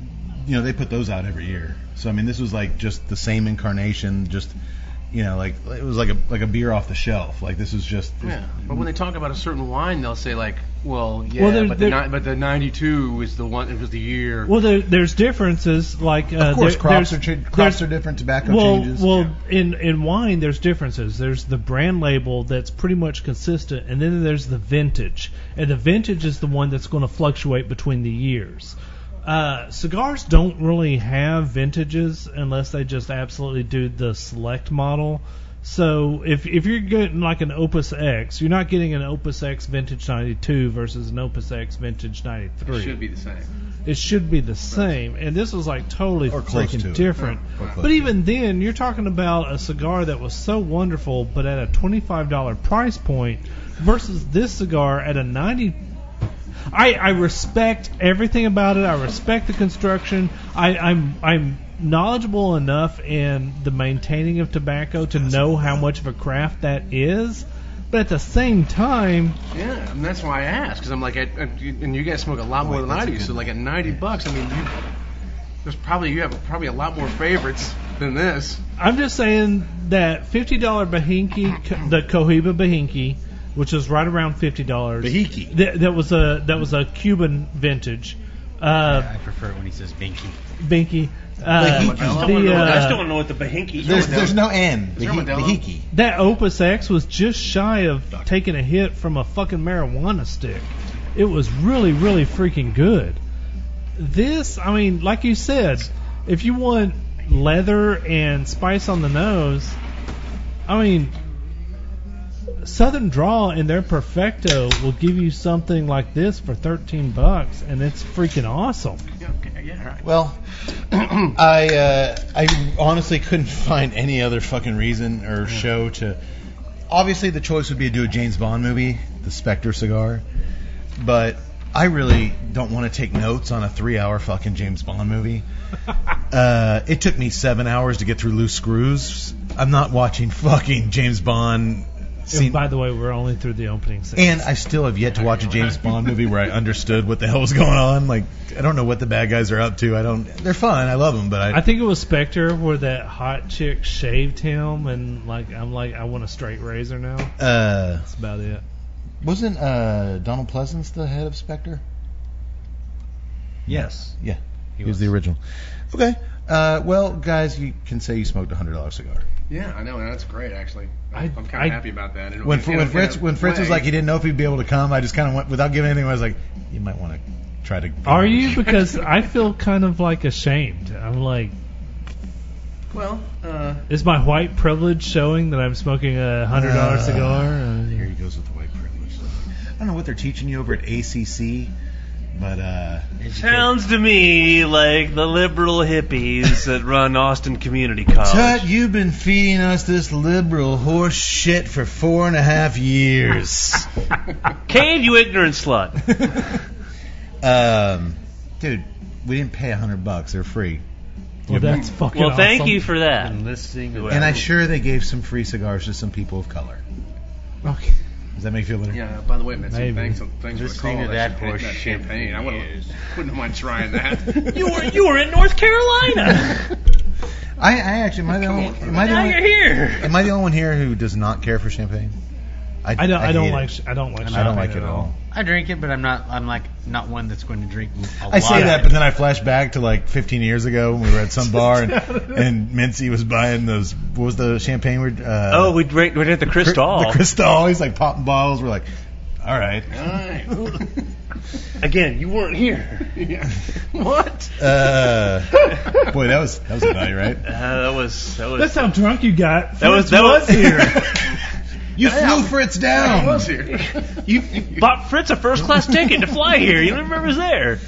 know they put those out every year. So I mean, this was like just the same incarnation, just. You know, like it was like a like a beer off the shelf. Like this was just
Yeah, but when they talk about a certain wine, they'll say like, well, yeah,
Well, there-
but, the
there-
ni- but the '92 was the one. It was the year.
well, there, there's differences like uh,
of course
there-
crops are
there's-
ch- crops
there's-
are different, tobacco
well,
changes.
Well, in in wine, there's differences. There's the brand label that's pretty much consistent, and then there's the vintage, and the vintage is the one that's going to fluctuate between the years. Uh, cigars don't really have vintages unless they just absolutely do the select model. So if if you're getting like an Opus X, you're not getting an Opus X vintage '92 versus an Opus X vintage '93.
Should be the same.
It should be the same, and this was like totally
Or close
fucking
to it.
different.
Or close
But
to
even then, you're talking about a cigar that was so wonderful, but at a twenty-five dollar price point versus this cigar at a ninety. I, I respect everything about it. I respect the construction. I, I'm I'm knowledgeable enough in the maintaining of tobacco to know how much of a craft that is. But at the same time,
Yeah, and that's why I asked because I'm like, I, I, and you guys smoke a
Oh,
lot more than I do. So like at 90 bucks, I mean, you, there's probably you have probably a lot more favorites than this.
I'm just saying that fifty dollar Bahinki, the Cohiba Bahinki, which was right around fifty dollars.
Bahiki.
That, that was a that was a Cuban vintage. Uh,
I prefer it when he says binky.
Binky. Uh,
Bahiki. I
the,
I still
uh,
don't know what the Bahinki
There's,
is.
there's no end. The,
there
he-
Modelo?
the hiki.
that Opus X was just shy of taking a hit from a fucking marijuana stick. It was really, really freaking good. This, I mean, like you said, if you want leather and spice on the nose, I mean, Southern Draw and their Perfecto will give you something like this for 13 bucks, and it's freaking awesome.
Yeah, okay, yeah, all right.
Well, I uh, I honestly couldn't find any other fucking reason or show to. Obviously, the choice would be to do a James Bond movie, the Spectre cigar, but I really don't want to take notes on a three-hour fucking James Bond movie. Uh, it took me seven hours to get through Loose Screws. I'm not watching fucking James Bond.
And
scene-
by the way, we're only through the opening scene.
And I still have yet to watch a James Bond movie where I understood what the hell was going on. Like, I don't know what the bad guys are up to. I don't. They're fun. I love them, but I,
I think it was Spectre where that hot chick shaved him, and like I'm like I want a straight razor now.
uh,
That's about it.
wasn't uh, Donald Pleasance the head of Spectre?
Yes.
Yeah, he was, the original. Okay. Uh, well, guys, you can say you smoked a hundred dollar cigar.
Yeah, I know, and that's great actually. I,
I-
I'm kind of
I-
happy about that. And-
When
and-
Fr-
and-
when
and
Fritz
a
when Fritz was
way-
like he didn't know if he'd be able to come, I just kind of went without giving anything. I was like, you might want to try to.
Are you? Because I feel kind of like ashamed. I'm like,
well, uh,
is my white privilege showing that I'm smoking a hundred dollar
Uh,
cigar?
Here he goes with the white privilege. I don't know what they're teaching you over at ACC, but uh,
Sounds to me like the liberal hippies that run Austin Community
Tut,
College.
you've been feeding us this liberal horse shit for four and a half years.
Cade, you ignorant slut.
um, dude, we didn't pay a hundred bucks. They're free.
Well, that's fucking
Well, thank
awesome.
you for that.
And I'm sure they gave some free cigars to some people of color.
Okay.
Does that make you feel better?
Yeah. By the way, Mitzi,
Maybe.
thanks, thanks for the
Listening
call.
to that
champagne-
bullshit
champagne. I wouldn't, wouldn't mind trying that.
you were you were in North Carolina.
I, I actually, am I the only, am I the
Now
only,
you're here.
Am I the only one here who does not care for champagne?
I don't- I don't
hate
like
it.
sh- I don't like
I don't
champagne
like
at
it at
all.
all.
I drink it, but I'm not. I'm like not one that's going to drink. A
I say
lot
that,
of
but then I flash back to like 15 years ago when we were at some bar and, and Mincy was buying those. What was the champagne? we Uh,
oh, we drank we drank the
Cri-
Cristal.
The Cristal. He's like popping bottles. We're like, all right.
Again, you weren't here.
yeah.
What?
Uh, boy, that was that was a night, right?
Uh, that was that was
That's how drunk you got.
that was that was here.
You flew Fritz
I
down.
was here.
you, you bought Fritz a first class ticket to fly here. You remember was there?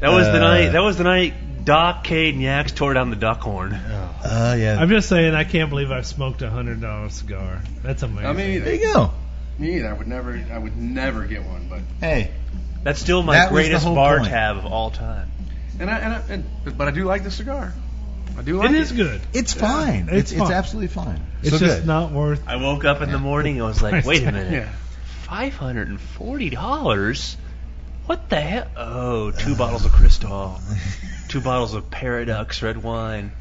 That was
Uh,
the night. That was the night Doc, Cade, and Yax tore down the duck horn.
Uh, yeah.
I'm just saying, I can't believe I've smoked a hundred dollar cigar. That's amazing.
I mean, either.
There you go.
Me either. I would never. I would never get one. But
Hey,
That's still my
That was the
greatest
whole
bar
point.
tab of all time.
and I, and I and, but I do like the cigar. I do like
it
it.
is good.
it's fine.
It's
It's it's,
fine.
absolutely fine.
It's
so
just
good.
not worth.
I woke up in the morning. I was like,
Price
wait a
tag.
minute,
Yeah.
five hundred and forty dollars. What the hell? Oh, two bottles of Cristal, two bottles of Paradox red wine,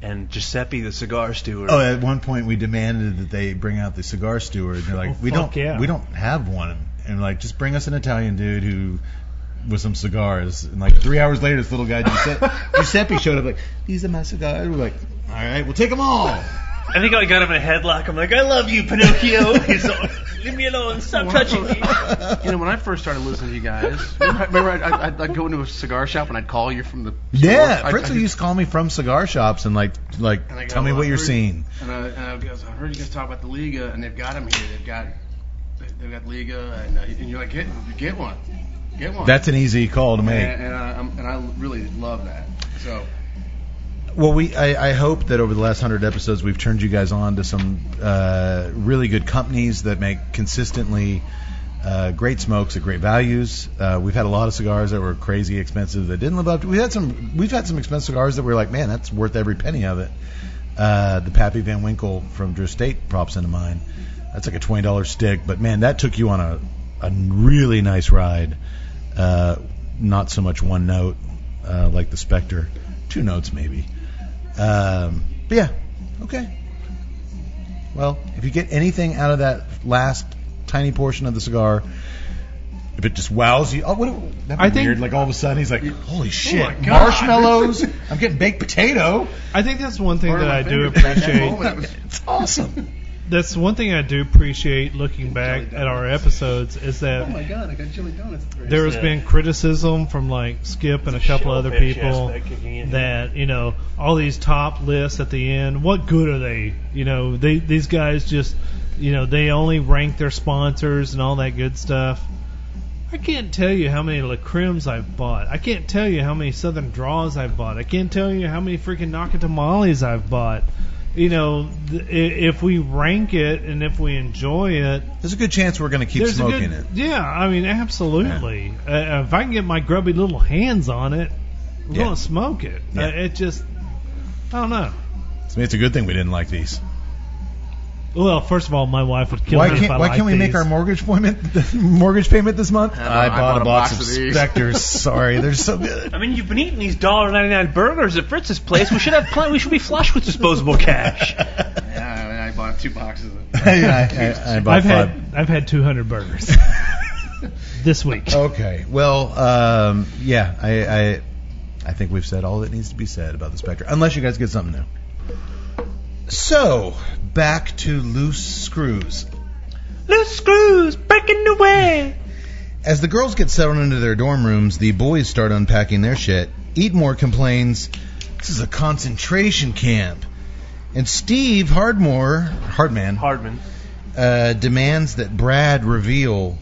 and Giuseppe the cigar steward.
Oh, at one point we demanded that they bring out the cigar steward. And they're like,
Oh,
we
fuck
don't,
yeah.
we don't have one. And like, just bring us an Italian dude who with some cigars. And like three hours later, this little guy Giuseppe, Giuseppe showed up. Like, these are my cigars. We're like, all right, we'll take them all.
I think I got him in a headlock. I'm like, I love you, Pinocchio. He's all, Leave me alone. Stop touching me.
You know, when I first started listening to you guys, remember, I- remember I'd, I'd, I'd go into a cigar shop and I'd call you from the
Yeah,
store?
Fritzel
I'd,
used to call me from cigar shops and like, like,
And I go,
tell me
"Well,
what
I
you're
heard-
seeing.
And, I, and I, goes, I heard you guys talk about the Liga, and they've got them here. They've got they've got Liga, and, uh, and you're like, get get one, get one.
That's an easy call to make.
and, and, I, I'm, and I really love that. So
Well, we I, I hope that over the last hundred episodes we've turned you guys on to some uh, really good companies that make consistently uh, great smokes at great values. Uh, we've had a lot of cigars that were crazy expensive that didn't live up. to We had some we've had some expensive cigars that were like, man, that's worth every penny of it. Uh, the Pappy Van Winkle from Drew State props into mine. That's like a twenty dollar stick, but man, that took you on a a really nice ride. Uh, not so much one note uh, like the Spectre, two notes maybe. Um, but yeah, okay. Well, if you get anything out of that last tiny portion of the cigar, if it just wows you, oh, what, that'd be
I think- Oh
weird. Like all of a sudden he's like, "Holy shit,
God."
marshmallows! I'm getting baked potato.
I think that's one thing
Burn
that
my
I do
fingers. At that
appreciate.
moment, it was-
It's awesome."
That's one thing I do appreciate looking back at our episodes is
oh my
that
god, I got chili donuts. at the very
there has
Yeah.
been criticism from like Skip and a couple other
shellfish
people
aspect kicking in.
that you know all these top lists at the end. What good are they? You know, they these guys just you know they only rank their sponsors and all that good stuff. I can't tell you how many Lacrims I've bought. I can't tell you how many Southern Draws I've bought. I can't tell you how many freaking Nakatamales I've bought. You know, th- i- if we rank it and if we enjoy it,
There's a good chance we're gonna keep
there's a
smoking
good-
it.
Yeah, I mean, absolutely. Uh, if I can get my grubby little hands on it, I'm
Yeah.
gonna smoke it.
Yeah.
Uh, it just, I don't know.
I mean, it's a good thing we didn't like these.
Well, first of all, my wife would kill
Why
me if I
can't Why
liked
can't we make
these.
our mortgage payment mortgage payment this month?
know. I bought a box of these.
Specters. Sorry, they're so good.
I mean, you've been eating these dollar ninety nine burgers at Fritz's place. We should have plenty. We should be flush with disposable cash.
Yeah, I, mean, I bought two boxes. Of,
I, I, I bought
I've
five.
had I've had 200 burgers this week.
Okay. Well, um, yeah, I, I I think we've said all that needs to be said about the Spectre, unless you guys get something new. So back to loose screws.
Loose screws breaking away.
As the girls get settled into their dorm rooms, the boys start unpacking their shit. Eatmore complains, "This is a concentration camp," and Steve Hardmore, Hardman,
Hardman.
uh, demands that Brad reveal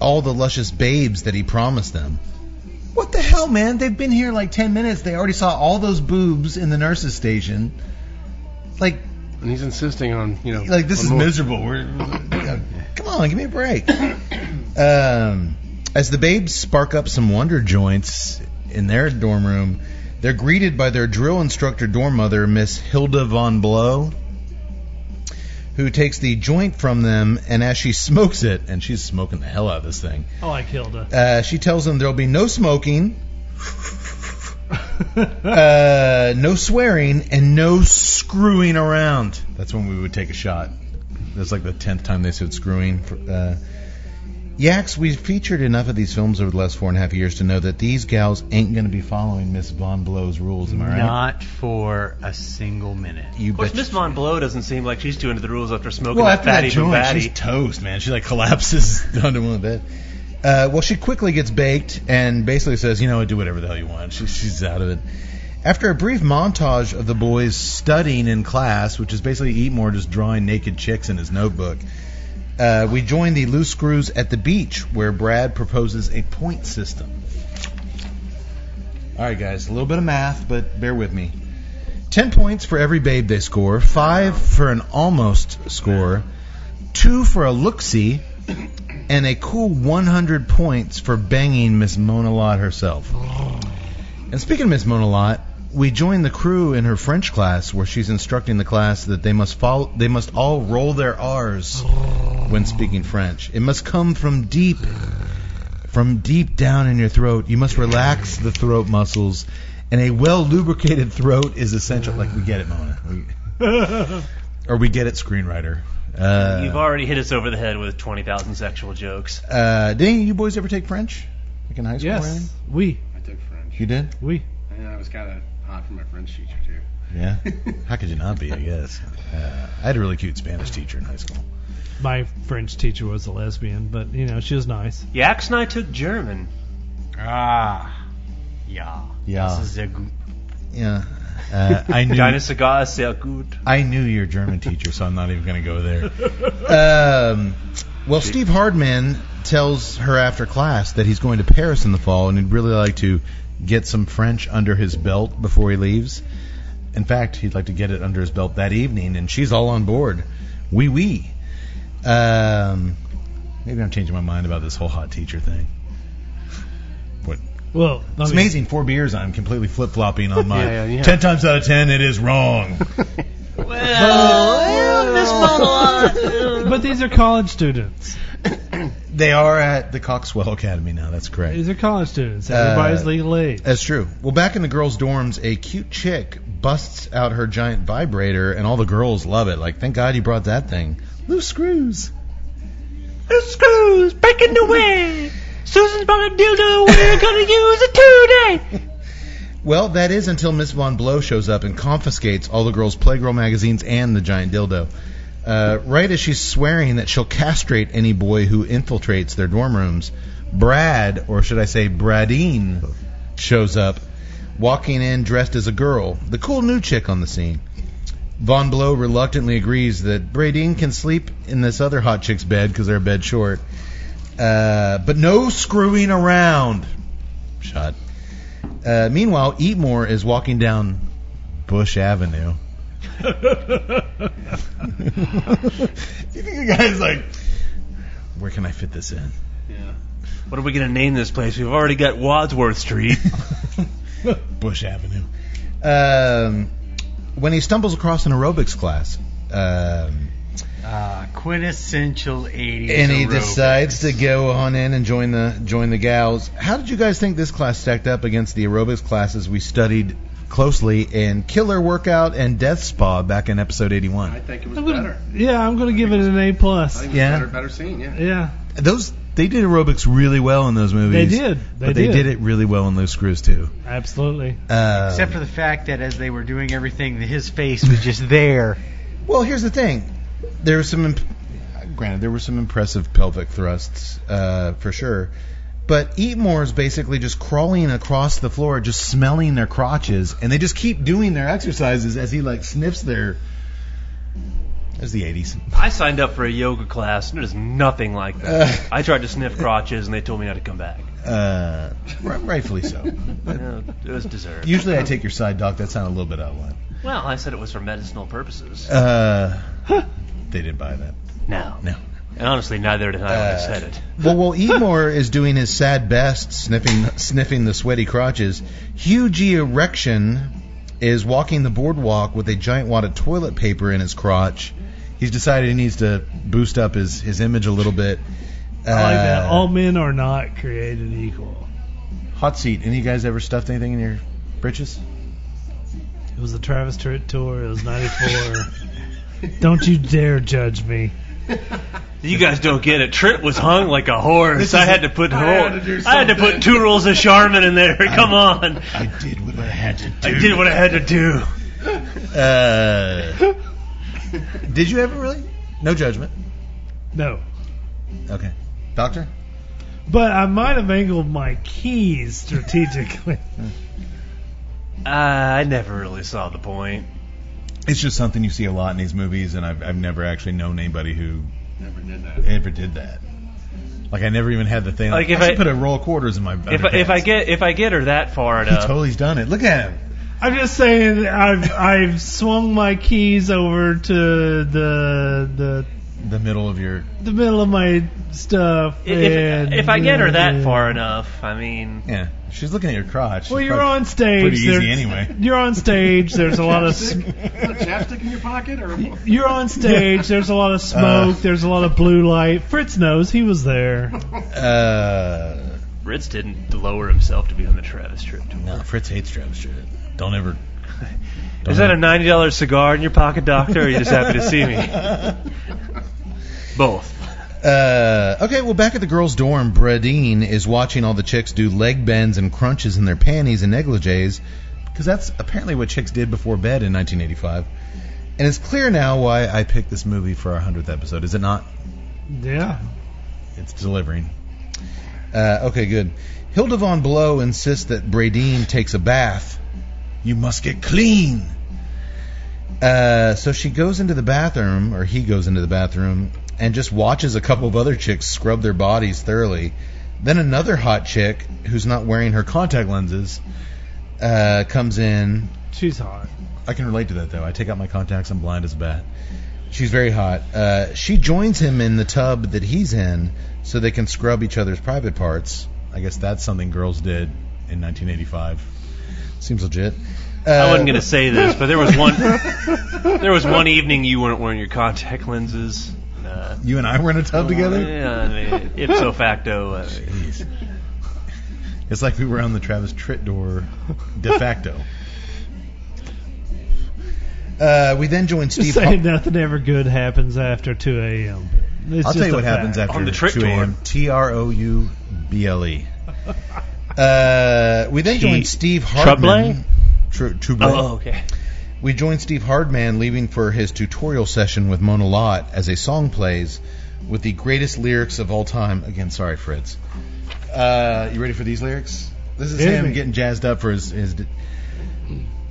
all the luscious babes that he promised them. What the hell, man? They've been here like 10 minutes. They already saw all those boobs in the nurse's station. Like,
And he's insisting on, you know,
like this
on
is
more.
miserable. We're, come on, give me a break. Um, as the babes spark up some wonder joints, in their dorm room, they're greeted by their drill instructor dorm mother, Miss Hilda von Blow, who takes the joint from them, and as she smokes it, and she's smoking the hell out of this thing,
I like Hilda.
uh, she tells them there'll be no smoking, uh, no swearing, and no screwing around. That's when we would take a shot. That's like the tenth time they said screwing. For, uh, Yaks, we've featured enough of these films over the last four and a half years to know that these gals ain't going to be following Miss Von Blow's rules. Am I right?
Not for a single minute.
You
Of course,
bet.
Miss Von Blow doesn't seem like she's too into the rules after smoking
Well,
that
after
fatty
that joint,
Bugatti.
she's toast, man. She like collapses under one of the bed. Uh, well, she quickly gets baked and basically says, you know, do whatever the hell you want. She, she's out of it. After a brief montage of the boys studying in class, which is basically Eatmore just drawing naked chicks in his notebook, uh, we join the loose screws at the beach where Brad proposes a point system. All right, guys, a little bit of math, but bear with me. Ten points for every babe they score, five for an almost score, two for a look see, and a cool 100 points for banging Miss Mona Lott herself. And speaking of Miss Mona Lott, we join the crew in her French class where she's instructing the class that they must follow, they must all roll their R's when speaking French. It must come from deep from deep down in your throat. You must relax the throat muscles and a well lubricated throat is essential. Like we get it, Mona. We- or we get it, screenwriter. Uh,
You've already hit us over the head with 20,000 sexual jokes.
Uh, did any of you boys ever take French? Like in high school?
Yes.
or anything?
We.
I took French.
You did?
We.
And I was kind of hot for my French teacher too.
Yeah. How could you not be? I guess. Uh, I had a really cute Spanish teacher in high school.
My French teacher was a lesbian, but you know she was nice.
Yaks and I took German.
Ah, yeah.
Yeah.
This is a good.
Yeah. Uh, I knew.
Deine Cigar ist sehr gut.
I knew your German teacher, so I'm not even going to go there. Um, well, Steve Hardman tells her after class that he's going to Paris in the fall and he'd really like to get some French under his belt before he leaves. In fact, he'd like to get it under his belt that evening, and she's all on board. Wee wee. Um, maybe I'm changing my mind about this whole hot teacher thing. What?
Well, I
It's
mean-
amazing. Four beers, I'm completely flip flopping on my.
Yeah, yeah, yeah.
Ten times out of ten, it is wrong.
but these are college students.
They are at the Coxwell Academy now. That's correct.
These are college students. Everybody's
Uh,
legal age.
That's true. Well, back in the girls' dorms, a cute chick busts out her giant vibrator, and all the girls love it. Like, thank God you brought that thing. Loose screws.
Loose screws breaking the way. Susan's bought a dildo. We're gonna use it today.
Well, that is until Miss Von Blow shows up and confiscates all the girls' Playgirl magazines and the giant dildo. Uh, right as she's swearing that she'll castrate any boy who infiltrates their dorm rooms, Brad, or should I say Bradine, shows up, walking in dressed as a girl, the cool new chick on the scene. Von Blow reluctantly agrees that Bradine can sleep in this other hot chick's bed because they're a bed short. Uh, but no screwing around. Shut. Uh, meanwhile, Eatmore is walking down Bush Avenue. you think the guy's like, where can I fit this in?
What are we going to name this place? We've already got Wadsworth Street.
Bush Avenue. Um, when he stumbles across an aerobics class, um,
Uh, quintessential 80s.
and he
aerobic.
decides to go on in and join the join the gals. How did you guys think this class stacked up against the aerobics classes we studied closely in Killer Workout and Death Spa back in episode 81?
I think it was
I'm gonna-
better.
yeah, I'm going to give it an A
I
plus.
think it was
Yeah.
better, better scene. Yeah.
Yeah.
Those they did aerobics really well in those movies.
They did. They
but they
did.
did it really well in Loose Screws too.
Absolutely.
Um,
Except for the fact that as they were doing everything, his face was just there.
Well, here's the thing. There was some, imp- granted, there were some impressive pelvic thrusts uh, for sure, but Eatmore is basically just crawling across the floor, just smelling their crotches, and they just keep doing their exercises as he like sniffs their. That's the 80s.
I signed up for a yoga class, and there's nothing like that.
Uh.
I tried to sniff crotches, and they told me not to come back.
Uh, ri- rightfully so.
Yeah, it was deserved.
Usually I take your side, Doc. That sounded a little bit out of line.
Well, I said it was for medicinal purposes.
Uh, they didn't buy that.
no.
No.
And honestly, neither did I when I said it.
well, while Emor is doing his sad best, sniffing sniffing the sweaty crotches, Hugh G. Erection is walking the boardwalk with a giant wad of toilet paper in his crotch. He's decided he needs to boost up his, his image a little bit.
I like that.
Uh,
All men are not created equal.
Hot seat. Any of you guys ever stuffed anything in your britches?
It was the Travis Tritt tour. It was '94. Don't you dare judge me.
You guys don't get it. Tritt was hung like a
This
horse.
is
I
a-
had to put
I
I
had
had
to do
I had to
something.
put two rolls of Charmin in there. Come on.
I did what I had to do.
I did what I had to do.
Uh, did you ever really? No judgment.
No.
Okay. Doctor?
But I might have angled my keys strategically.
Uh, I never really saw the point.
It's just something you see a lot in these movies, and I've, I've never actually known anybody who
Never did that.
ever did that. Like I never even had the thing. Like,
Like, if
I should
I-
put a roll of quarters in my.
If I, if I get if I get her that far
he
enough,
totally's done it. Look at him.
I'm just saying I've I've swung my keys over to the the
The middle of your.
the middle of my stuff.
if, if,
and- uh,
if I get her that far enough, I mean,
Yeah, she's looking at your crotch.
Well,
It's
you're
probably
on stage.
Pretty easy
There's-
anyway.
You're on stage. There's a lot of s-
Is that chapstick in your pocket or?
you're on stage. There's a lot of smoke. There's a lot of blue light. Fritz knows he was there.
Uh,
Ritz didn't lower himself to be on the Travis Tritt tour.
no, Fritz hates Travis Tritt. Don't ever. Don't
Is that a ninety dollar cigar in your pocket, Doctor? Or are you just happy to see me? Both.
Uh, okay, well, back at the girls' dorm, Bradine is watching all the chicks do leg bends and crunches in their panties and negligees, because that's apparently what chicks did before bed in 1985. And it's clear now why I picked this movie for our 100th episode, is it not?
Yeah.
It's delivering. Uh, okay, good. Hilda von Blow insists that Bradine takes a bath. You must get clean. Uh, so she goes into the bathroom, or he goes into the bathroom, and just watches a couple of other chicks scrub their bodies thoroughly. Then another hot chick who's not wearing her contact lenses uh, comes in.
She's hot.
I can relate to that though. I take out my contacts. I'm blind as a bat. She's very hot. Uh, she joins him in the tub that he's in, so they can scrub each other's private parts. I guess that's something girls did in 1985. Seems legit. Uh,
I wasn't gonna say this, but there was one there was one evening you weren't wearing your contact lenses. Uh,
You and I were in a tub together.
Yeah, I mean, ipso facto. uh, I mean,
Jeez. It's like we were on the Travis Tritt door de facto. Uh, we then join Steve.
Just saying nothing ever good happens after 2 a.m. It's
I'll
just
tell you
a
what happens
fact.
after 2 a.m. T R O U B L E. Uh, we then
T-
joined Steve
Trouble?
Hardman. Tr- Trouble.
Oh, okay.
We joined Steve Hardman leaving for his tutorial session with Mona Lott as a song plays with the greatest lyrics of all time. Again, sorry, Fritz. Uh, you ready for these lyrics? This is
Hit
him
me.
getting jazzed up for his. his d-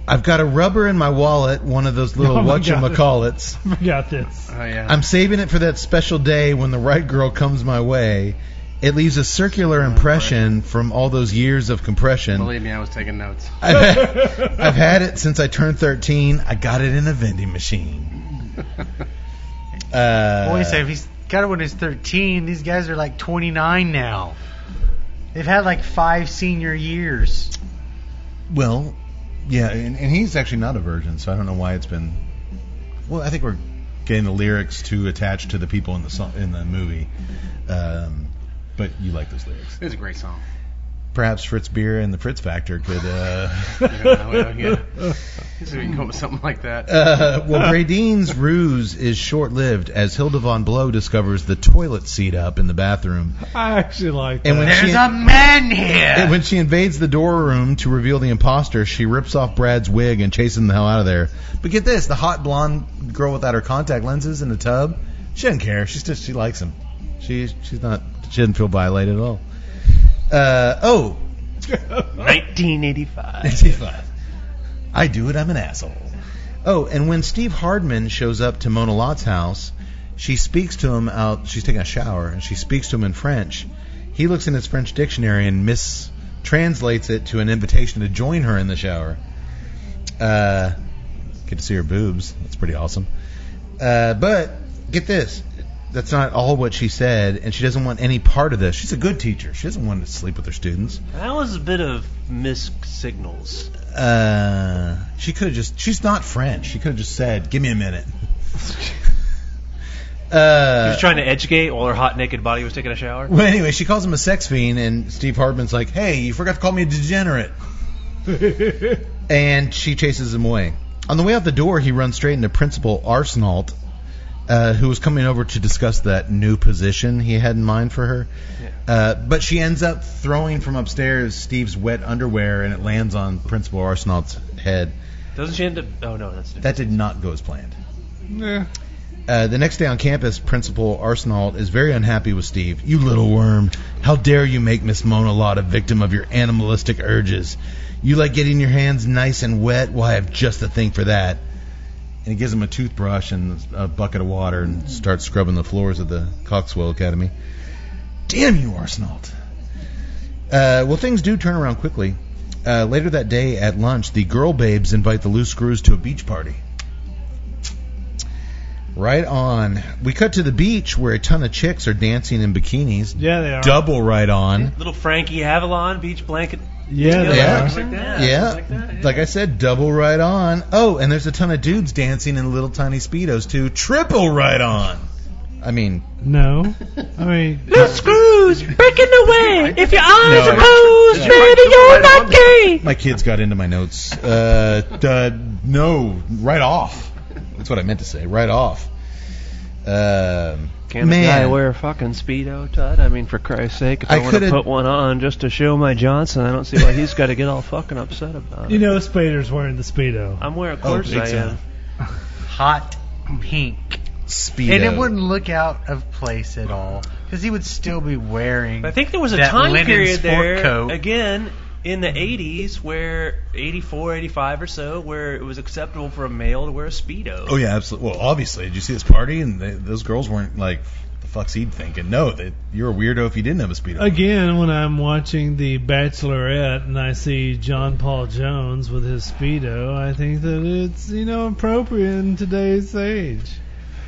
I've got a rubber in my wallet, one of those little
Oh my God.
whatchamacallits.
I forgot this.
Oh yeah.
I'm saving it for that special day when the right girl comes my way. It leaves a circular impression from all those years of compression.
Believe me, I was taking notes.
I've had, I've had it since I turned 13. I got it in a vending machine. Uh,
Boy, so if he's got it when he's 13, these guys are like 29 now. They've had like five senior years.
well, yeah, and, and he's actually not a virgin, so I don't know why it's been. Well, I think we're getting the lyrics too attached to the people in the song, in the movie. Um, but you like those lyrics.
It's a great song.
Perhaps Fritz Beer and the Fritz Factor could. Uh,
You know, well, yeah. So we can come up with something like that.
Uh, well, Bradine's ruse is short-lived as Hilda von Blow discovers the toilet seat up in the bathroom,
I actually like
and
that.
when
There's
she
a man here.
and when she invades the door room to reveal the imposter, she rips off Brad's wig and chases him the hell out of there. But get this: the hot blonde girl without her contact lenses in the tub, she doesn't care. She's just she likes him. She she's not she doesn't feel violated at all. Uh, oh,
1985.
I do it. I'm an asshole. Oh, and when Steve Hardman shows up to Mona Lott's house, she speaks to him out. She's taking a shower, and she speaks to him in French. He looks in his French dictionary and mistranslates it to an invitation to join her in the shower. Uh, get to see her boobs. That's pretty awesome. Uh, but get this. that's not all what she said, and she doesn't want any part of this. She's a good teacher. She doesn't want to sleep with her students.
That was a bit of missed signals.
Uh, she could have just. She's not French. She could have just said, "Give me a minute."
He
uh,
was trying to educate while her hot naked body was taking a shower.
well, anyway, she calls him a sex fiend, and Steve Hartman's like, "Hey, you forgot to call me a degenerate." and she chases him away. On the way out the door, he runs straight into Principal Arsenault, uh, who was coming over to discuss that new position he had in mind for her. Uh, but she ends up throwing from upstairs Steve's wet underwear, and it lands on Principal Arsenault's head.
Doesn't she end up? Oh no, that's different.
That did not go as planned.
Yeah.
Uh, the next day on campus, Principal Arsenault is very unhappy with Steve. You little worm. How dare you make Miss Mona Lot a victim of your animalistic urges? You like getting your hands nice and wet? Well, I have just the thing for that. And he gives him a toothbrush and a bucket of water and starts scrubbing the floors of the Coxwell Academy. Damn you, Arsenault. Uh, well, things do turn around quickly. Uh, later that day at lunch, the girl babes invite the loose screws to a beach party. Right on. We cut to the beach where a ton of chicks are dancing in bikinis.
Yeah, they are.
Double right on.
Little Frankie Avalon beach blanket.
Yeah, they
Yeah.
are.
Like that.
Yeah. Like, I said, double right on. Oh, and there's a ton of dudes dancing in little tiny speedos too. Triple right on. I mean,
No, I mean,
Screws breaking away. If your eyes
No,
are
I-
closed,
Yeah.
baby, you're not gay.
my kids got into my notes. Uh, duh, no, right off. That's what I meant to say. Right off. Um,
Can
man,
a guy wear a fucking speedo, Todd? I mean, for Christ's sake, if
I
I, want to
coulda-
put one on just to show my Johnson, I don't see why he's got to get all fucking upset about
you
it.
know, Spader's wearing the speedo.
I'm wearing,
Of course
Oh,
big
I uh,
time.
am.
Hot pink.
speedo.
And it wouldn't look out of place at all because he would still be wearing.
I think there was a
that
time
linen
period
sport
there
coat.
again in the 80s where 84, 85 or so where it was acceptable for a male to wear a speedo.
Oh yeah, absolutely. Well, obviously, did you see this party? And they, those girls weren't like, the fuck's he thinking? No, that you're a weirdo if you didn't have a speedo.
Again, when I'm watching The Bachelorette and I see John Paul Jones with his speedo, I think that it's you know appropriate in today's age.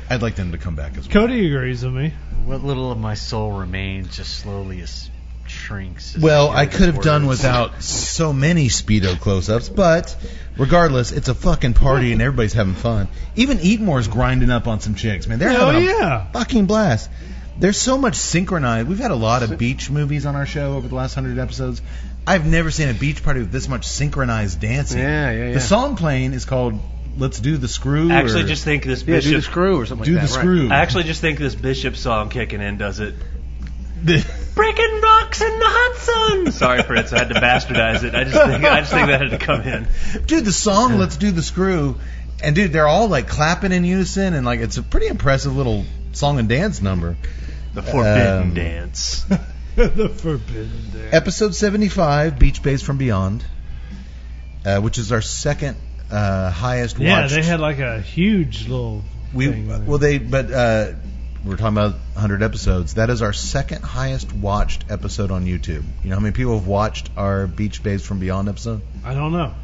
I'd like them to come back as well.
Cody agrees with me.
What little of my soul remains just slowly as shrinks. as
Well,
hear
I
those
could have done
words.
without so many speedo close-ups, but regardless, it's a fucking party and everybody's having fun. Even Eatmore's grinding up on some chicks, man. They're
Hell
having a
Oh, yeah.
fucking blast. There's so much synchronized. We've had a lot of beach movies on our show over the last hundred episodes. I've never seen a beach party with this much synchronized dancing.
Yeah, yeah, yeah.
The song playing is called "Let's Do the Screw."
I actually
or-
just think this
yeah, do the
bishop
screw or something
Do
like
the
that. right.
screw.
I actually just think this bishop song kicking in does it.
The-
Breaking rocks in the hot sun. Sorry, Prince. I had to bastardize it. I just think I just think that had to come in.
dude, the song "Let's Do the Screw," and dude, they're all like clapping in unison, and like it's a pretty impressive little song and dance number.
The forbidden
Um,
dance.
the forbidden dance.
Episode seventy-five, Beach Bays from Beyond, uh, which is our second uh, highest
Yeah,
watched.
they had like a huge little.
we
thing there.
well they but uh, we're talking about hundred episodes. That is our second highest watched episode on YouTube. You know how many people have watched our Beach Bays from Beyond episode?
I don't know.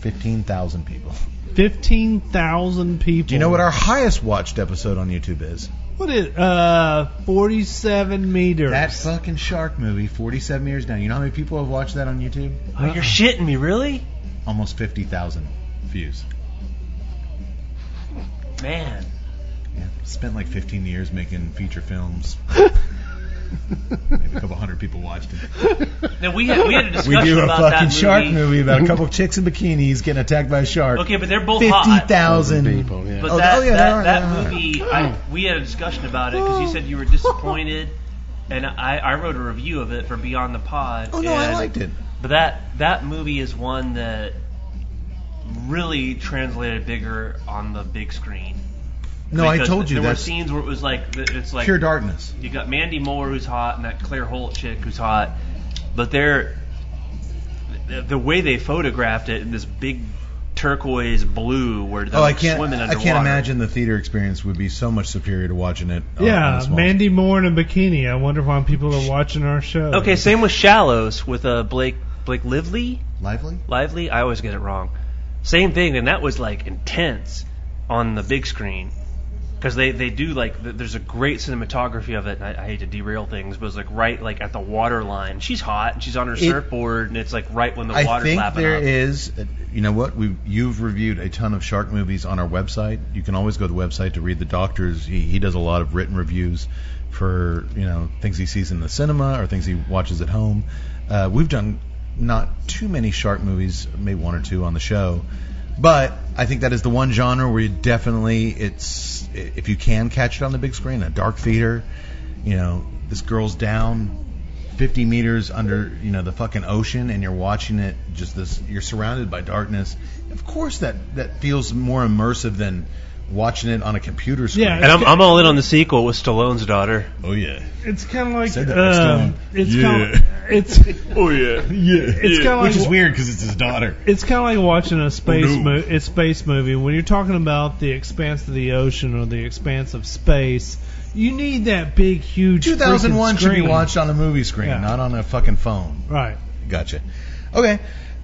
Fifteen thousand people.
Fifteen thousand people.
Do you know what our highest watched episode on YouTube is?
What is uh forty-seven meters?
That fucking shark movie, 47 years down. You know how many people have watched that on YouTube?
Oh, you're shitting me, really?
Almost 50,000 views.
Man.
Yeah. Spent like 15 years making feature films. Maybe a couple hundred people watched it.
Now we had we had a
We
discussion
do a
about that
fucking
movie.
shark movie about a couple chicks in bikinis getting attacked by a shark.
Okay, but they're both hot.
50,000
People, yeah.
But
Oh,
that,
oh, yeah, they
that,
are,
that
they are.
movie, I, we had a discussion about it because you said you were disappointed, and I, I wrote a review of it for Beyond the Pod.
Oh no, I
and-
liked it.
But that that movie is one that really translated bigger on the big screen.
No, I
Because
told you
there were
that's
scenes where it was like it's like
pure darkness.
you got Mandy Moore who's hot and that Claire Holt chick who's hot, but they're the, the way they photographed it in this big turquoise blue where they're
Oh, I
like
can't.
swimming
I
underwater.
can't imagine the theater experience would be so much superior to watching it. on- on a
Yeah,
small
Mandy Moore in a bikini. I wonder why people are watching our show.
Okay, same with Shallows with uh, Blake Blake Lively.
Lively.
Lively, I always get it wrong. Same thing, and that was like intense on the big screen. because they, they do like th- there's a great cinematography of it. And I, I hate to derail things, but it's like right like at the water line. She's hot. and She's on her
It-
surfboard, and it's like right when the
I
water's
think
lapping
there
up.
is. You know what? We you've reviewed a ton of shark movies on our website. You can always go to the website to read the doctor's. He, he does a lot of written reviews for you know things he sees in the cinema or things he watches at home. Uh, we've done not too many shark movies, maybe one or two on the show. But I think that is the one genre where you definitely it's if you can catch it on the big screen, a dark theater, you know, this girl's down 50 meters under, you know, the fucking ocean and you're watching it just this you're surrounded by darkness. Of course that that feels more immersive than watching it on a computer screen.
Yeah, And I'm- it's- I'm
all in on the sequel with Stallone's daughter.
Oh yeah.
It's kind of like
Said that last
um,
time.
it's
Yeah.
kind of it's
oh yeah yeah.
It's kinda like-
which is weird because it's his daughter.
it's kind of like watching a space
Oh, no.
mo- a space movie. When you're talking about the expanse of the ocean or the expanse of space, you need that big, huge. freaking
2001 should be
screen.
watched on a movie screen,
Yeah.
not on a fucking phone.
Right.
Gotcha. Okay.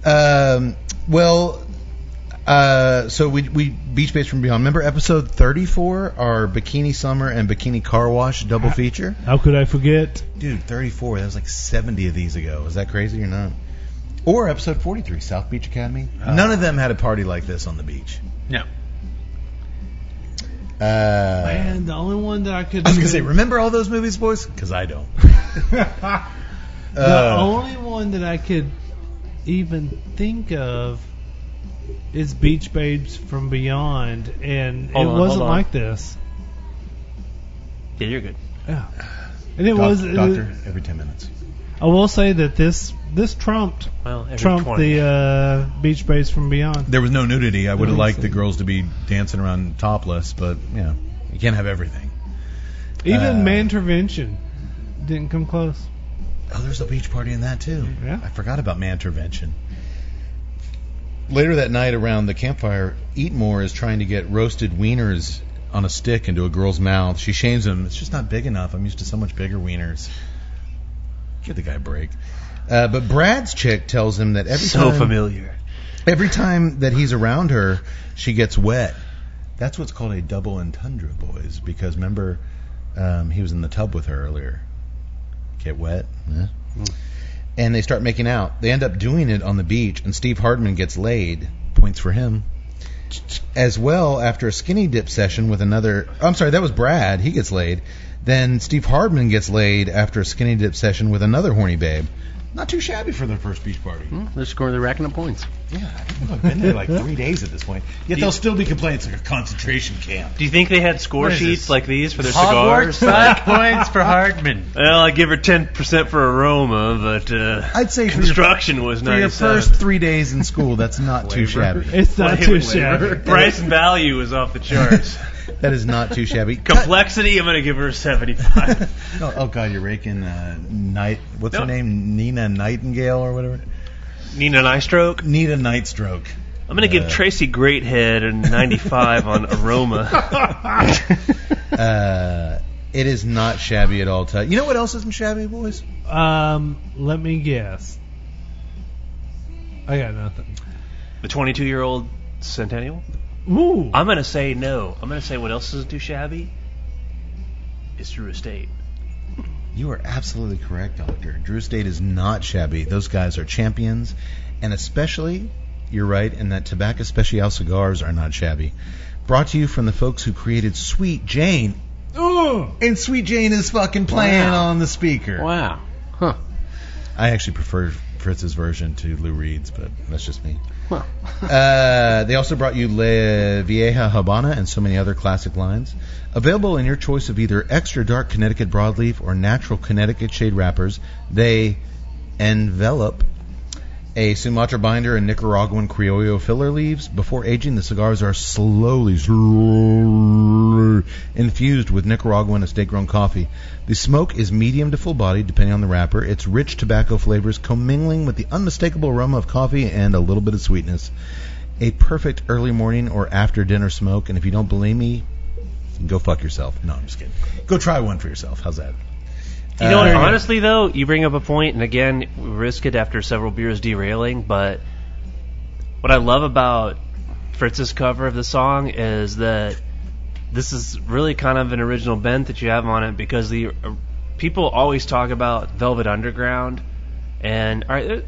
Um, well, uh, so we, we Beach Base from Beyond. Remember episode 34, our Bikini Summer and Bikini Car Wash double feature?
How could I forget?
Dude, 34. That was like 70 of these ago. Is that crazy or not? Or episode 43, South Beach Academy. None of them had a party like this on the beach.
No.
Uh,
Man, the only one that I could.
I was gonna say, remember all those movies, boys? Because I don't.
the
Uh,
only one that I could even think of is Beach Babes from Beyond, and
Hold
it
on, hold
wasn't
on.
like this.
Yeah, you're good.
Yeah. And it
Doc-
was uh,
Doctor every 10 minutes.
I will say that this this trumped
Well, every
trumped
20.
the uh, Beach Babes from Beyond.
There was no nudity. I would have
think
liked the
so.
girls to be dancing around topless, but you know, you can't have everything.
Even
Uh,
Man Mantervention didn't come close.
Oh, there's a beach party in that too.
Yeah.
I forgot about Mantervention. Later that night around the campfire, Eatmore is trying to get roasted wieners on a stick into a girl's mouth. She shames him. It's just not big enough. I'm used to so much bigger wieners. Give the guy a break. Uh, but Brad's chick tells him that every
so
time
familiar.
every time that he's around her, she gets wet. That's what's called a double entendre, boys. Because remember, um, he was in the tub with her earlier. Get wet, yeah. and they start making out. They end up doing it on the beach, and Steve Hardman gets laid. Points for him. As well, after a skinny dip session with another, I'm sorry, that was Brad. He gets laid. Then Steve Hardman gets laid after a skinny dip session with another horny babe. Not too shabby for their first beach party.
They're scoring. They're racking up points.
Yeah, I've been there like three days at this point. Yet they'll still be complaining it's like a concentration camp.
Do you think they had score
What is
sheets
this?
like these for their
Hogwarts
cigars?
five
Like,
points for Hardman.
well, I give her ten percent for aroma, but uh,
I'd say for your-
construction was
For your
nice. uh,
first three days in school, that's not too shabby.
It's not too shabby.
Price and value was off the charts.
That is not too shabby.
Complexity, I'm gonna give her a 75.
oh, oh God, you're raking uh, night. What's her
No.
name? Nina Nightingale or whatever.
Need an eye stroke?
Nina Nightstroke.
I'm gonna give
Uh,
Tracy Greathead a 95 on aroma.
Uh, it is not shabby at all. Ty. you know what else isn't shabby, boys?
Um, let me guess. I got nothing.
The 22 year old centennial.
Ooh,
I'm gonna say no. I'm gonna say what else isn't too shabby. It's Drew Estate.
You are absolutely correct, Doctor. Drew State is not shabby. Those guys are champions, and especially, you're right in that Tobacco Special cigars are not shabby. Brought to you from the folks who created Sweet Jane,
ooh.
and Sweet Jane is fucking playing on the speaker.
Wow. Huh.
I actually prefer Fritz's version to Lou Reed's, but that's just me.
Well.
uh, they also brought you La Vieja Habana and so many other classic lines. Available in your choice of either extra dark Connecticut broadleaf or natural Connecticut shade wrappers, they envelop a Sumatra binder and Nicaraguan Criollo filler leaves. Before aging, the cigars are slowly, slowly infused with Nicaraguan estate grown coffee. The smoke is medium to full bodied, depending on the wrapper. Its rich tobacco flavors commingling with the unmistakable aroma of coffee and a little bit of sweetness. A perfect early morning or after dinner smoke. And if you don't believe me, go fuck yourself. No, I'm just kidding. Go try one for yourself. How's that?
You know, what,
Uh,
honestly though, you bring up a point, and again, we risk it after several beers derailing. But what I love about Fritz's cover of the song is that this is really kind of an original bent that you have on it because the uh, people always talk about Velvet Underground, and all right, there,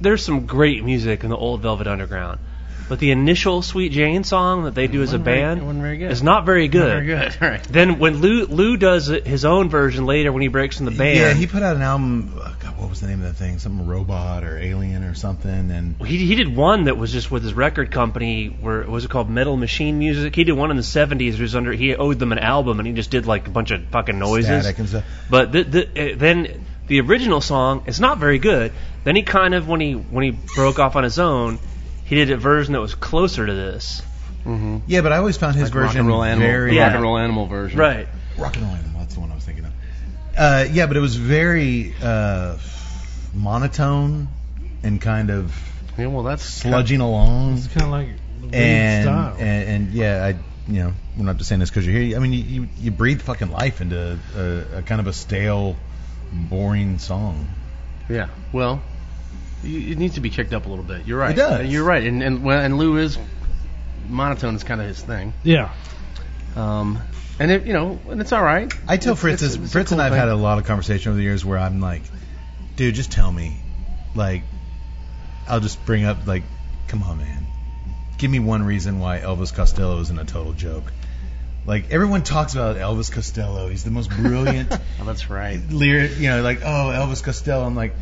there's some great music in the old Velvet Underground. But the initial Sweet Jane song that they do as a
Wasn't very-
band
wasn't very good.
is not very
Not
good.
very good, right.
Then when Lou Lou does it- his own version later when he breaks from the band,
Yeah, he put out an album. oh, God, what was the name of that thing? Some robot or alien or something. And
he he did one that was just with his record company where what was it called Metal Machine Music. He did one in the 70s. He was under he owed them an album and he just did like a bunch of fucking noises.
Static and stuff.
But th th uh, then the original song is not very good. Then he kind of when he when he broke off on his own, he did a version that was closer to this.
Mm-hmm.
yeah, but I always found his
Like
version
rock and roll animal,
very
the rock and roll animal version.
Right.
Rock and roll animal. That's the one I was thinking of. Uh, yeah, but it was very uh, monotone and kind of
yeah, well, that's
sludging along.
It's kind of like
and,
style.
and and yeah, I you know we're not just saying this because you're here. I mean, you, you you breathe fucking life into a, a kind of a stale, boring song.
Yeah. Well, you- it needs to be kicked up a little bit. You're right.
It does.
You're right. And and well, and Lou is monotone is kind of his thing.
Yeah.
Um, and it, you know, and it's all right.
I tell
It's-
Fritz, this,
it's- it's a
Fritz and
cool
I've
thing.
had a lot of conversation over the years where I'm like, dude, just tell me. Like, I'll just bring up like, come on, man, give me one reason why Elvis Costello isn't a total joke. Like everyone talks about Elvis Costello, he's the most brilliant
Oh, that's right.
lyric. You know, like oh Elvis Costello. I'm like,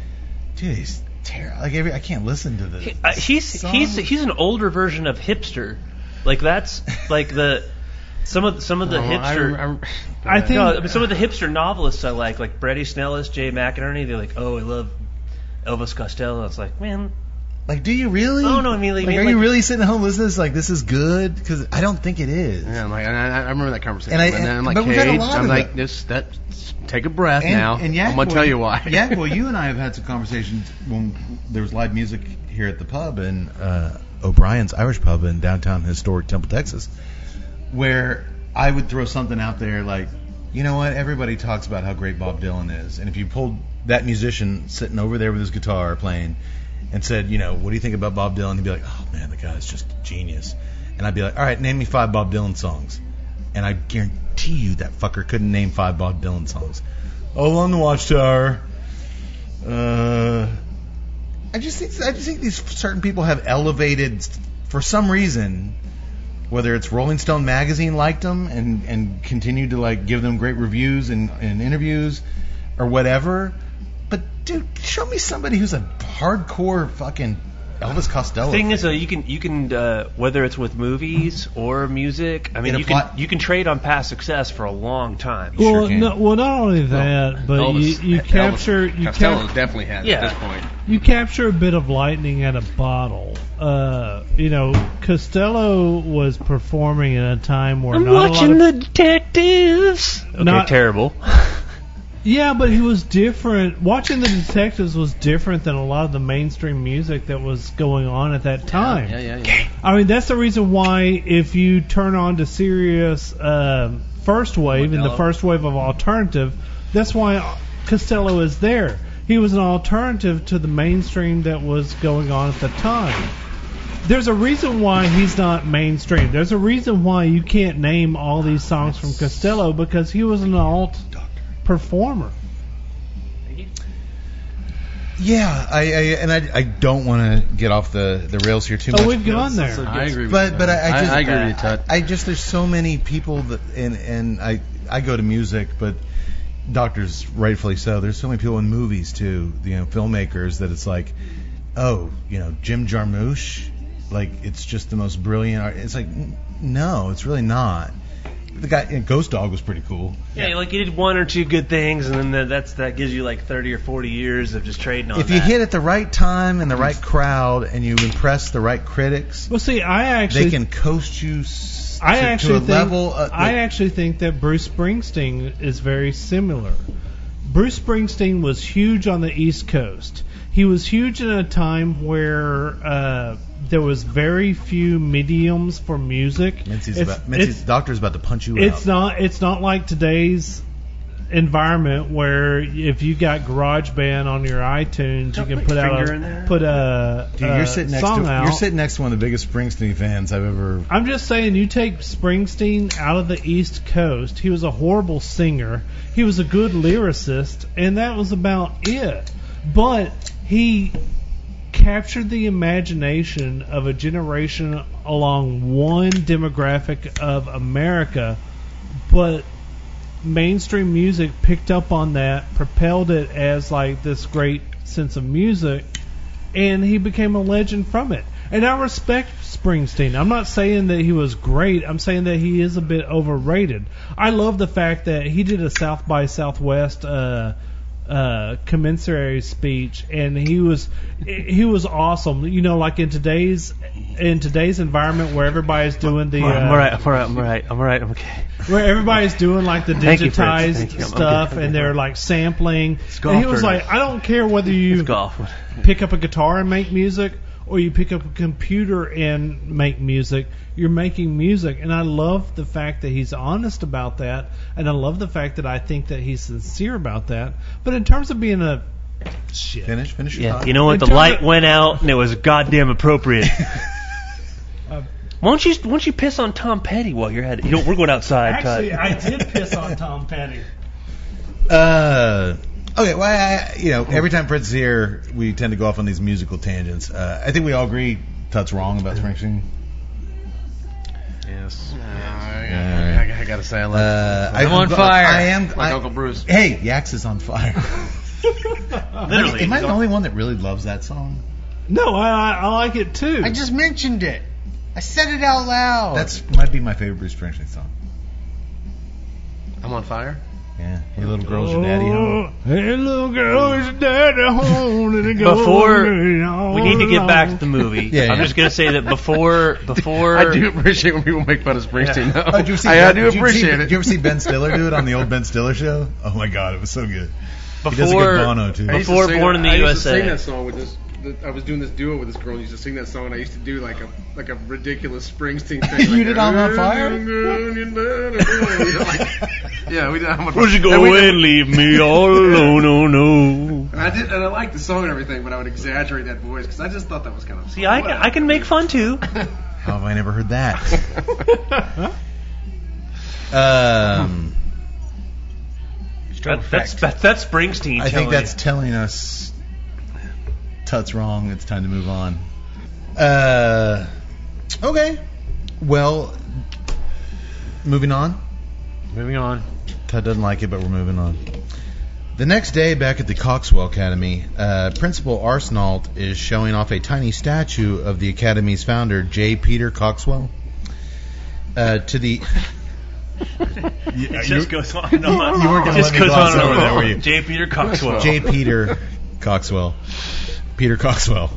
dude, he's terrible. Like every, I can't listen to this.
Uh, he's
song.
he's he's an older version of hipster. Like that's like the some of some of the
Oh, I
hipster.
rem-
I think-
No, mean, some of the hipster novelists I like, like Brady Snellis, Jay McInerney. They're like, oh, I love Elvis Costello. It's like, man,
Like, do you really?
Oh, no, I mean, like-
like,
I
are
mean,
you
like-
really sitting at home listening to this? Like, this is good? Because I don't think it is.
Yeah, I'm like, and I, I remember that conversation.
And I-
then I'm
but
like,
we've had a
Cage,
lot
I'm
of
like,
that.
this, that, take a breath
and,
now.
And Yak
I'm gonna
Boy-
tell you why.
Yak Boy, you and I have had some conversations when there was live music here at the pub and uh, O'Brien's Irish Pub in downtown historic Temple, Texas, where I would throw something out there like, you know what? Everybody talks about how great Bob Dylan is, and if you pulled that musician sitting over there with his guitar playing and said, you know, what do you think about Bob Dylan? He'd be like, oh man, the guy's just a genius. And I'd be like, all right, name me five Bob Dylan songs. And I guarantee you that fucker couldn't name five Bob Dylan songs. Oh, on the Watchtower. Uh, I just think I just think these certain people have elevated for some reason. Whether it's Rolling Stone magazine liked them and and continued to like give them great reviews and, and interviews, or whatever. But dude, show me somebody who's a hardcore fucking Elvis Costello.
thing is, uh, you can you can uh, whether it's with movies or music. I mean,
It
you can
apply-
you can trade on past success for a long time.
Well, no, well, not only that, but
Elvis-
you, you
Elvis
capture you
Costello
cap-
definitely has
Yeah.
at this point.
you capture a bit of lightning at a bottle. Uh, you know, Costello was performing at a time where not a lot of,
the detectives. Okay,
Not-
terrible.
yeah, but he was different. Watching the detectives was different than a lot of the mainstream music that was going on at that time.
Yeah, yeah, yeah.
I mean, that's the reason why if you turn on to serious um first wave and the
Modelo.
first wave of alternative, that's why Costello is there. He was an alternative to the mainstream that was going on at the time. There's a reason why he's not mainstream. There's a reason why you can't name all these songs from Costello because he was an alt performer.
yeah, I, I and I, I don't want to get off the, the rails here too much.
Oh, we've gone there.
I agree. With
But
you.
but I, I just
I, agree with you, Todd.
I just there's so many people that and and I I go to music, but doctors rightfully so. There's so many people in movies too, you know, filmmakers that it's like, oh, you know, Jim Jarmusch, like it's just the most brilliant. Art. It's like n- no, it's really not. The guy and Ghost Dog was pretty cool.
Yeah, like you did one or two good things, and then that- that's that gives you like 30 or 40 years of just trading on.
If you
that.
hit at the right time and the right crowd and you impress the right critics,
Well, see, I actually
they can coast you s-
I
to,
actually
to a
think,
level. Uh,
I
that-
actually think that Bruce Springsteen is very similar. Bruce Springsteen was huge on the East Coast. He was huge in a time where uh, there was very few mediums for music.
Mincy's
It's-
about, Mincy's
it's-
doctor's about to punch you out.
it's not it's not like today's environment where if you got GarageBand on your iTunes, you can
put
put
your
out
finger in
a, put a,
Dude,
a
you're sitting next
song
to
out.
you're sitting next to one of the biggest Springsteen fans I've ever.
I'm just saying, you take Springsteen out of the East Coast. He was a horrible singer. He was a good lyricist, and that was about it. But he captured the imagination of a generation along one demographic of America, but mainstream music picked up on that, propelled it as like this great sense of music, and he became a legend from it. And I respect Springsteen. I'm not saying that he was great. I'm saying that he is a bit overrated. I love the fact that he did a South by Southwest uh, uh, commensurary speech, and he was he was awesome. You know, like in today's in today's environment where everybody's doing the
I'm
uh,
all right. I'm all right. I'm all right. I'm all right. I'm okay.
where everybody's doing like the
Thank you, Fritz.
digitized
Thank you. I'm- I'm
stuff
good. I'm
and they're like sampling.
golf
And he was
or-
like, I don't care whether you pick up a guitar and make music or you pick up a computer and make music. You're making music, and I love the fact that he's honest about that, and I love the fact that I think that he's sincere about that. But in terms of being a shit,
finish, finish.
Yeah, you know what? The light went out, and it was goddamn appropriate. Why don't you why don't you piss on Tom Petty while you're at it? You know, we're going outside,
Actually,
Todd.
I did piss on Tom Petty.
Uh, okay, well, I, you know, every time Prince is here, we tend to go off on these musical tangents. Uh, I think we all agree Tut's wrong about Springsteen.
Yes.
All
I,
right.
I, I gotta say, I love.
Uh,
I'm
I-
on fire.
I am
Like
I-
Uncle Bruce.
Hey, Yax is on fire.
Literally.
am I the only one that really loves that song?
No, I, I, I like it too.
I just mentioned it. I said it out loud.
That's might be my favorite Bruce Springsteen song.
I'm on fire.
Yeah, hey little girls, your daddy home.
Oh, Hey, little girl, is daddy home? And it goes
Before
on Oh,
we need to get
and
back
on.
to the movie,
Yeah,
I'm
yeah.
just gonna say that before before
I do appreciate when people make fun of Springsteen.
Oh,
though.
did you ever see
I, I
Ben-
do
did you see-
appreciate it.
Did you ever see Ben Stiller do it on the old Ben Stiller show? Oh my God, it was so good.
before
he does a good Bono too.
I used to
Before
sing
Born
that-
in the USA.
I Used to sing that song with this. th- I was doing this duo with this girl, and used to sing that song. And I used to do like a like a ridiculous Springsteen thing.
You
like
did
a-
I'm on fire?
You know, like- yeah, we did. I'm on fire.
Would you go
And we
away
did-
and leave me all alone? Oh no.
And I did, and I liked the song and everything, but I would exaggerate that voice because I just thought that was kind of.
See, I can I can make fun too.
How have I never heard that? um,
That, that's that, that's Springsteen.
I
telling
think that's telling us Tut's wrong. It's time to move on. Uh, okay. Well, moving on.
Moving on.
Tut doesn't like it, but we're moving on. The next day, back at the Coxwell Academy, uh, Principal Arsenault is showing off a tiny statue of the Academy's founder, J. Peter Coxwell, uh, to the.
you. It
you-
just goes on and on.
You weren't gonna
It just
let me
goes
gloss
on and
over that, were you?
on. J. Peter Coxwell.
J. Peter Coxwell. Peter Coxwell.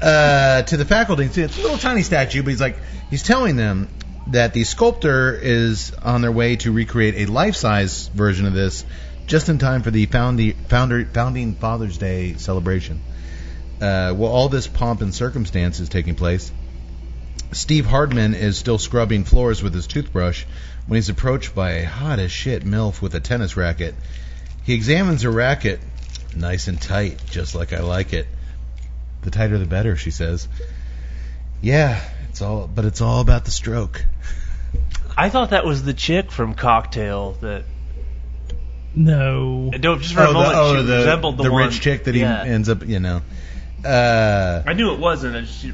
Uh, to the faculty. It's a little tiny statue, but he's like, he's telling them that the sculptor is on their way to recreate a life size version of this just in time for the founding, founder, founding Father's Day celebration. Uh, while all this pomp and circumstance is taking place, Steve Hardman is still scrubbing floors with his toothbrush when he's approached by a hot as shit MILF with a tennis racket. He examines her racket, nice and tight, just like I like it. The tighter the better, she says. Yeah, it's all, but it's all about the stroke.
I thought that was the chick from Cocktail that.
No.
No,
Oh,
just for a moment, she resembled the, one-
rich chick that he
yeah.
ends up, you know. Uh,
I knew it wasn't. I just,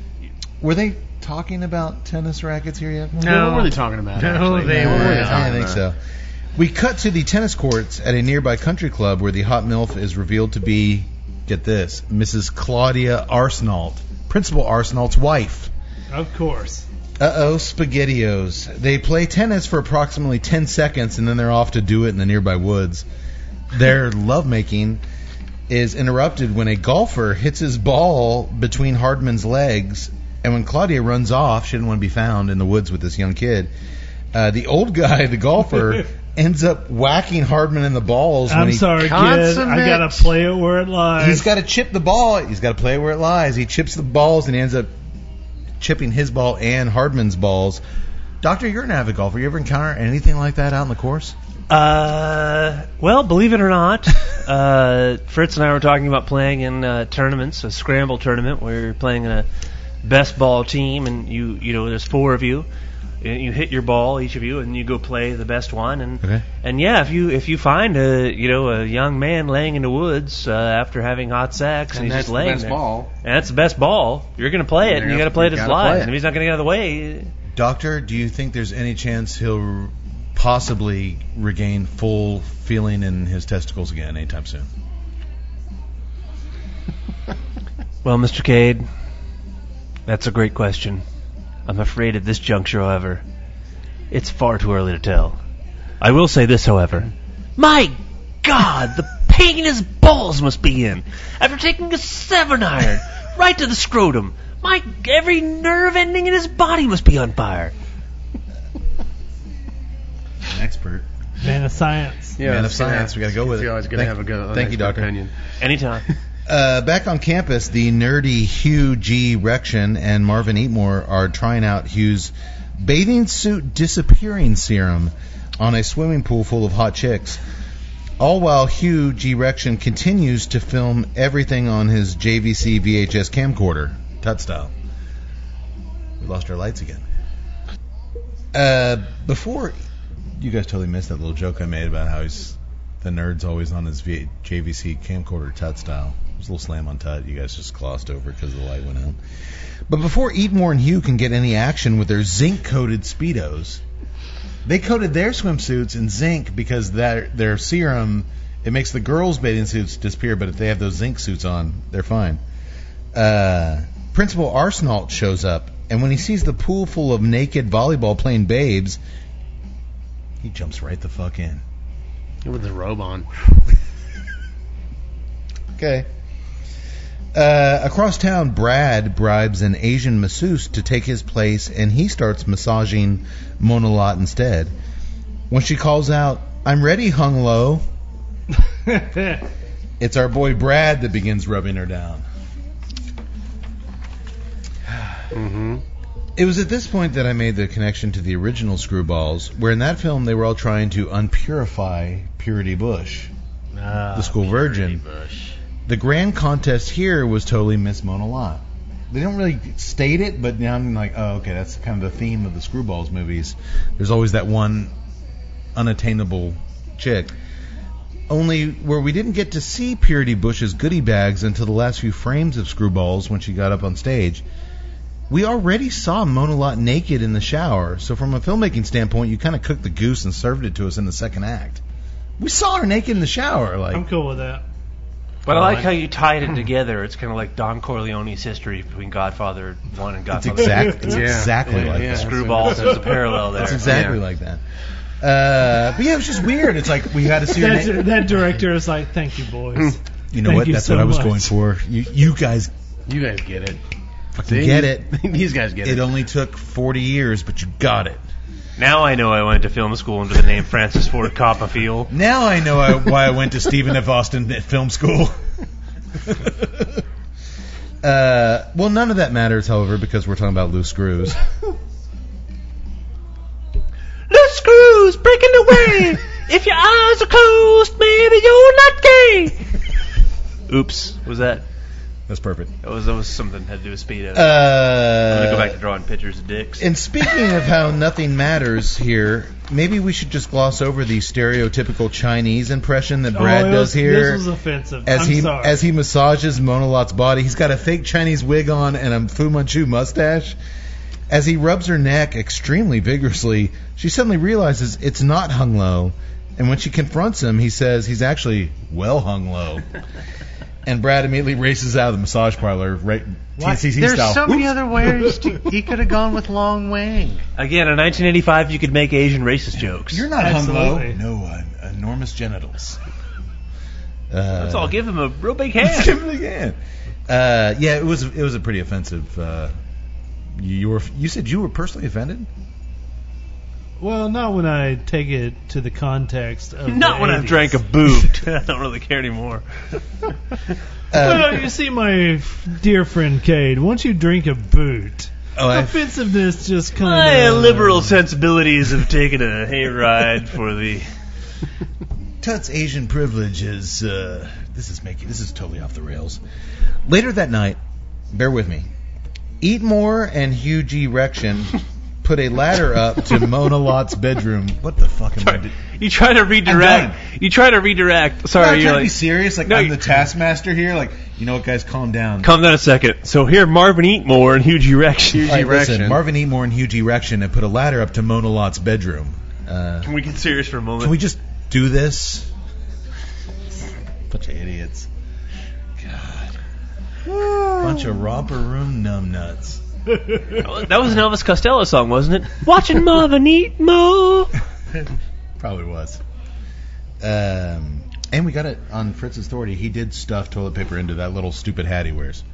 were they talking about tennis rackets here yet?
No.
What were they talking about?
No,
actually?
they
Yeah,
were
I
not.
think so. We cut to the tennis courts at a nearby country club where the hot MILF is revealed to be, get this, Mrs. Claudia Arsenault, Principal Arsenault's wife.
Of course.
Uh oh, SpaghettiOs. They play tennis for approximately 10 seconds and then they're off to do it in the nearby woods. Their lovemaking is interrupted when a golfer hits his ball between Hardman's legs. And when Claudia runs off, she didn't want to be found in the woods with this young kid. Uh, the old guy, the golfer, ends up whacking Hardman in the balls. when
I'm
he
sorry, kid. I
Consummate.
gotta play it where it lies.
He's got to chip the ball. He's got to play it where it lies. He chips the balls and he ends up chipping his ball and Hardman's balls. Doctor, you're an avid golfer. You ever encounter anything like that out in the course?
Uh, well, believe it or not, uh, Fritz and I were talking about playing in uh, tournaments, a scramble tournament where you're playing in a best ball team, and you you know there's four of you, and you hit your ball each of you, and you go play the best one, and
Okay.
and yeah, if you if you find a you know a young man laying in the woods uh, after having hot sex and,
And
he's
that's
just
the
laying
best
there,
ball.
and that's the best ball, you're gonna play it,
You're
and you
gonna-
gotta play it
you
as
gotta play
live,
it.
and if he's not gonna get out of the way,
Doctor, do you think there's any chance he'll possibly regain full feeling in his testicles again anytime soon?
Well, Mr. Cade, that's a great question. I'm afraid at this juncture, however, it's far too early to tell. I will say this, however. My God, the pain in his balls must be in. After taking a seven iron right to the scrotum, my every nerve ending in his body must be on fire.
An expert.
Man of science.
Man of science. We got to go with it.
You're always gonna
Thank-
have a good- an
Thank you,
expert
Doctor.
opinion.
Anytime.
Uh, back on campus, the nerdy Hugh G. Rection and Marvin Eatmore are trying out Hugh's bathing suit disappearing serum on a swimming pool full of hot chicks. All while Hugh G. Rection continues to film everything on his JVC VHS camcorder, Tut style. We lost our lights again. Uh, before you guys totally missed that little joke I made about how he's the nerd's always on his v- JVC camcorder Tut style. It was a little slam on Tut. You guys just glossed over because the light went out. But before Eatmore and Hugh can get any action with their zinc coated Speedos, they coated their swimsuits in zinc because their, their serum, it makes the girls' bathing suits disappear, but if they have those zinc suits on, they're fine. Uh, Principal Arsenault shows up, and when he sees the pool full of naked volleyball playing babes, he jumps right the fuck in.
With the robe on.
Okay. Uh, across town, Brad bribes an Asian masseuse to take his place, and he starts massaging Mona Lot instead. When she calls out, "I'm ready, hung low," it's our boy Brad that begins rubbing her down.
Mm-hmm.
It was at this point that I made the connection to the original Screwballs, where in that film they were all trying to unpurify Purity Bush, the school virgin. The grand contest here was totally Miss Mona Lot. They don't really state it, but now I'm like, oh, okay, that's kind of the theme of the Screwballs movies. There's always that one unattainable chick. Only where we didn't get to see Purity Bush's goodie bags until the last few frames of Screwballs when she got up on stage. We already saw Mona Lot naked in the shower, so from a filmmaking standpoint, you kind of cooked the goose and served it to us in the second act. We saw her naked in the shower, like
I'm cool with that.
But I
Well,
like
I-
how you tied it together. It's kind of like Don Corleone's history between Godfather One and
It's
Godfather.
exactly,
Two.
it's exactly like that.
Screwballs. There's a parallel there.
It's exactly like that. Uh, but yeah, it was just weird. It's like we had to see her.
That,
na-
that director is like, thank you, boys.
you know
Thank
what?
you
That's
so
what I was
much.
going for. You, you guys
You guys get it.
fucking
See?
get it.
These guys get it.
It only took 40 years, but you got it.
now I know I went to film school under the name Francis Ford Coppola Field.
Now I know I, why I went to Stephen F. Austin at film school. uh, well, none of that matters, however, because we're talking about loose screws.
The screws breaking away. if your eyes are closed, maybe you're not gay. Oops, was that?
That's perfect.
That was, that was something had to do with speedo. I'm gonna go back
Uh,
to drawing pictures of dicks.
and speaking of how nothing matters here, maybe we should just gloss over the stereotypical Chinese impression that Brad
Oh, it
does
was-
here.
This was offensive.
as
I'm
he
sorry.
as he massages Monolot's body, he's got a fake Chinese wig on and a Fu Manchu mustache. As he rubs her neck extremely vigorously, she suddenly realizes it's not hung low, and when she confronts him, he says he's actually well hung low. and Brad immediately races out of the massage parlor, right
Why-
TCC
There's
style.
so many
Whoops.
other ways. To, he could have gone with Long Wang.
Again, in 1985, you could make Asian racist jokes.
You're not
Absolutely.
hung low. No, i enormous genitals. Uh,
Let's all give him a real big
Let's
hand.
give it again. Uh, yeah, it was it was a pretty offensive. Uh, you were you said you were personally offended.
well, not when I take it to the context of
Not
the
when I
80s.
drank a boot. I don't really care anymore.
Uh,
well, you see, my f- dear friend Cade, once you drink a boot,
Oh, I,
offensiveness just kind
My
of
liberal sensibilities have taken a hayride for the
Tut's Asian privilege is uh, this is making this is totally off the rails. Later that night, bear with me. Eatmore and Huge Erection put a ladder up to Mona Lot's bedroom. What the fuck am I doing?
You try to redirect. You try to redirect.
No, I'm
Sorry,
trying
you're
to be
like,
serious. Like
No,
I'm
you-
the taskmaster here. Like you know what, guys, calm down.
Calm down a second. So here, Marvin Eatmore and Huge Erection.
All right, listen, Marvin Eatmore and Huge Erection have put a ladder up to Mona Lot's bedroom. Uh,
Can we get serious for a moment?
can we just do this? Bunch of idiots. God. Bunch of romper room numbnuts.
that was an Elvis Costello song, wasn't it? Watching Marvin Eatmore.
Probably was. Um, and we got it on Fritz's authority. He did stuff toilet paper into that little stupid hat he wears.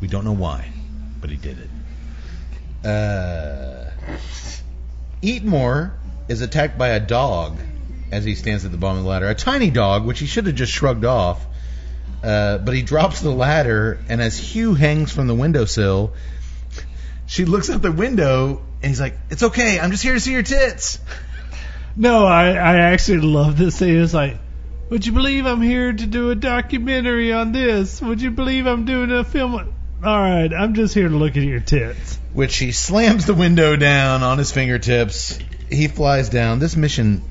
We don't know why, but he did it. Uh, Eatmore is attacked by a dog as he stands at the bottom of the ladder. A tiny dog, which he should have just shrugged off. Uh, but he drops the ladder, and as Hugh hangs from the windowsill, she looks out the window, and he's like, "It's okay. I'm just here to see your tits."
No, I, I actually love this scene. It's like, would you believe I'm here to do a documentary on this? Would you believe I'm doing a film? on-" All right, I'm just here to look at your tits.
which he slams the window down on his fingertips. He flies down. This mission,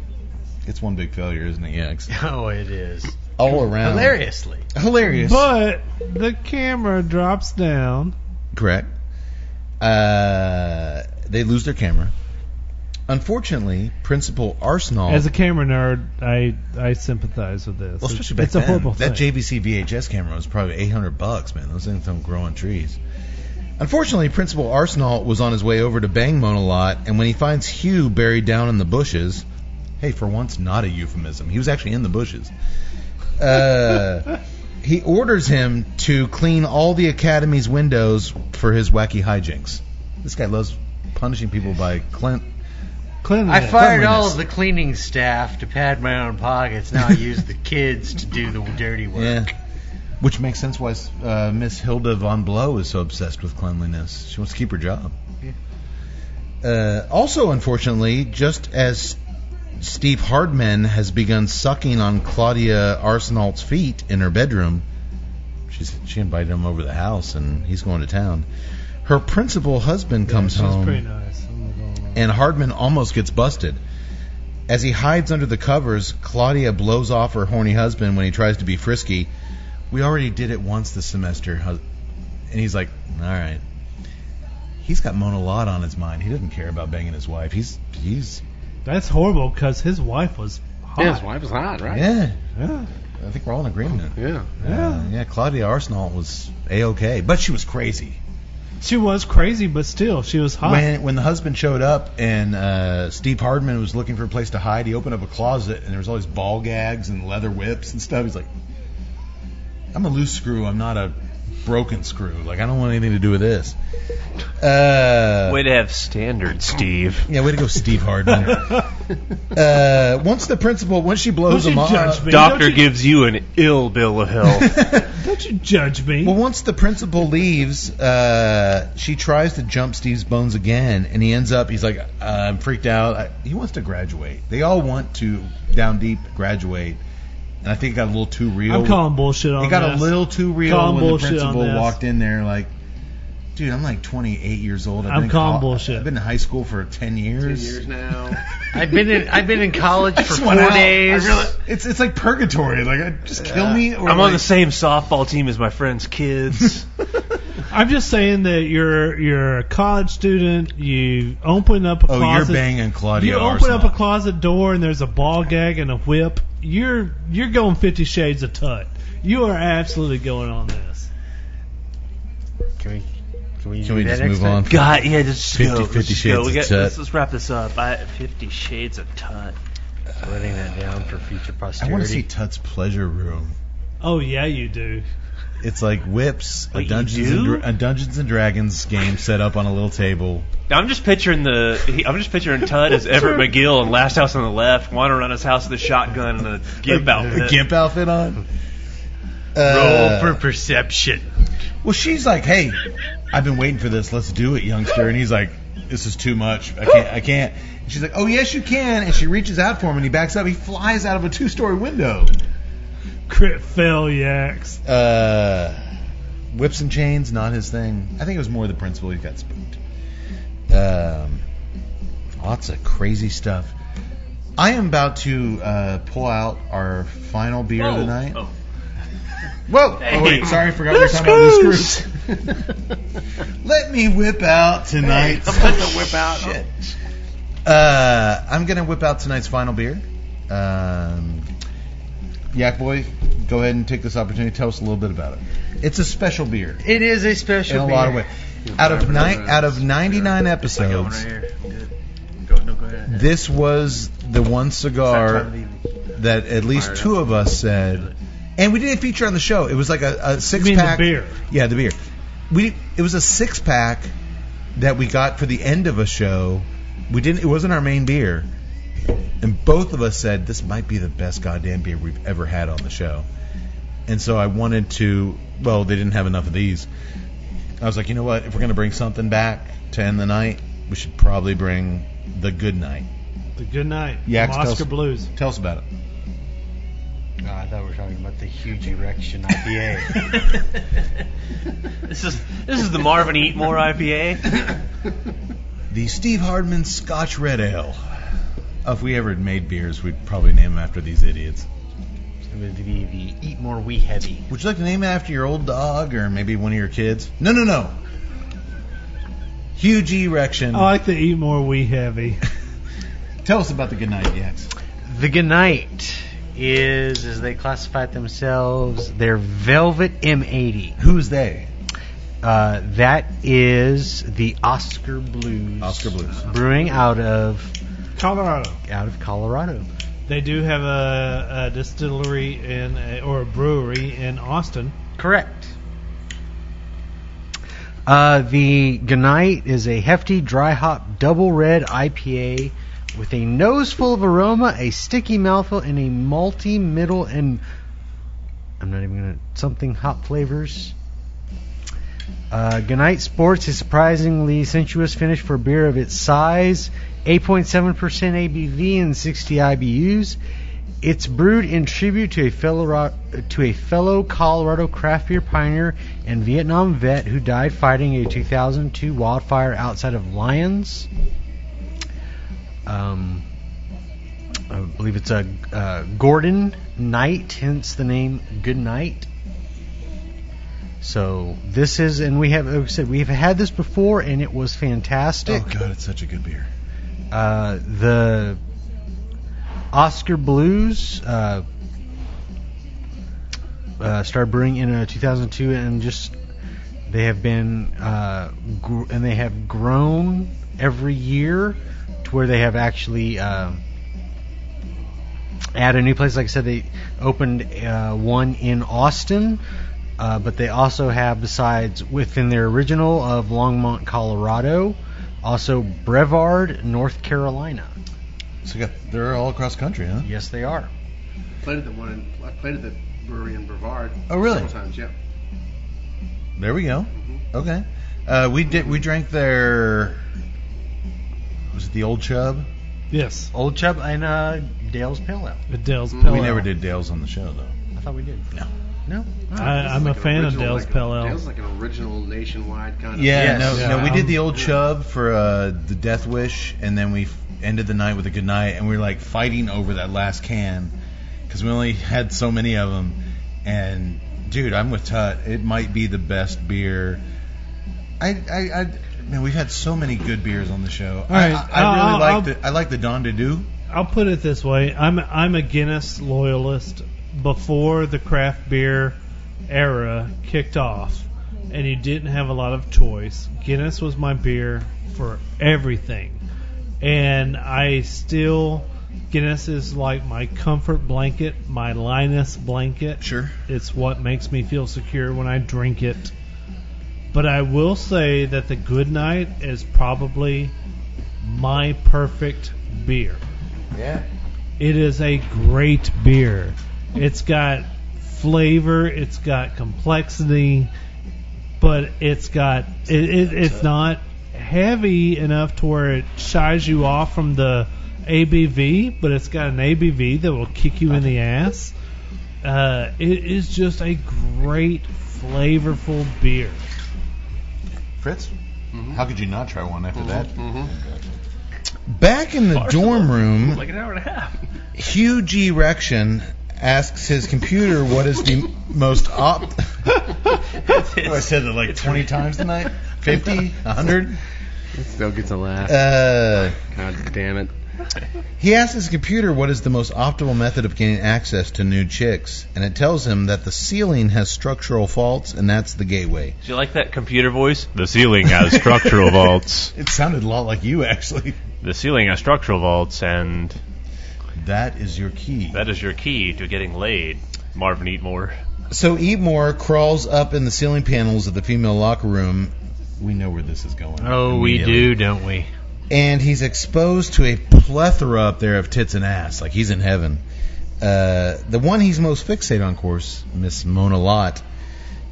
it's one big failure, isn't it, Yax?
Oh, it is.
All around.
Hilariously.
Hilarious.
But the camera drops down.
Correct. Uh, they lose their camera. Unfortunately, Principal Arsenal.
As a camera nerd, I I sympathize with this.
Oh. well, especially back
it's a
then,
horrible
that
thing.
JVC VHS camera was probably 800 bucks, man. Those things don't grow on trees. Unfortunately, Principal Arsenal was on his way over to Bang Monolot, and when he finds Hugh buried down in the bushes, hey, for once, not a euphemism. He was actually in the bushes. Uh, he orders him to clean all the academy's windows for his wacky hijinks. This guy loves punishing people by Clint.
I fired all
Cleanliness.
of the cleaning staff to pad my own pockets. Now I use the kids to do the dirty work.
Yeah. Which makes sense why uh, Miss Hilda von Blow is so obsessed with cleanliness. She wants to keep her job. Uh, also, unfortunately, just as Steve Hardman has begun sucking on Claudia Arsenal's feet in her bedroom, she's, she invited him over to the house and he's going to town. Her principal husband comes
She's
home
pretty nice. I'm not gonna lie.
and Hardman almost gets busted. As he hides under the covers, Claudia blows off her horny husband when he tries to be frisky. We already did it once this semester. hus- And he's like, all right. He's got Mona Lot on his mind. He doesn't care about banging his wife. He's, he's,
That's horrible because his wife was hot.
Yeah, his wife was hot, right?
yeah.
Yeah.
I think we're all in agreement.
Yeah.
Uh, yeah, Claudia Arsenal was a okay, but she was crazy.
She was crazy, but still, she was hot.
When when the husband showed up and uh, Steve Hardman was looking for a place to hide, he opened up a closet and there was all these ball gags and leather whips and stuff. He's like, "I'm a loose screw. I'm not a broken screw. Like I don't want anything to do with this." Uh,
Way to have standards, Steve.
yeah, way to go, Steve Hardman. uh, once the principal, once she blows
Don't
him
you
off,
judge me.
Doctor
Don't you-
gives you an ill bill of health.
Don't you judge me.
Well, once the principal leaves, uh, she tries to jump Steve's bones again, and he ends up. He's like, "I'm freaked out." I, he wants to graduate. They all want to down deep graduate, and I think it got a little too real.
I'm calling bullshit on
it got
this.
a little too real
Calling
when the
bullshit on
principal
this.
walked in there. Like, dude, I'm like 28 years old. I've
I'm
been in
calling
col-
bullshit.
I've been in high school for 10
Ten
years.
years now.
I've been in I've been in college
I
for
just
four
want out. I
days.
really- it's it's like purgatory. Like, I- just kill me. Or
I'm
like,
on the same softball team as my friend's kids.
I'm just saying that you're you're a college student. You open up a
Oh, you're
closet.
banging Claudia
You open
Arsenal.
up a closet door and there's a ball gag and a whip. You're you're going Fifty Shades of Tut. You are absolutely going on this.
Can we can we,
Can we
do that
just
next
move
time?
on?
God, yeah, just
50
go. let's
50
just go.
shades
We
of
got-
Tut.
Let's, let's wrap this up. I, Fifty Shades of Tut.
Letting that down for future
I
posterity.
want to see Tut's pleasure room.
Oh yeah, you do.
It's like whips,
Wait,
a
you
Dungeons
do?
and Dra- a Dungeons and Dragons game set up on a little table.
Now, I'm just picturing the. He, I'm just picturing Tut as Everett McGill in Last House on the Left, wandering around his house with a shotgun and a gimp outfit.
A gimp outfit on.
Roll
Uh,
for perception.
well, she's like, "Hey, I've been waiting for this. Let's do it, youngster." And he's like, this is too much. I can't. I can't. And she's like, oh yes, you can. And she reaches out for him, and he backs up. He flies out of a two-story window.
Crit fail, yaks.
Uh, whips and chains, not his thing. I think it was more the principal. He got spooked. Um, lots of crazy stuff. I am about to uh, pull out our final beer of the night.
Oh.
Whoa! Oh wait, sorry, I forgot we were talking about loose screws. Let me whip out tonight's.
Hey, I'm about to whip out.
Shit. Uh, I'm gonna whip out tonight's final beer. Um, Yak Boy, go ahead and take this opportunity. to Tell us a little bit about it. It's a special beer
It is a
in a
special
lot of
beer.
ways. Out of nine, out of 99 episodes, this was the one cigar that at least two of us said, and we did a feature on the show. It was like a, a six
mean the
pack
beer?
Yeah, the beer. We it was a six pack that we got for the end of a show. We didn't. It wasn't our main beer, and both of us said this might be the best goddamn beer we've ever had on the show. And so I wanted to. Well, they didn't have enough of these. I was like, you know what? If we're gonna bring something back to end the night, we should probably bring the good night.
The good night.
Yaks, tell
Oscar
us-
Blues.
Tell us about it.
No, I thought we were talking about the huge erection IPA.
This is this is the Marvin Eat More IPA.
The Steve Hardman Scotch Red Ale. Oh, If we ever made beers, we'd probably name them after these idiots.
It would be the Eat More We Heavy.
Would you like to name it after your old dog or maybe one of your kids? No, no, no. Huge erection.
Oh, I like to eat more wee heavy.
Tell us about the good night, Yaks.
The Goodnight is, as they classify it themselves, their Velvet M80.
Who's they?
Uh, that is the Oscar Blues.
Oscar Blues.
Brewing out of
Colorado.
out of Colorado.
They do have a, a distillery in a, or a brewery in Austin.
Correct. Uh, the Goodnight is a hefty dry hop double red IPA with a nose full of aroma, a sticky mouthful, and a malty middle and I'm not even gonna something hop flavors. Uh, Goodnight sports a surprisingly sensuous finish for a beer of its size, 8.7% ABV and 60 IBUs. It's brewed in tribute to a fellow Ro- to a fellow Colorado craft beer pioneer and Vietnam vet who died fighting a 2002 wildfire outside of Lyons. Um, I believe it's a uh, Gordon Knight, hence the name Good Night. So this is, and we have like I said we've had this before, and it was fantastic.
Oh god, it's such a good beer.
Uh, the Oscar Blues uh, uh, started brewing in uh, 2002, and just they have been uh, gr- and they have grown every year to where they have actually uh, added a new place. Like I said, they opened uh, one in Austin. Uh, but they also have, besides within their original of Longmont, Colorado, also Brevard, North Carolina.
So we got, they're all across the country, huh?
Yes, they are.
Played at the one. In, I played at the brewery in Brevard.
Oh, really?
Several times, yeah.
There we go. Okay. Uh, we did. We drank their. Was it the old Chub?
Yes.
Old Chub and uh, Dale's Pale Ale.
Adele's Pale
We
Ale.
never did Dale's on the show though.
I thought we did.
No.
No.
I, I'm a
Like an
fan of
original,
Dale's
like a-
Pale Ale.
Dale's like an original nationwide kind of.
Yeah,
Yes.
no,
Yeah.
no. We did the old
Yeah.
Chub for uh, the Death Wish, and then we f- ended the night with a good night, and we were like fighting over that last can because we only had so many of them. And dude, I'm with Tut. It might be the best beer. I, I, I man, we've had so many good beers on the show.
All right.
I, I, I really
I'll-
like
I'll-
the I like the Don to Do.
I'll put it this way: I'm I'm a Guinness loyalist before the craft beer era kicked off, and you didn't have a lot of choice. Guinness was my beer for everything, and I still Guinness is like my comfort blanket, my Linus blanket.
Sure.
It's what makes me feel secure when I drink it. But I will say that the Good Night is probably my perfect beer.
Yeah.
It is a great beer. It's got flavor, it's got complexity, but it's got it, it, it's not heavy enough to where it shies you off from the ABV, but it's got an ABV that will kick you in the ass. Uh, it is just a great, flavorful beer.
Fritz, how could you not try one after that?
Mm-hmm.
Back in the dorm room,
Like an hour and a half.
Huge Erection asks his computer what is the most op. I said it like 20 times tonight? 50? 100?
It still gets a laugh.
Uh,
God damn it.
He asks his computer what is the most optimal method of gaining access to new chicks, and it tells him that the ceiling has structural faults, and that's the gateway.
Do you like that computer voice?
The ceiling has structural vaults.
It sounded a lot like you, actually.
The ceiling has structural vaults, and
that is your key.
That is your key to getting laid, Marvin Eatmore.
So Eatmore crawls up in the ceiling panels of the female locker room. We know where this is going.
Oh, we
Immediately.
do, don't we?
And he's exposed to a plethora up there of tits and ass, like he's in heaven. Uh, the one he's most fixated on, of course, Miss Mona Lott,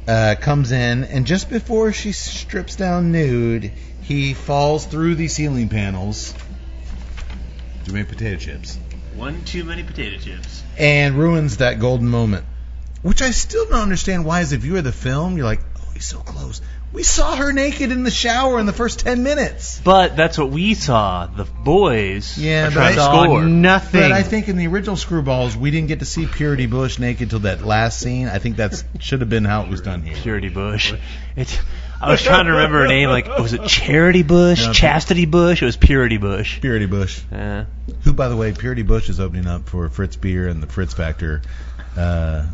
uh, comes in, and just before she strips down nude, he falls through the ceiling panels. Do we have potato chips?
One too many potato chips.
and ruins that golden moment. Which I still don't understand why, as a viewer of the film, you're like, oh, he's so close. We saw her naked in the shower in the first 10 minutes.
But that's what we saw. The boys
Yeah,
are
but
trying
I
to score.
But I think in the original Screwballs, we didn't get to see Purity Bush naked till that last scene. I think that should have been how it was done here.
Purity Bush. It's, I was trying to remember her name. Like, was it Charity Bush?
No,
Chastity Bush? It was Purity Bush.
Purity Bush. Who, by the way, Purity Bush is opening up for Fritz Beer and the Fritz Factor. Uh,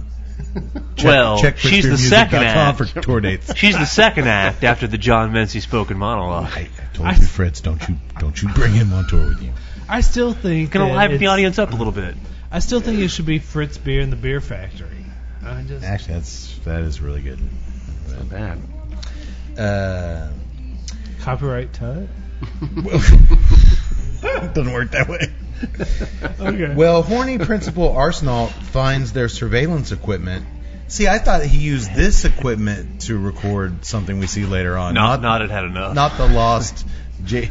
check,
well,
check
she's the
fritzbeermusic.com
second act.
for tour dates.
She's the second act after the John Vinci spoken monologue.
I told you, Fritz, don't you don't you bring him on tour with you.
I still think
Gonna
that
liven the
it's-
audience up a little bit.
I still think it should be Fritz Beer and the Beer Factory. I just
Actually, that's that is really good. That's not
bad.
Uh,
copyright Tut.
doesn't work that way.
Okay.
Well, horny principal Arsenal finds their surveillance equipment. See, I thought he used this equipment to record something we see later on.
Not, not had had enough.
not the lost J.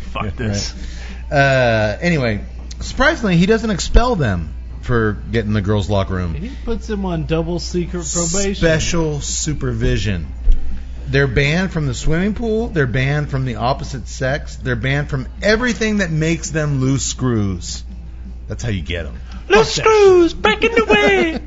Fuck
Yeah,
this.
right. Uh, anyway, surprisingly, he doesn't expel them for getting the girls' locker room.
He puts him on double secret probation.
Special supervision. They're banned from the swimming pool. They're banned from the opposite sex. They're banned from everything that makes them loose screws. That's how you get them.
Loose
screws breaking the way.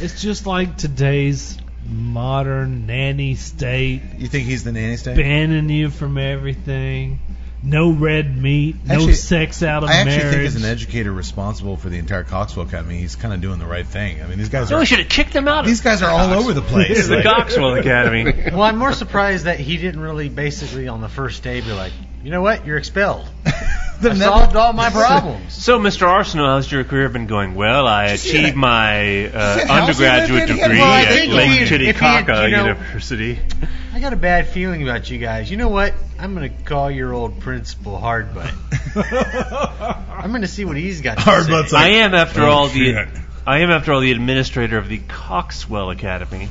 It's just like today's modern nanny state.
You think he's the nanny state?
Banning you from everything. No red meat. No
Actually,
sex out of
I actually
marriage.
think as an educator responsible for the entire Coxwell Academy, he's kind of doing the right thing. I mean, these guys
No, we
are
should have kicked them out.
these guys are all over the place.
the Coxwell Academy.
Well, I'm more surprised that he didn't really basically on the first day be like, you know what, you're expelled. I solved all my problems.
So, Mr. Arsenal, how's your career been going? Well, I achieved my uh,
house he
undergraduate
lived in? He
degree
had- well, I
at
think if he
Lake
had- if he
Titicaca
had, you know-
University.
I got a bad feeling about you guys. You know what? I'm going to call your old principal Hard Butt. I'm going to see what he's got to say.
I am, after all, the I am, after all, the administrator of the Coxwell Academy.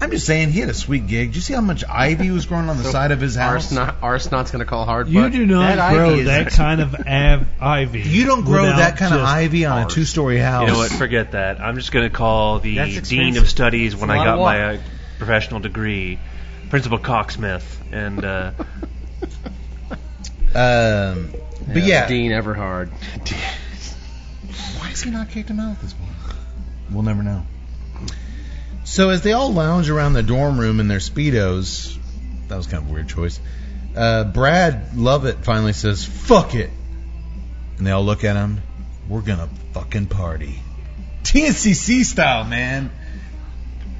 I'm just saying, he had a sweet gig. Did you see how much ivy was growing on the side of his house?
Arsnot, Arsnot's going to call hard
you
butt.
do not grow that kind of av- ivy.
You don't grow
without
that kind of
just-
ivy on a two-story house.
You know what? Forget that. I'm just going to call
That's
the
expensive.
dean of studies
It's
when
a
I
lot
got
of
my
walk.
uh, professional degree, Principal Cocksmith, and uh,
Um, but yeah,
Dean Everhard.
why has he not kicked him out at this point? We'll never know. So as they all lounge around the dorm room in their speedos, that was kind of a weird choice. Uh, Brad Lovett finally says, "Fuck it," and they all look at him. We're gonna fucking party, TNCC style, man.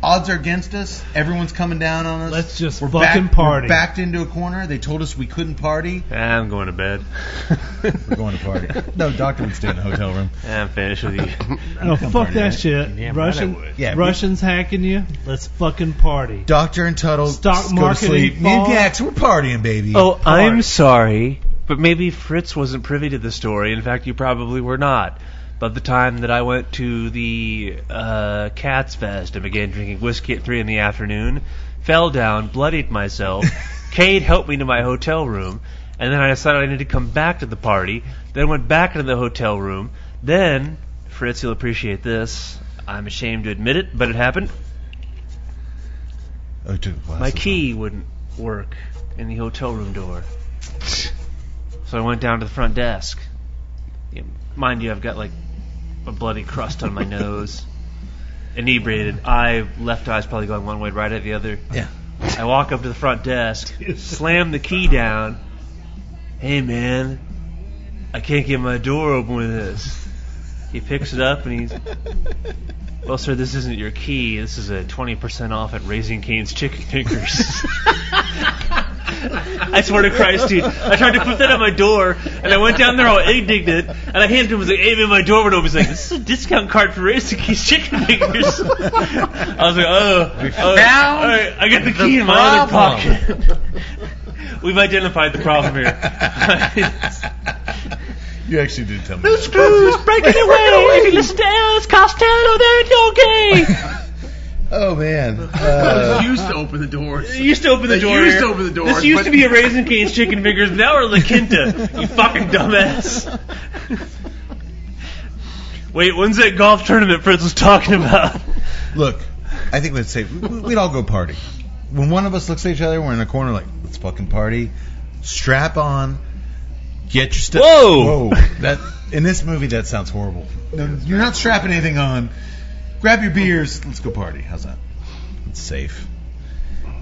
Odds are against us. Everyone's coming down on us.
Let's just
we're
fucking
back- we're
party.
backed into a corner. They told us we couldn't party.
I'm going to bed.
We're going to party. no, doctor would stay in the hotel room.
I'm finished with you.
Oh, fuck that shit.
Damn right I
Russian,
would.
Yeah, we-
Russians hacking you. Let's fucking party.
Doctor and Tuttle
Stock
go
market
to sleep.
and
Me and
fall.
Gax, we're partying, baby.
Oh, I'm sorry, but maybe Fritz wasn't privy to the story. In fact, you probably were not. But the time that I went to the uh, Cats Fest and began drinking whiskey at three in the afternoon, fell down, bloodied myself, Cade helped me to my hotel room, and then I decided I needed to come back to the party. Then went back into the hotel room. Then Fritz, you'll appreciate this. I'm ashamed to admit it, but it happened.
Oh, dude, wow.
My key wouldn't work in the hotel room door. So I went down to the front desk. Yeah, Mind you, I've got like a bloody crust on my nose. Inebriated. Eye, left eye's probably going one way, right eye the other.
Yeah.
I walk up to the front desk, slam the key down. Hey, man, I can't get my door open with this. He picks it up and he's. Well, sir, this isn't your key. This is a 20% off at Raising Cane's Chicken Fingers. I swear to Christ, dude. I tried to put that on my door, and I went down there all indignant, and I handed him, I was like, hey, man, my door went open. He's like, this is a discount card for Raising Cane's Chicken Fingers. I was like, oh.
We
oh,
found
all right, I got the key
the
in my other
problem.
pocket. We've identified the problem here.
You actually did tell me.
The screws breaking away. If you listen to Els Costello, they're your game.
Oh man.
Well,
Uh,
it used to open the doors.
You used to open the
They
door.
used
here.
to open the door,
This used
but-
to be a Raisin Cane's chicken fingers. Now we're La Quinta. You fucking dumbass. Wait, when's that golf tournament Fritz was talking about?
Look, I think we'd say we- we'd all go party. When one of us looks at each other, we're in a corner like, let's fucking party. Strap on. Get your stuff.
Whoa!
Whoa! That in this movie that sounds horrible. No, you're not strapping anything on. Grab your beers. Let's go party. How's that? It's safe.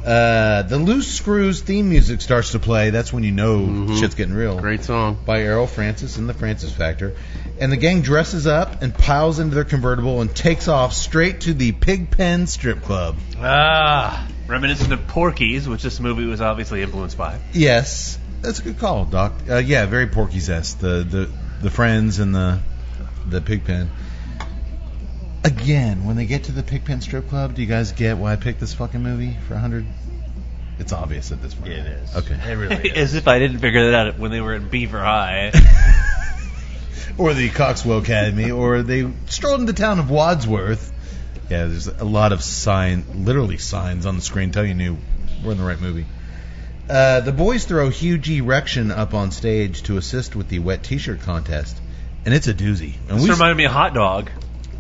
Uh, the Loose Screws theme music starts to play. That's when you know shit's getting real. Great
song
by Errol Francis and the Francis Factor. And the gang dresses up and piles into their convertible and takes off straight to the Pig Pen Strip Club.
Ah, reminiscent of Porky's, which this movie was obviously influenced by.
Yes, that's a good call, Doc. Uh, yeah, very Porky's esque. The the the friends and the the pig pen. Again, when they get to the Pigpen Strip Club, do you guys get why I picked this fucking movie for a hundred? It's obvious at this point. it is. Okay.
As if I didn't figure that out when they were in Beaver High.
or the Coxwell Academy, or they strolled into the town of Wadsworth. Yeah, there's a lot of sign, literally signs on the screen tell you knew we're in the right movie. Uh, the boys throw huge erection up on stage to assist with the wet T-shirt contest, and it's a doozy. And
This reminded me of Hot Dog.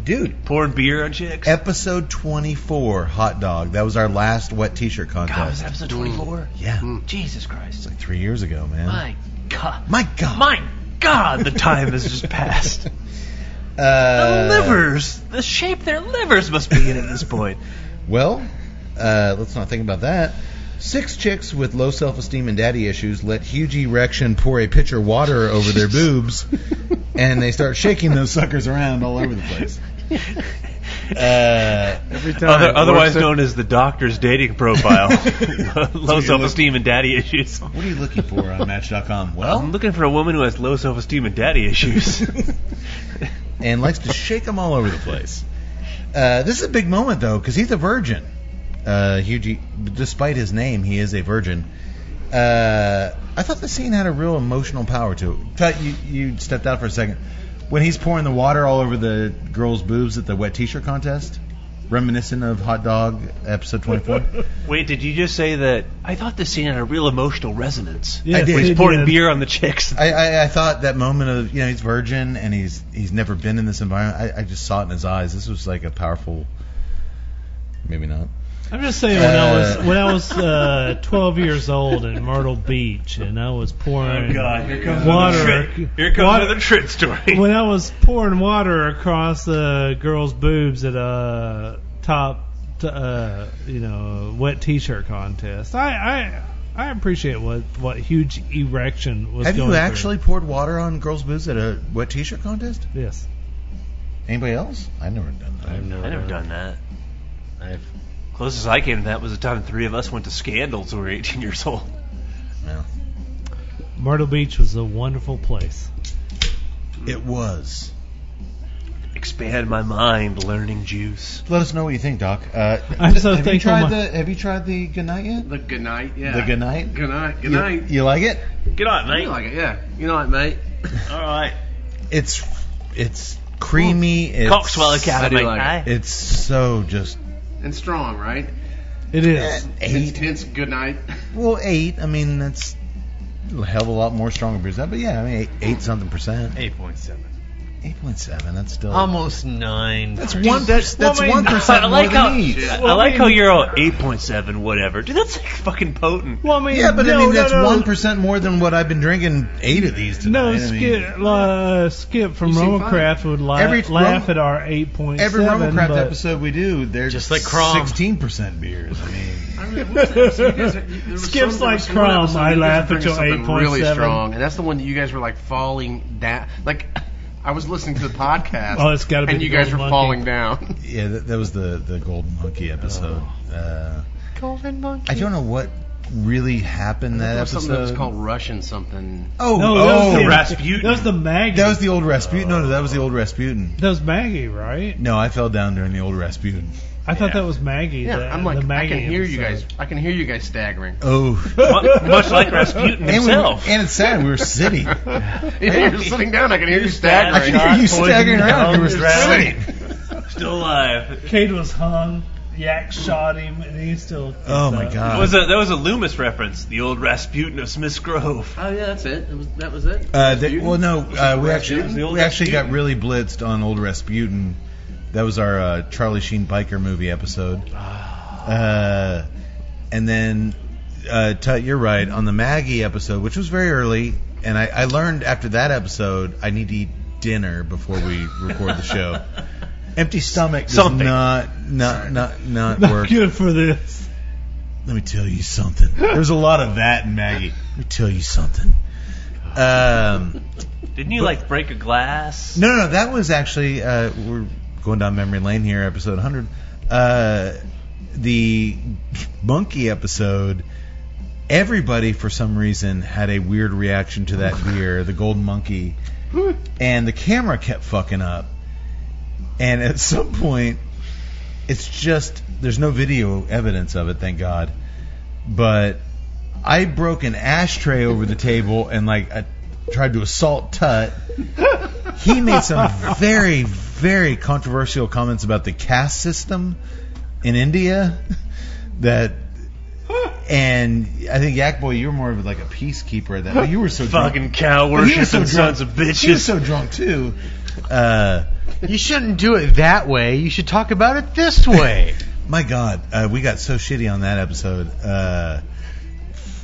Dude.
Pouring beer on chicks.
episode 24 hot dog. That was our last wet T-shirt contest.
God, was that episode 24?
Yeah.
Jesus Christ.
Like three years ago, man.
My God.
My God.
My God, the time has just passed.
Uh,
the livers, the shape their livers must be in at this point.
Well, uh, let's not think about that. Six chicks with low self-esteem and daddy issues let huge erection pour a pitcher of water over their boobs, and they start shaking those suckers around all over the place. Uh,
Every
Other, otherwise known as the doctor's dating profile. low self esteem and daddy issues.
What are you looking for on Match.com? Well,
I'm looking for a woman who has low self esteem and daddy issues.
and likes to shake them all over the place. Uh, this is a big moment though, because he's a virgin. Uh, Hughie, despite his name, he is a virgin. Uh, I thought the scene had a real emotional power to it. Cut, You, you stepped out for a second. When he's pouring the water all over the girls' boobs at the wet T-shirt contest, reminiscent of Hot Dog episode 24.
Wait, did you just say that? I thought this scene had a real emotional resonance.
Yes, I did.
When
it
he's pouring
did.
beer on the chicks. Oh,
I, I, I thought that moment of you know he's virgin and he's he's never been in this environment. I, I just saw it in his eyes. This was like a powerful, maybe not.
I'm just saying when I was
Uh.
when I was uh, 12 years old in Myrtle Beach, and I was pouring
Oh, God, here comes another
water.
trick. Here comes another
trick story.
When I was pouring water across the girl's boobs at a top, t- uh, you know, wet T-shirt contest, I I, I appreciate what what huge erection was
Have
going
you
through.
actually poured water on girls' boobs at a wet T-shirt contest?
Yes.
Anybody else? I've never done that.
I've never, done that.
I've
Closest I came to that was the time three of us went to Scandals when we were 18 years old.
Myrtle Beach was a wonderful place.
It was.
Expand my mind, learning juice.
Let us know what you think, Doc. Uh,
I'm so
have you
thankful
tried
my-
the Have you tried the good night yet?
The good night, yeah.
The good night.
Good night. Good
You-
night.
You, like it?
Good night,
I like it, yeah. Good night, mate.
All right.
It's it's creamy. It's,
Coxwell Academy.
It's so just
And strong, right?
It is.
Eight. Hence, good night.
Well, eight. I mean, that's a hell of a lot more stronger beers. than that, But yeah, I mean, eight, eight something percent.
Eight point seven.
Eight point seven. That's still
Almost nine.
That's
percent.
one- that's- that's
Woman.
one percent
I like
more
how-
than each.
I
I like
mean-
how you're all 8.7, whatever. Dude, that's like fucking potent.
Well, I mean,
yeah, but
no,
I mean that's
no, no.
one more than what I've been drinking eight of these tonight.
No,
I mean,
Skip, uh, Skip from
You seem
Roma
fine.
Craft would la-
Every
laugh
Roma-
at our 8.7.
every Roma Craft
but-
episode we do, they're just
like Crom.
sixteen percent beers. I mean,
Skip's like Crom. I laugh at your 8.7.
Really strong, and that's the one that you guys were like falling down. Like I was listening to the podcast.
Oh, it's gotta be
And
the
you guys
Gold
were
Monkey.
falling down.
yeah, that, that was the the Golden Monkey episode. Uh,
Golden monkey.
I don't know what really happened that
There was
episode.
something that was called Russian something.
Oh,
No, that was
oh,
the- That was the Maggie.
That was the old Rasputin. No, no, that was the old Rasputin.
That was Maggie, right?
No, I fell down during the old Rasputin.
I thought that was Maggie.
Yeah,
the,
I'm like,
the
I
Maggie
can hear you guys.
episode.
I can hear you guys staggering.
Oh,
Mu- much like Rasputin
And we-
himself.
and it's sad we were sitting.
If you're sitting down, I can hear you
I
staggering.
can hear you staggering around. You were sitting.
Still alive.
Cade was hung. Yak shot him, and he still.
Oh my
That
god.
was, a, that was a Loomis reference, the old Rasputin of Smith's Grove.
Oh yeah, that's it. That was, that was it.
Uh, they, well, no, uh, we
Rasputin? The
actually
old
we actually got really blitzed on old Rasputin. That was our uh, Charlie Sheen biker movie episode.
Ah.
Uh, and then uh, Tut, you're right on the Maggie episode, which was very early. And I, I learned after that episode I need to eat dinner before we record the show. Empty stomach does
Something.
not not not not
Not
work.
good for this.
Let me tell you something. There's a lot of that in Maggie. Let me tell you something. Um,
Didn't you, like, break a glass?
No, no, no, that was actually uh, we're going down memory lane here, episode 100. Uh, the monkey episode. Everybody, for some reason, had a weird reaction to that beer, the golden monkey, and the camera kept fucking up. And at some point, it's just there's no video evidence of it, thank God. But I broke an ashtray over the table and like I tried to assault Tut he made some very, very controversial comments about the caste system in India. That, and I think Yak Boy, you were more of like a peacekeeper at that. But you were so
Fucking
drunk.
cow
But he was
worshiping
drunk-
sons of bitches.
He was so drunk too. Uh,
You shouldn't do it that way. You should talk about it this way.
my God, uh, we got so shitty on that episode. Uh,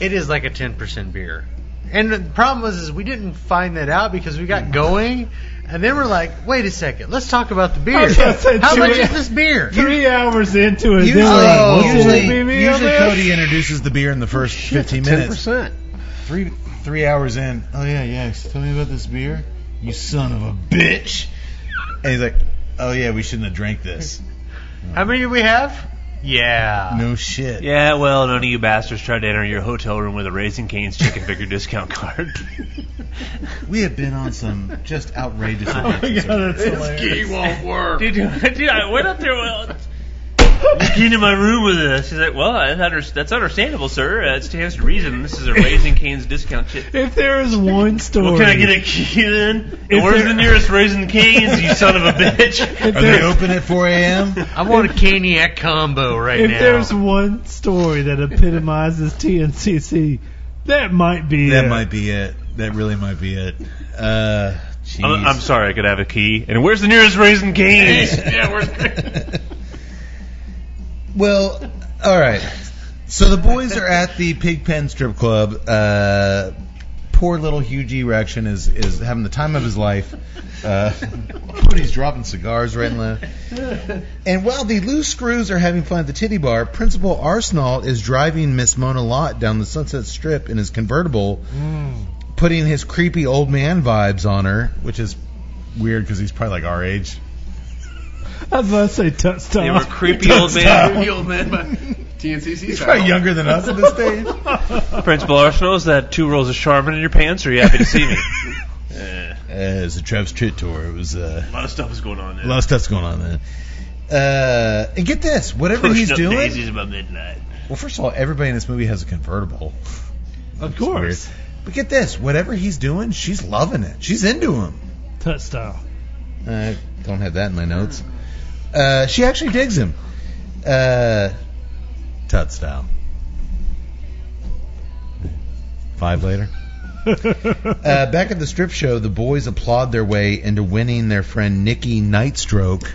it is like a ten percent beer. And the problem was is we didn't find that out because we got going, and then we're like, wait a second, let's talk about the
I
beer.
was gonna say,
How
two-
much is this beer?
Three hours into it,
usually,
they were like, "What's the
usually,
BBL
usually
there?"
Cody introduces the beer in the first 15 minutes.
percent.
Three three hours in. Oh yeah, yeah. Tell me about this beer. You son of a bitch. And he's like, Oh yeah, we shouldn't have drank this.
How many do we have? Yeah.
No shit.
Yeah, well, none of you bastards tried to enter your hotel room with a Raising Cane's chicken figure discount card.
We have been on some just outrageous.
Oh my
adventures.
God, that's
This key won't work.
Dude, dude, I went up there. Well, you came to my room with this. He's like, well, that's, under, that's understandable, sir. Uh, it stands to reason. This is a Raising Cane's discount chip.
If there is one story,
Well, can I get a key then? And
If
where's
there-
the nearest Raising Cane's, you son of a bitch?
Are they open at 4 a.m.?
I want a Caniac combo right
if
now.
there's one story that epitomizes TNCC, that might be
That
it.
might be it. That really might be it. Uh, jeez.
I'm, I'm sorry, I could have a key. And where's the nearest Raising Cane's?
yeah, where's
Well, all right. So the boys are at the Pigpen Strip Club. Uh, poor little Hughie Rection is is having the time of his life. Uh, he's dropping cigars right and left. And while the loose screws are having fun at the titty bar, Principal Arsenault is driving Miss Mona Lott down the Sunset Strip in his convertible, putting his creepy old man vibes on her, which is weird because he's probably like our age.
I was about to say touchdown.
They were creepy old man.
the old man by TNCC.
He's probably younger than us at this stage.
Principal Arsenal, is that two rolls of Charmin in your pants, or are you happy to see me?
Uh, it was a Travis Tritt tour. It was uh,
A lot of stuff is going on
a lot of stuff's going on there. Uh, and get this, whatever he's doing.
about midnight.
Well, first of all, everybody in this movie has a convertible.
of course.
But get this, whatever he's doing, she's loving it. She's into him.
Touchdown.
I don't have that in my notes. Uh, she actually digs him. Uh, Tut style. Five later. uh, back at the strip show, the boys applaud their way into winning their friend Nikki Nightstroke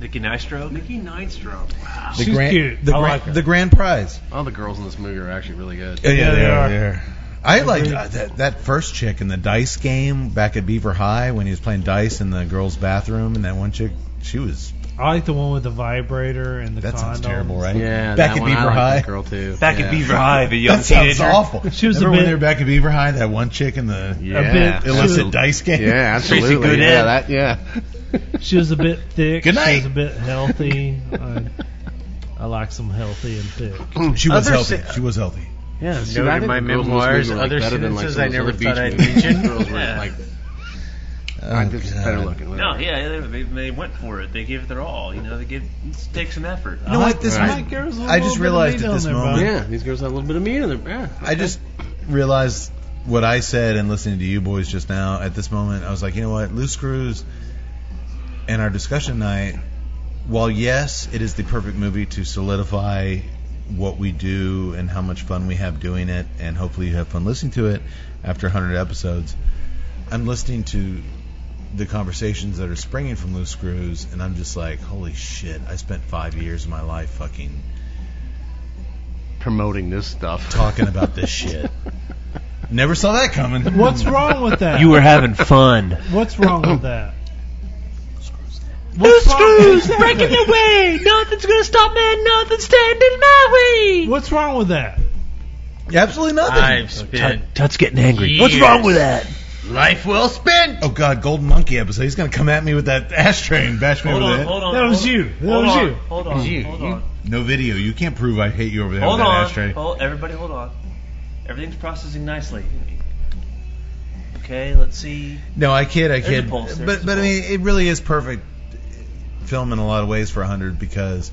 Nikki Nystro.
Nikki Nightstroke. Wow.
the grand The, grand, the grand prize.
All the girls in this movie are actually really good.
Yeah, they, are. they are. I like uh, that, that first chick in the dice game back at Beaver High when he was playing dice in the girls' bathroom, and that one chick, she was
I like the one with the vibrator and the
that
condom.
sounds terrible, right?
Yeah,
back
that
at
one, I
Beaver
like
High,
that girl, too.
Back at
Yeah.
Beaver High, the young
that sounds
teenager.
awful.
She was a
Remember when
bit-
they were back at Beaver High? That one chick in the
Yeah. bit- she was
illicit
a-
dice game.
Yeah, absolutely.
Goodin.
Yeah, that, yeah.
She was a bit thick.
Good
She
night.
was a bit healthy. I, I like some healthy and thick.
She was
Other
healthy.
si-
she was healthy.
Yeah,
see, Noted I didn't my Google this memoirs, movie, like, other better than, like, sentences some of I those never other thought beach I'd movies. mention.
Girls were,
Yeah.
like, Oh, I'm just
Oh,
better looking.
No, yeah, they, they, they went for it. They gave it their all. You know, they gave it takes some effort.
You know what? This
Right.
might-
Girls with a
I just
little
realized
bit of meat
at
on
this
their
moment.
body.
Yeah, these girls had a little bit of meat in them. Yeah.
I just realized what I said and listening to you boys just now. At this moment, I was like, you know what, loose screws, and our discussion night. While yes, it is the perfect movie to solidify what we do and how much fun we have doing it, and hopefully you have fun listening to it after 100 episodes. I'm listening to the conversations that are springing from loose screws, and I'm just like, holy shit! I spent five years of my life fucking
promoting this stuff.
talking about this shit. Never saw that coming.
What's wrong with that?
You were having fun.
What's wrong with that? What's wrong?
breaking your way. Nothing's gonna stop me. Nothing's standing in my way.
What's wrong with that?
Absolutely nothing.
I've spent
Tut's getting angry.
Years.
What's wrong with that?
life well spent.
Oh god, Golden Monkey episode. He's gonna come at me with that ashtray and bash me
Hold
with
on,
it.
hold on.
That was
hold-
you. That
Hold
was
on,
you.
Hold on. Hold on.
No video. You can't prove I hate you over there
Hold
with that
on.
ashtray.
Hold, everybody, hold on. Everything's processing nicely. Okay, let's see.
No, I kid, I
There's
kid.
a pulse, there's
but
a
but I
pulse.
mean, it really is perfect film in a lot of ways for 100 because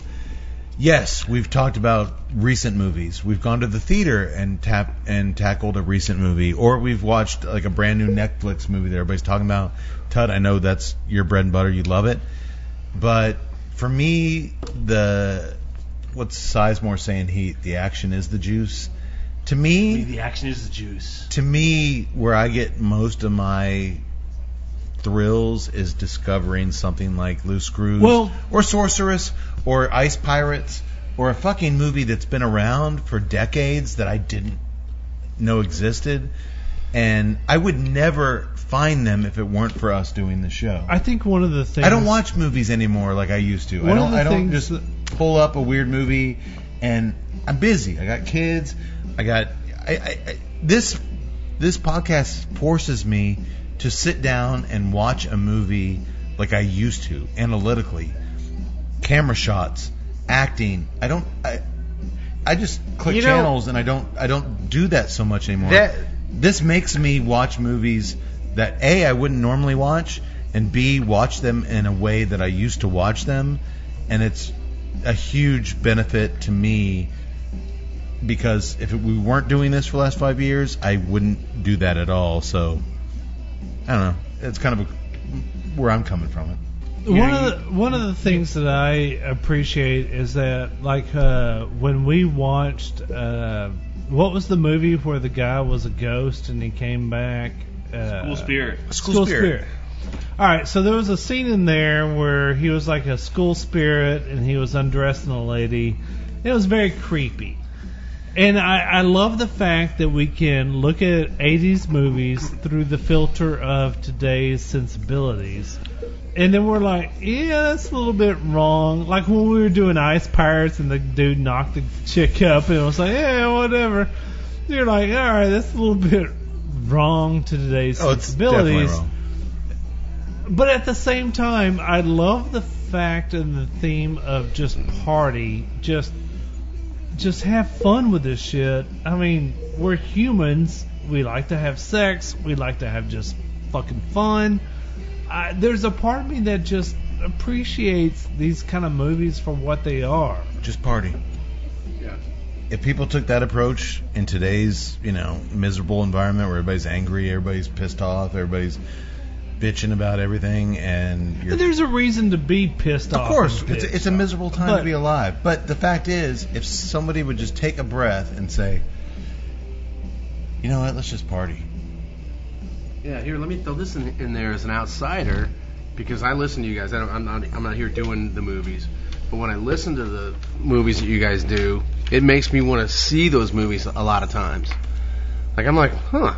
yes, we've talked about recent movies. We've gone to the theater and tap and tackled a recent movie, or we've watched like a brand new Netflix movie that everybody's talking about. Tud, I know that's your bread and butter. You love it, but for me, the what's Sizemore saying? He the action is the juice. To me,
The action is the juice.
to me, where I get most of my thrills is discovering something like Loose Screws
Well-
or Sorceress or Ice Pirates or a fucking movie that's been around for decades that I didn't know existed. And I would never find them if it weren't for us doing the show.
I think one of the things
I don't watch movies anymore like I used to. I
One of
don't.
the
I don't
things
just pull up a weird movie, and I'm busy. I got kids. I got. I, I, I this this podcast forces me to sit down and watch a movie like I used to, analytically, camera shots, acting. I don't. I, I just click
You know-
channels, and I don't. I don't do that so much anymore.
That-
this makes me watch movies that a I wouldn't normally watch, and b watch them in a way that I used to watch them, and it's a huge benefit to me because if we weren't doing this for the last five years, I wouldn't do that at all. So I don't know. It's kind of a, where I'm coming from. It.
one of the, one of the things that I appreciate is that like uh, when we watched uh, what was the movie where the guy was a ghost and he came back uh,
Cool spirit.
School
School
spirit.
spirit. All right, so there was a scene in there where he was like a school spirit and he was undressing a lady. It was very creepy. And I, I love the fact that we can look at 80s movies through the filter of today's sensibilities. And then we're like, yeah, that's a little bit wrong. Like when we were doing Ice Pirates and the dude knocked the chick up and was like, yeah, whatever. You're like, all right, that's a little bit wrong to today's
Oh, it's definitely
sensibilities.
wrong.
But at the same time, I love the fact and the theme of just party, just just have fun with this shit. I mean, we're humans. We like to have sex. We like to have just fucking fun. I, there's a part of me that just appreciates these kind of movies for what they are.
Just party.
Yeah.
if people took that approach in today's you know miserable environment where everybody's angry, everybody's pissed off, everybody's bitching about everything, and you're
But there's a reason to be pissed off.
Of course,
and
it's,
pissed.
it's a miserable time
But-
to be alive. But the fact is, if somebody would just take a breath and say, "You know what? Let's just party."
Yeah, here, let me throw this in, in there as an outsider, because I listen to you guys. I don't, I'm not, I'm not here doing the movies, but when I listen to the movies that you guys do, it makes me want to see those movies a lot of times. Like I'm like, huh,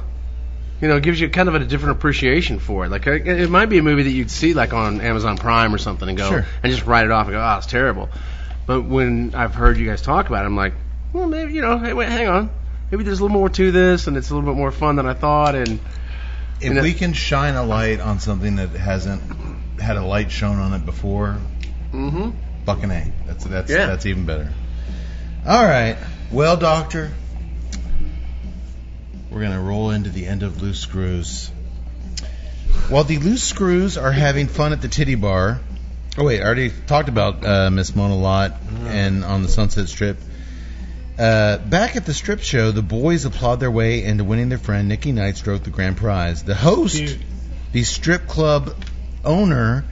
you know, it gives you kind of a different appreciation for it. Like I- it might be a movie that you'd see like on Amazon Prime or something, and go
Sure.
and just write it off and go, oh, it's terrible. But when I've heard you guys talk about it, I'm like, well, maybe you know, hey, wait, hang on, maybe there's a little more to this, and it's a little bit more fun than I thought, and
If
You know-
we can shine a light on something that hasn't had a light shown on it before,
mm-hmm.
fucking a. That's that's
Yeah.
that's even better. All right, well, doctor, we're gonna roll into the end of loose screws. While the loose screws are having fun at the titty bar, oh wait, I already talked about uh, Miss Mona Lot and on the Sunset Strip. Uh, back at the strip show, the boys applaud their way into winning their friend Nikki Knight's stroke the grand prize. The host, the strip club owner,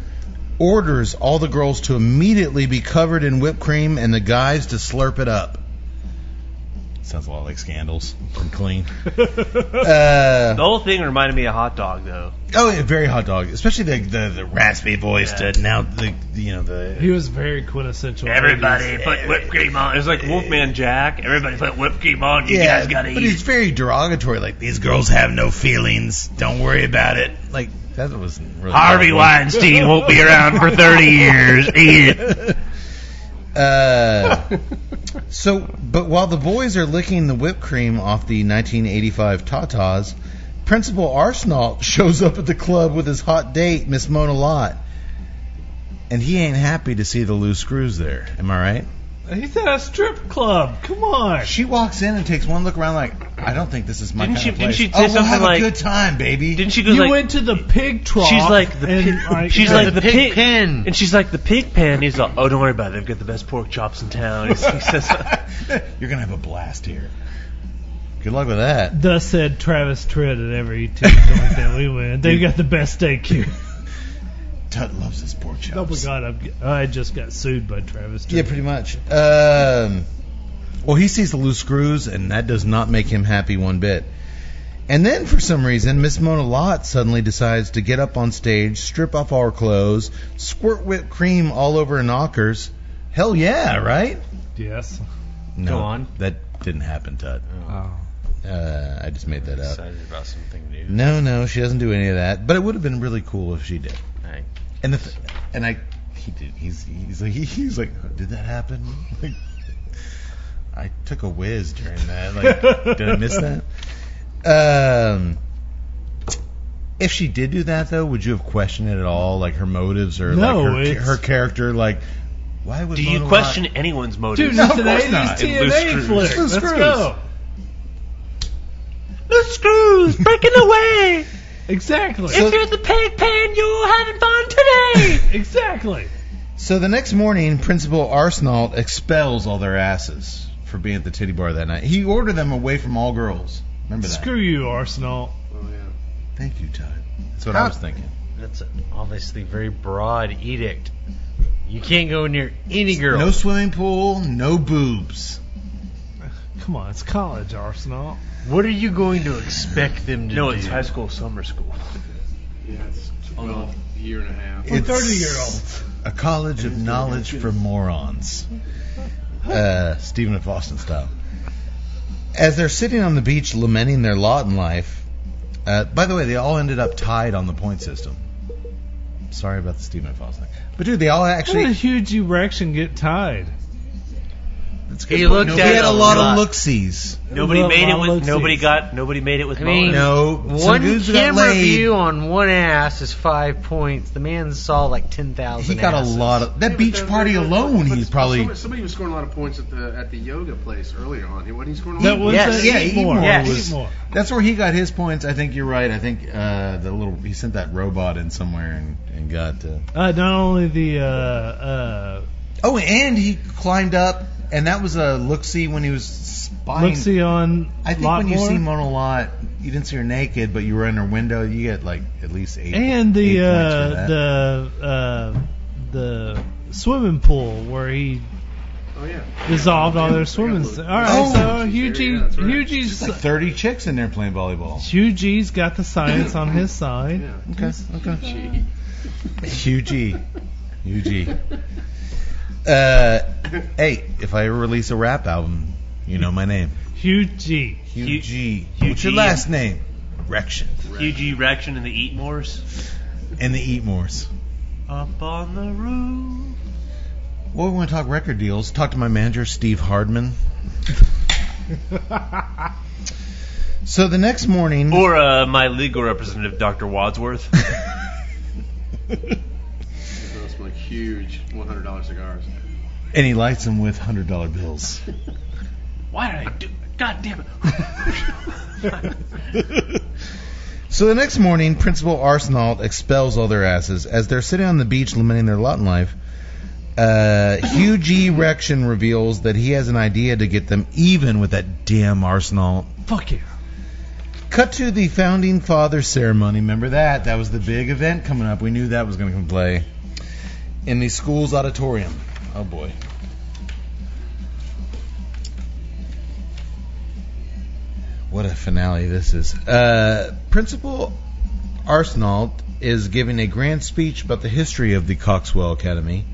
orders all the girls to immediately be covered in whipped cream and the guys to slurp it up. Sounds a lot like scandals from Clean. uh,
The whole thing reminded me of hot dog though.
Oh, yeah, very hot dog, especially the the, the raspy voice.
Yeah.
To now the the, you know the
He was very quintessential.
Everybody
80s.
put whipped cream on. It was like Wolfman Jack. Everybody put whipped cream on. You guys gotta
but
eat.
it's very derogatory. Like these girls have no feelings. Don't worry about it. Like that was really
Harvey Weinstein won't be around for 30 years. Eat
it. Uh, so, but while the boys are licking the whipped cream off the 1985 Tatas, Principal Arsenault shows up at the club with his hot date, Miss Mona Lott. And he ain't happy to see the loose screws there. Am I right?
He's at a strip club. Come on.
She walks in and takes one look around, like, I don't think this is my
Didn't
kind
she-
of
didn't
place.
she say
oh, we'll
something
have
like-
a good time, baby?
Didn't she go
You
like?
went to the pig trough.
She's like the
and,
pig,
like,
she's
uh,
like the pig, pen, and she's like the pig pen. He's like, oh, don't worry about it. They've got the best pork chops in town. He says,
You're gonna have a blast here. Good luck with that.
Thus said Travis Tritt at every TV joint that we went. They got the best steak here.
Tut loves his pork chops.
Oh my god, I'm, I just got sued by Travis Tritt.
Yeah, pretty much. Um, well, he sees the loose screws, and that does not make him happy one bit. And then, for some reason, Miss Mona Lott suddenly decides to get up on stage, strip off all her clothes, squirt whipped cream all over her knockers. Hell yeah, right?
Yes.
No,
Go on.
That didn't happen, Tut.
Oh.
Uh, I just made that up.
Excited about something new.
No, no, she doesn't do any of that. But it would have been really cool if she did.
Right.
And the th- and I he did he's he's like he's like did that happen? Like I took a whiz during that. Like did I miss that? Um, if she did do that though, would you have questioned it at all? Like her motives or
No,
like her,
it's-
her character? Like why would
do you
Mona
question
Lott-
anyone's motives?
Dude,
No,
it's
of
an
course
80s
not.
And Loose
TNA
Screws.
flick.
Loose
Let's
Screws.
go.
The screws breaking away.
Exactly.
if you're the pig pen, you're having fun today.
exactly.
So the next morning, Principal Arsenault expels all their asses for being at the titty bar that night. He ordered them away from all girls. Remember that.
Screw you, Arsenal.
Oh yeah.
Thank you, Todd. That's what I
How-
was thinking.
That's obviously very broad edict. You can't go near any girl.
No swimming pool, no boobs.
Come on, it's college, Arsenal.
What are you going to expect them to
No,
do?
it's high school summer school.
Yeah, it's 12 year and a half.
For
It's
30-year-olds.
A college of knowledge for morons. Uh, Stephen of Austin style. As they're sitting on the beach lamenting their lot in life, uh, by the way, they all ended up tied on the point system. Sorry about the Stephen of Austin. But dude, they all
What did a
actually.
huge erection get tied?
That's
He
point.
looked
Nobody
at
had
it
a
a
lot,
lot.
of look sees.
Nobody
Well,
made it
Mom
with.
looks
Nobody
easy.
got. Nobody made it with.
I mean,
Mona.
No, some
One
dudes got
camera
laid.
view on one ass is five points. The man saw like ten
He
thousand.
got a lot of that beach party alone. He probably
Somebody, somebody was scoring a lot of points at the at the yoga place earlier on. He wasn't he scoring a lot
That
of
was
points.
Yes.
the
Yeah,
eat
eat
more.
more
Yes.
Eat
was-
more.
That's where he got his points. I think you're right. I think uh, the little he sent that robot in somewhere and, and got. Uh,
Uh, not only the uh, uh,
oh, and he climbed up And that was a look see when he was spying.
Look see on.
I think
Lot
when you
More.
see Mona Lot, you didn't see her naked, but you were in her window. You get like at least eight.
and
eight
the
points for
uh,
that.
the uh, the swimming pool where he
Oh yeah.
dissolved all their swimming. St- all right,
Oh.
so E, Hugie
There's
Hugie's
like thirty chicks in there playing volleyball.
Hugie's got the science on his side.
Okay, okay. Hugie, Hugie. E. Uh, hey, if I ever release a rap album, you know my name.
Hugie.
Hugie.
Hugh
What's your
G.
last name? Rection.
Hugie Rection and the Eatmores.
And the Eatmores.
Up on the roof.
Well, we want to talk record deals. Talk to my manager, Steve Hardman. so the next morning,
Or uh, my legal representative, Dr. Wadsworth.
Those like huge $100 cigars.
and he lights them with hundred dollar bills.
Why did I do? God damn it!
So the next morning, Principal Arsenault expels all their asses as they're sitting on the beach lamenting their lot in life. Uh, Hugh G. Rection reveals that he has an idea to get them even with that damn Arsenault.
Fuck you.
Cut to the founding father ceremony. Remember that? That was the big event coming up. We knew that was going to come play in the school's auditorium. Oh boy. What a finale this is. Uh, Principal Arsenault is giving a grand speech about the history of the Coxwell Academy,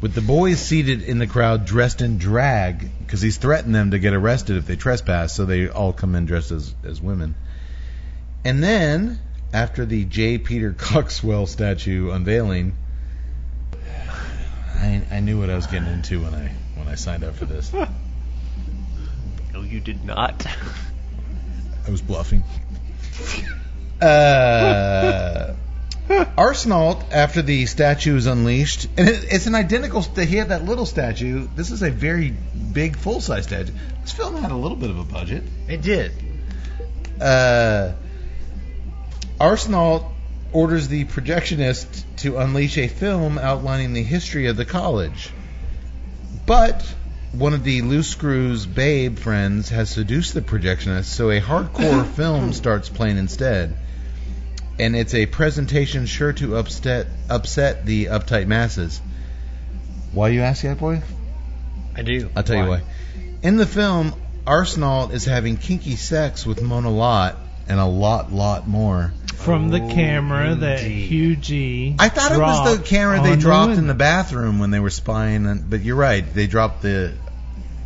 with the boys seated in the crowd dressed in drag because he's threatened them to get arrested if they trespass, so they all come in dressed as, as women. And then, after the J. Peter Coxwell statue unveiling, I, I knew what I was getting into when I when I signed up for this.
no, you did not.
I was bluffing. Uh, Arsenault, after the statue is unleashed, and it, it's an identical. St- he had that little statue. This is a very big, full size statue. This film had a little bit of a budget.
It did.
Uh, Arsenault orders the projectionist to unleash a film outlining the history of the college. But one of the loose screws babe friends has seduced the projectionist, so a hardcore film starts playing instead. And it's a presentation sure to upset upset the uptight masses. Why you ask that boy?
I do.
I'll tell you why. In the film, Arsenault is having kinky sex with Mona Lot and a lot, lot more.
From the camera that Hugh G.
Oh, E. I thought it was the
dropped
camera
on
they
the
dropped
window.
in the bathroom when they were spying, and, but you're right. They dropped the.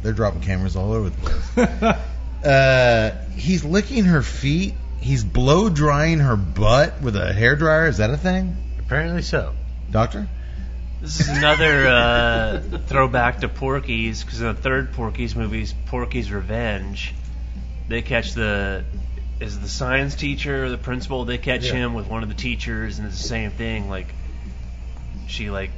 They're dropping cameras all over the place. uh, he's licking her feet. He's blow drying her butt with a hair dryer. Is that a thing?
Apparently so.
Doctor?
This is another uh, throwback to Porky's, because in the third Porky's movies, Porky's Revenge, they catch the is it the science teacher or the principal. They catch
Yeah.
him with one of the teachers, and it's the same thing. Like she like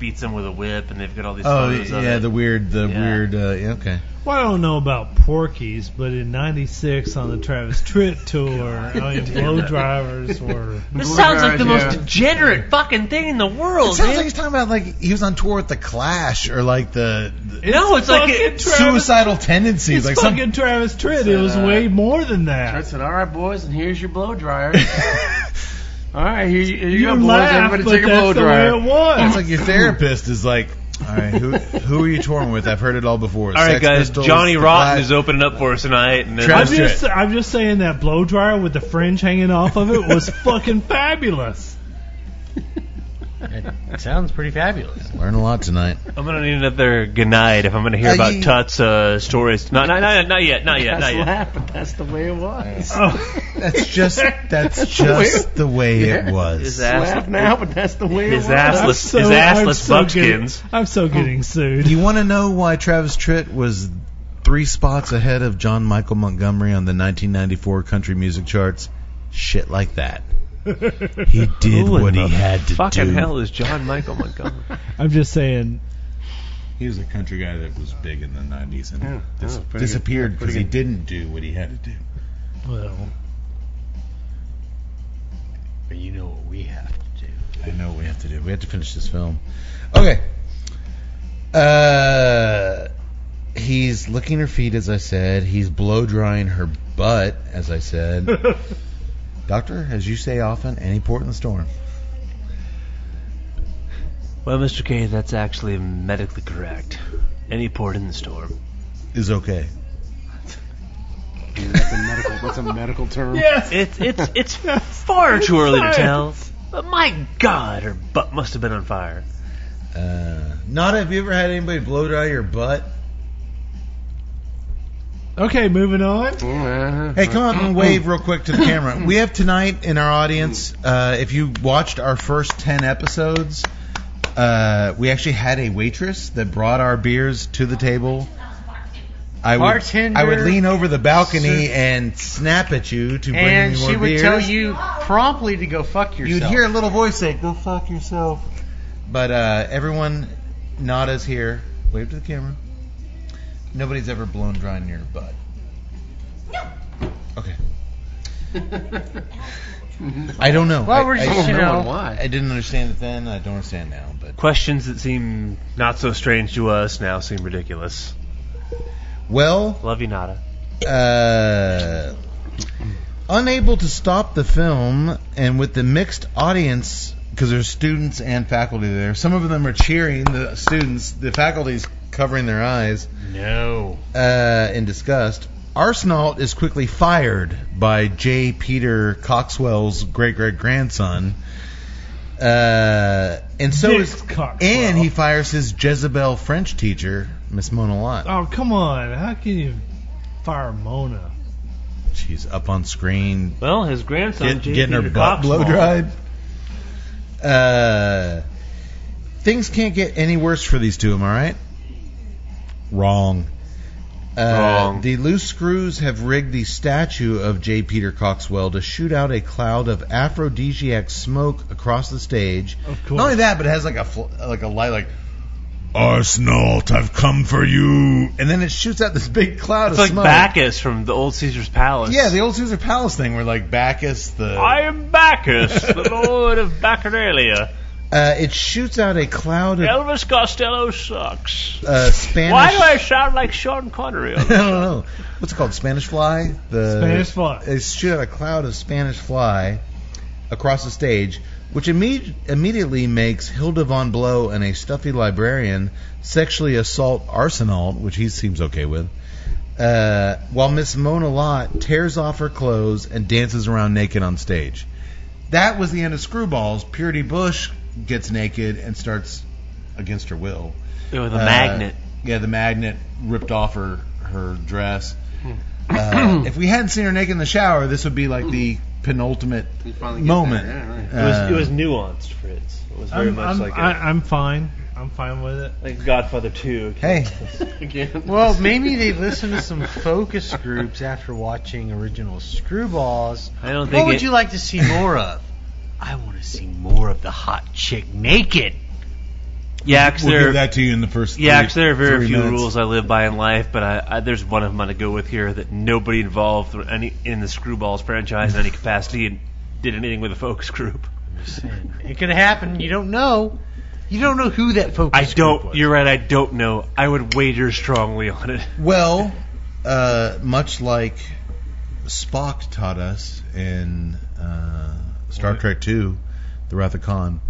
beats him with a whip, and they've got all these
Oh,
photos of
yeah,
it.
the weird, the weird, uh, yeah, okay.
Well, I don't know about Porky's, but in '96 on the Travis Tritt tour, I mean, blow drivers were.
This sounds like the most degenerate fucking thing in the world.
It sounds
man.
like he's talking about like he was on tour with the Clash or like the, the
no, it's like it,
suicidal tendencies.
It's
like some,
fucking Travis Tritt. It was way more than
I
that.
said, "All right, boys, and here's your blow dryer. All right, here you, here you,
You
go, boys.
laugh,
Everybody
but
take a
that's
blow
the
dryer."
way it was.
It's like your therapist is like, all right, who who are you touring with? I've heard it all before.
All right,
Sex
guys.
Pistols,
Johnny
The
Rotten
Clash.
is opening up for us tonight, and then
I'm
Travis
just, I'm just saying that blow dryer with the fringe hanging off of it was fucking fabulous.
It sounds pretty fabulous.
Learn a lot tonight.
I'm gonna need another good night if I'm gonna hear
Uh,
about
you-
Tut's uh, stories. Not, not, not, not yet, not yet,
That's
not yet.
laugh, but that's the way it was.
Oh,
That's just that's just the way it was.
His ass,
laugh now, but that's the way
his
it was.
assless,
so-
his
I'm
assless
so
buckskins.
I'm so getting sued.
You want to know why Travis Tritt was three spots ahead of John Michael Montgomery on the 1994 country music charts? Shit like that. He did
Who in
what
the
he had to
fucking
do.
hell is John Michael Montgomery?
I'm just saying.
He was a country guy that was big in the 90s and
Yeah,
dis-
yeah, pretty
disappeared
good,
because
pretty
he
good.
didn't do what he had to do.
Well,
But you know what we have to do.
I know what we have to do. We have to finish this film. Okay. Uh, he's licking her feet, as I said. He's blow drying her butt, as I said. Doctor, as you say often, any port in the storm.
Well, Mr. K, that's actually medically correct. Any port in the storm
is okay.
That's a medical. That's a medical term.
It's it's it's far too early to tell. But my God, her butt must have been on fire.
Uh, not have you ever had anybody blow dry your butt?
Okay, moving on.
Hey, come up and wave real quick to the camera. We have tonight in our audience, uh, if you watched our first 10 episodes, uh, we actually had a waitress that brought our beers to the table. I would,
Bartender.
I would lean over the balcony and snap at you to bring
and
me more
she would
beers.
tell you promptly to go fuck yourself.
You'd hear a little voice say, "Go fuck yourself." But uh, everyone, Nada's here. Wave to the camera. Nobody's ever blown dry in your butt. No. Okay. I don't know.
Well,
I,
we're
I
just,
don't
you know-
why. I didn't understand it then. I don't understand now. But
Questions that seem not so strange to us now seem ridiculous.
well,
Love you, Nada.
uh, unable to stop the film, and with the mixed audience, because there's students and faculty there. Some of them are cheering the students. The faculty's covering their eyes.
No.
uh, in disgust. Arsenault is quickly fired by J. Peter Coxwell's great great grandson. Uh, and so
Dick
is
Coxwell.
and he fires his Jezebel French teacher, Miss Mona Lott.
Oh, come on. How can you fire Mona?
She's up on screen
Well, his grandson,
Get-
J.
getting her
Peter
butt
Coxwell-
blow dried. Uh, things can't get any worse for these two. Am I right? Wrong. Uh,
Wrong.
The loose screws have rigged the statue of J. Peter Coxwell to shoot out a cloud of aphrodisiac smoke across the stage. Of course. Not only that, but it has like a fl- like a light like. Arsenault, I've come for you. And then it shoots out this big cloud
It's
of
like
smoke.
Bacchus from the old Caesar's Palace.
Yeah, the old Caesar Palace thing where like Bacchus the
I am Bacchus, the Lord of Bacchanalia.
Uh, it shoots out a cloud of
Elvis Costello sucks.
uh, Spanish.
Why do I sound like Sean Connery?
I don't know. What's it called? Spanish fly. The
Spanish fly.
They shoot out a cloud of Spanish fly across the stage, which imme- immediately makes Hilda von Blow and a stuffy librarian sexually assault Arsenault, which he seems okay with. Uh, while Miss Mona Lott tears off her clothes and dances around naked on stage. That was the end of Screwballs. Purity Bush gets naked and starts against her will.
It was a
Uh,
magnet.
Yeah, the magnet ripped off her her dress. Uh, if we hadn't seen her naked in the shower, this would be like the penultimate moment.
it, was, it was
Uh,
nuanced, Fritz. It was very
I'm,
much
I'm,
like a,
I, I'm fine. I'm fine with it.
like Godfather Two.
Hey.
Well, maybe they listened to some focus groups after watching original Screwballs.
I don't
What
think
would
it-
you like to see more of? I want to see more of the hot chick naked.
Yeah, 'cause
we'll
there-
give that to you in the first.
Yeah,
three-
actually, there are very
three
few
minutes.
rules I live by in life, but I, I, there's one of them I'm going to go with here that nobody involved with any in the Screwballs franchise in any capacity and did anything with a focus group.
It could happen. You don't know. You don't know who that focus
I don't. You're right. I don't know. I would wager strongly on it.
Well, uh, much like Spock taught us in uh, Star Trek Two, The Wrath of Khan,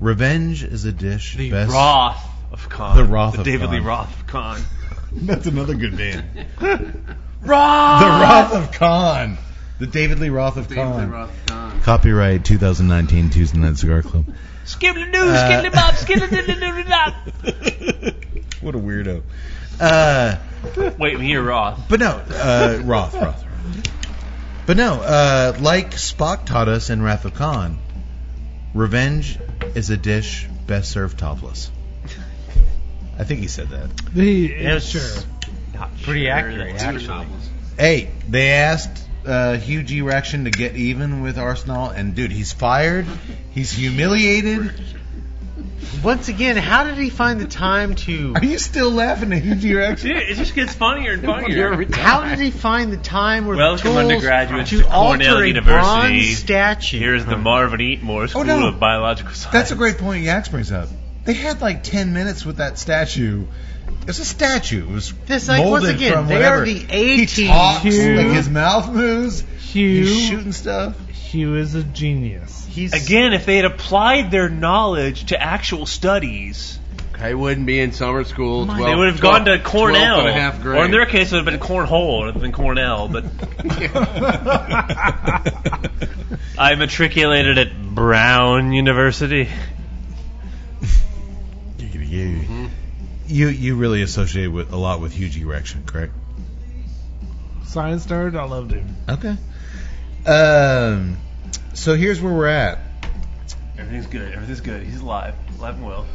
revenge is a dish
The
best
Roth of Khan.
The Roth of
David Lee
Khan.
Roth of Khan.
That's another good band.
Roth!
The Roth of Khan. The David Lee Roth of Khan. Copyright 2019 Tuesday Night Cigar Club.
Skibbly
Uh,
doo, skibbly bop, skibbly doo doo doo doo
What a weirdo. Uh,
doo. Wait, we hear Roth.
but no, uh, Roth, Roth. But no, uh, like Spock taught us in Wrath of Khan, revenge is a dish best served topless. I think he said that.
The,
Yes.
Sure.
Pretty accurate,
That's
actually.
Hey, they asked uh, Hugh G. Rection to get even with Arsenal, and dude, he's fired. He's humiliated.
Once again, how did he find the time to?
Are you still laughing at Hugh G. Rection?
Dude, it just gets funnier and funnier.
How did he find the time or the
Welcome,
tools
undergraduates,
to
to Cornell
alter a
University.
bronze statue?
Here's the Marvin
Oh,
Eatmore School
no.
of Biological Science.
That's a great point Yax brings up. They had like 10 minutes with that statue It's a statue. It was
This, like, once
molded
again,
from
they
whatever.
are the
He
18.
talks,
Hugh.
like his mouth moves.
Hugh.
He's shooting stuff.
Hugh is a genius.
He's
Again, if they had applied their knowledge to actual studies,
I wouldn't be in summer school. 12,
they would have
12
gone to
12
Cornell.
and a half grade.
Or in their case, it would have been Cornhole rather than Cornell. But I matriculated at Brown University.
You, you you really associate with a lot with huge erection, correct?
Science nerd, I loved him.
Okay. Um. So here's where we're at.
Everything's good. Everything's good. He's alive, alive and well.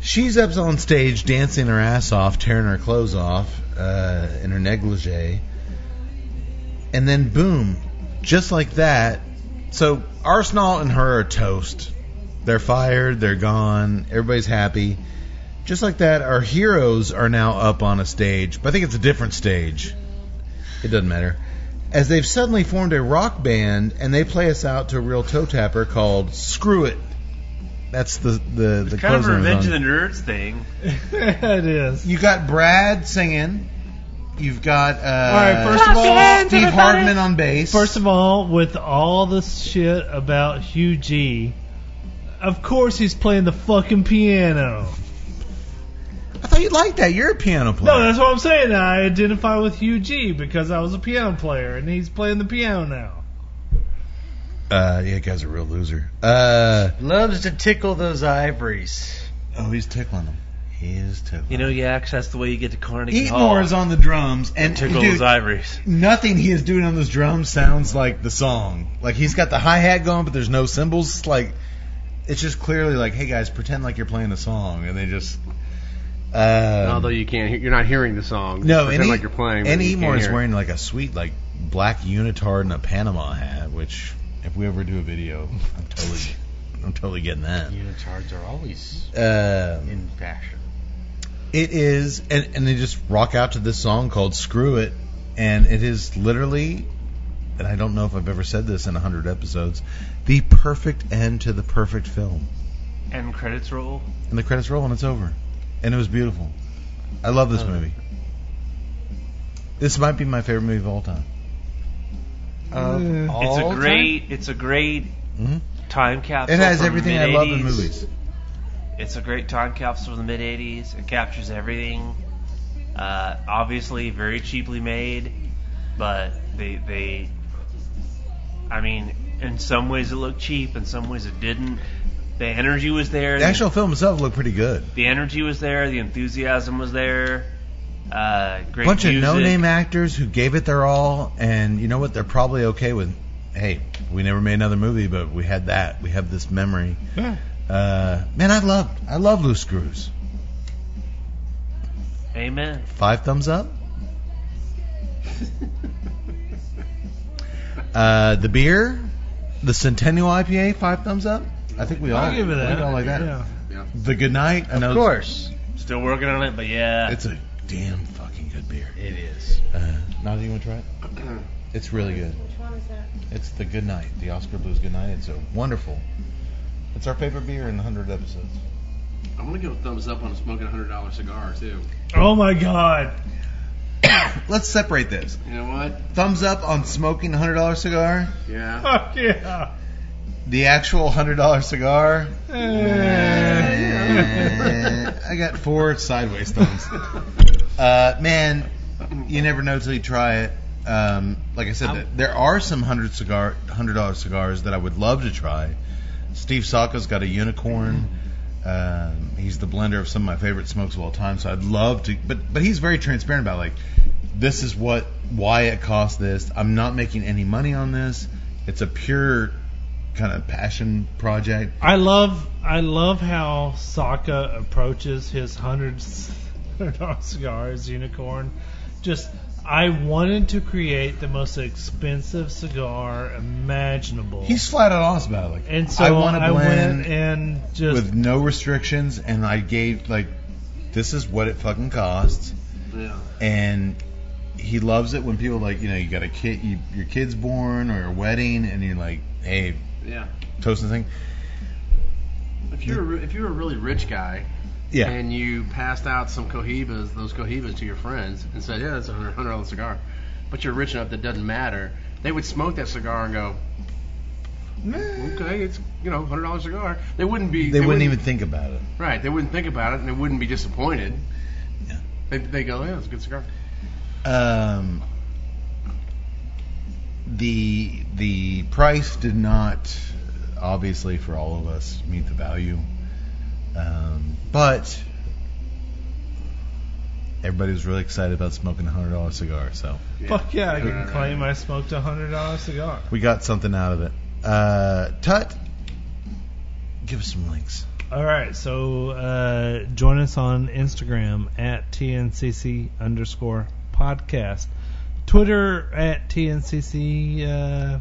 She's up on stage dancing her ass off, tearing her clothes off, uh, in her negligee. And then boom, just like that. So Arsenal and her are toast. They're fired, they're gone, everybody's happy. Just like that, our heroes are now up on a stage, but I think it's a different stage. It doesn't matter. As they've suddenly formed a rock band and they play us out to a real toe tapper called Screw It. That's the the, the
Kind of a
closer
Revenge
song.
of the Nerds thing.
it is.
You got Brad singing. You've got uh,
All right, first of all,
Steve Hardman on bass.
First of all, with all this shit about Hugh G, of course he's playing the fucking piano.
I thought you liked that. You're a piano player.
No, that's what I'm saying. I identify with Hugh G because I was a piano player and he's playing the piano now.
Uh, yeah, guy's a real loser. Uh,
Loves to tickle those ivories.
oh, he's tickling him. He is tickling.
You know, Yaks, that's the way you get to Carnegie Hall.
Eatmore is on the drums and
Tickle
dude,
those ivories.
nothing he is doing on those drums sounds like the song. Like he's got the hi hat going, but there's no cymbals. It's Like it's just clearly like, hey guys, pretend like you're playing a song, and they just. Uh,
Although you can't, hear, you're not hearing the song.
No,
pretend
and
like you're playing. but
And
you can't
Emore is
hear it.
wearing like a sweet like black unitard and a Panama hat, which if we ever do a video, I'm totally, I'm totally getting that.
Unitards are always
Um,
in fashion.
it is, and, and they just rock out to this song called "Screw It," and it is literally, and I don't know if I've ever said this in hundred episodes, the perfect end to the perfect film.
End credits roll.
And the credits roll and it's over, and it was beautiful. I love
Oh.
this movie. This might be my favorite movie of all time.
Uh, It's a great. It's a great
Mhm.
time capsule.
It has
from
everything I love in
mid-eighties.
movies.
It's a great time capsule of the mid '80s. It captures everything. Uh, obviously, very cheaply made, but they they. I mean, in some ways it looked cheap, in some ways it didn't. The energy was there.
The actual film itself looked pretty good.
the energy was there. The enthusiasm was there. Uh, great
bunch
music.
of no-name actors who gave it their all, and you know what? They're probably okay with, hey, we never made another movie, but we had that. We have this memory.
Yeah.
Uh, man, I loved, I love Loose Screws.
Amen.
Five thumbs up. uh, the beer, the Centennial IPA, five thumbs up. I think we all
I'll give it that.
We all like that.
Yeah.
The good night. I know
Of course.
Still working on it, but yeah.
It's a damn fucking good beer.
It is.
Uh, Nadia, you want to try it? It's really good. Which one is that? It's the Good Night, the Oscar Blues Good Night. It's a wonderful. It's our favorite beer in 100 episodes.
I'm gonna give a thumbs up on smoking a hundred dollar cigar too.
Oh my god.
Let's separate this.
You know what?
Thumbs up on smoking a $100 cigar,
Yeah.
Fuck yeah.
the actual $100 cigar.
Eh.
Eh, I got four sideways thumbs. Uh, man, you never know till you try it. Um, like I said, there are some hundred cigar, hundred dollar cigars that I would love to try. Steve Saka's got a unicorn. Um, he's the blender of some of my favorite smokes of all time. So I'd love to, but but he's very transparent about like this is what why it costs this. I'm not making any money on this. It's a pure kind of passion project.
I love I love how Sokka approaches his hundreds $100 cigars unicorn. Just I wanted to create the most expensive cigar imaginable.
He's flat out honest about it. Like,
and so
I want to
I
blend
went and just
with no restrictions, and I gave like, this is what it fucking costs,
Yeah.
and he loves it when people like, you know, you got a kid, you, your kid's born or a wedding, and you're like, hey,
Yeah.
toast and thing.
If you're a, if you're a really rich guy
Yeah.
And you passed out some cohibas, those cohibas to your friends, and said, "Yeah, that's a hundred hundred dollar cigar," but you're rich enough that it doesn't matter. They would smoke that cigar and go, "Nah, "Okay, it's you know hundred dollar cigar." They wouldn't be.
They, wouldn't even think about it.
Right. They wouldn't think about it, and they wouldn't be disappointed. They they go, "Yeah, it's a good cigar."
Um, the the price did not obviously for all of us meet the value, um, but everybody was really excited about smoking a hundred dollar cigar. So
Fuck yeah, I can claim I smoked a hundred dollar cigar.
we got something out of it. Uh, Tut, give us some links.
All right, so uh, join us on Instagram at TNCC underscore podcast, Twitter at TNCC uh,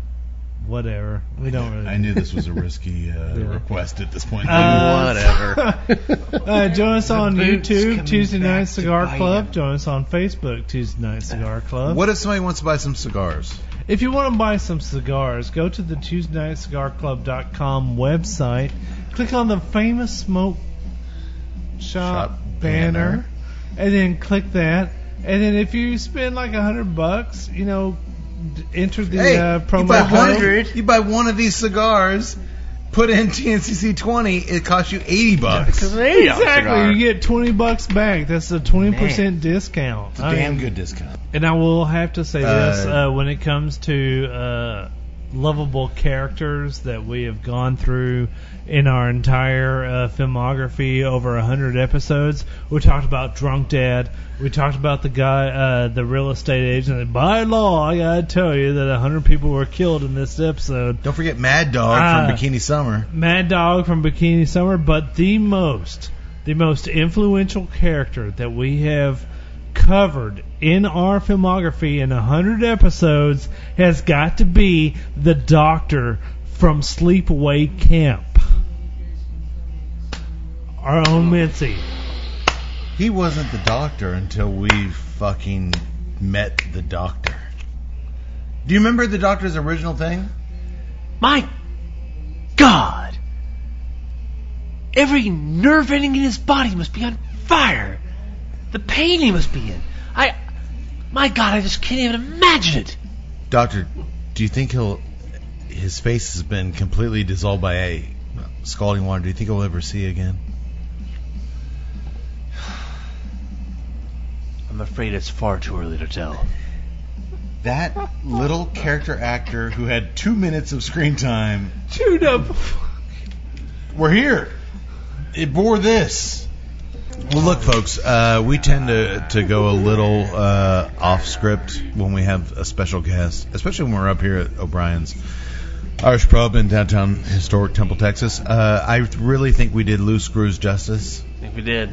whatever. We don't really.
I knew this was a risky uh,
Yeah.
request at this point.
Uh, uh, join us
The
on
boot's
YouTube
coming
Tuesday
back
Night
to
Cigar
bite
Club. Join us on Facebook Tuesday Night Cigar Club.
What if somebody wants to buy some cigars?
If you want to buy some cigars, go to the TuesdayNightCigarClub.com website. Click on the famous smoke shop, banner,
banner.
and then click that. And then if you spend like a hundred bucks, you know, d- enter the
hey,
uh, promo
you buy
code.
hundred, you buy one of these cigars, put in TNCC twenty, it costs you eighty bucks.
Exactly, you get twenty bucks back. That's a twenty percent discount.
It's a
I
damn
mean,
good discount.
And I will have to say this
Uh,
uh, when it comes to uh, lovable characters that we have gone through in our entire uh, filmography over a hundred episodes, we talked about Drunk Dad. We talked about the guy, uh, the real estate agent. that by law, I gotta tell you that a hundred people were killed in this episode.
Don't forget Mad Dog
Ah.
from Bikini Summer.
Mad Dog from Bikini Summer, but the most, the most influential character that we have covered in our filmography in a hundred episodes has got to be the Doctor from Sleepaway Camp. Our own Mincy.
He wasn't the doctor until we fucking met the doctor. Do you remember the doctor's original thing?
My God! Every nerve ending in his body must be on fire. The pain he must be in. I. My God, I just can't even imagine it.
Doctor, do you think he'll his face has been completely dissolved by a scalding water? Do you think he'll ever see again?
I'm afraid it's far too early to tell.
That little character actor who had two minutes of screen time.
Chewed up.
We're here. It bore this. Well, look, folks, uh, we tend to, to go a little uh, off script when we have a special guest, especially when we're up here at O'Brien's Irish Pub in downtown historic Temple, Texas. Uh, I really think we did Loose Screws justice.
I think we did.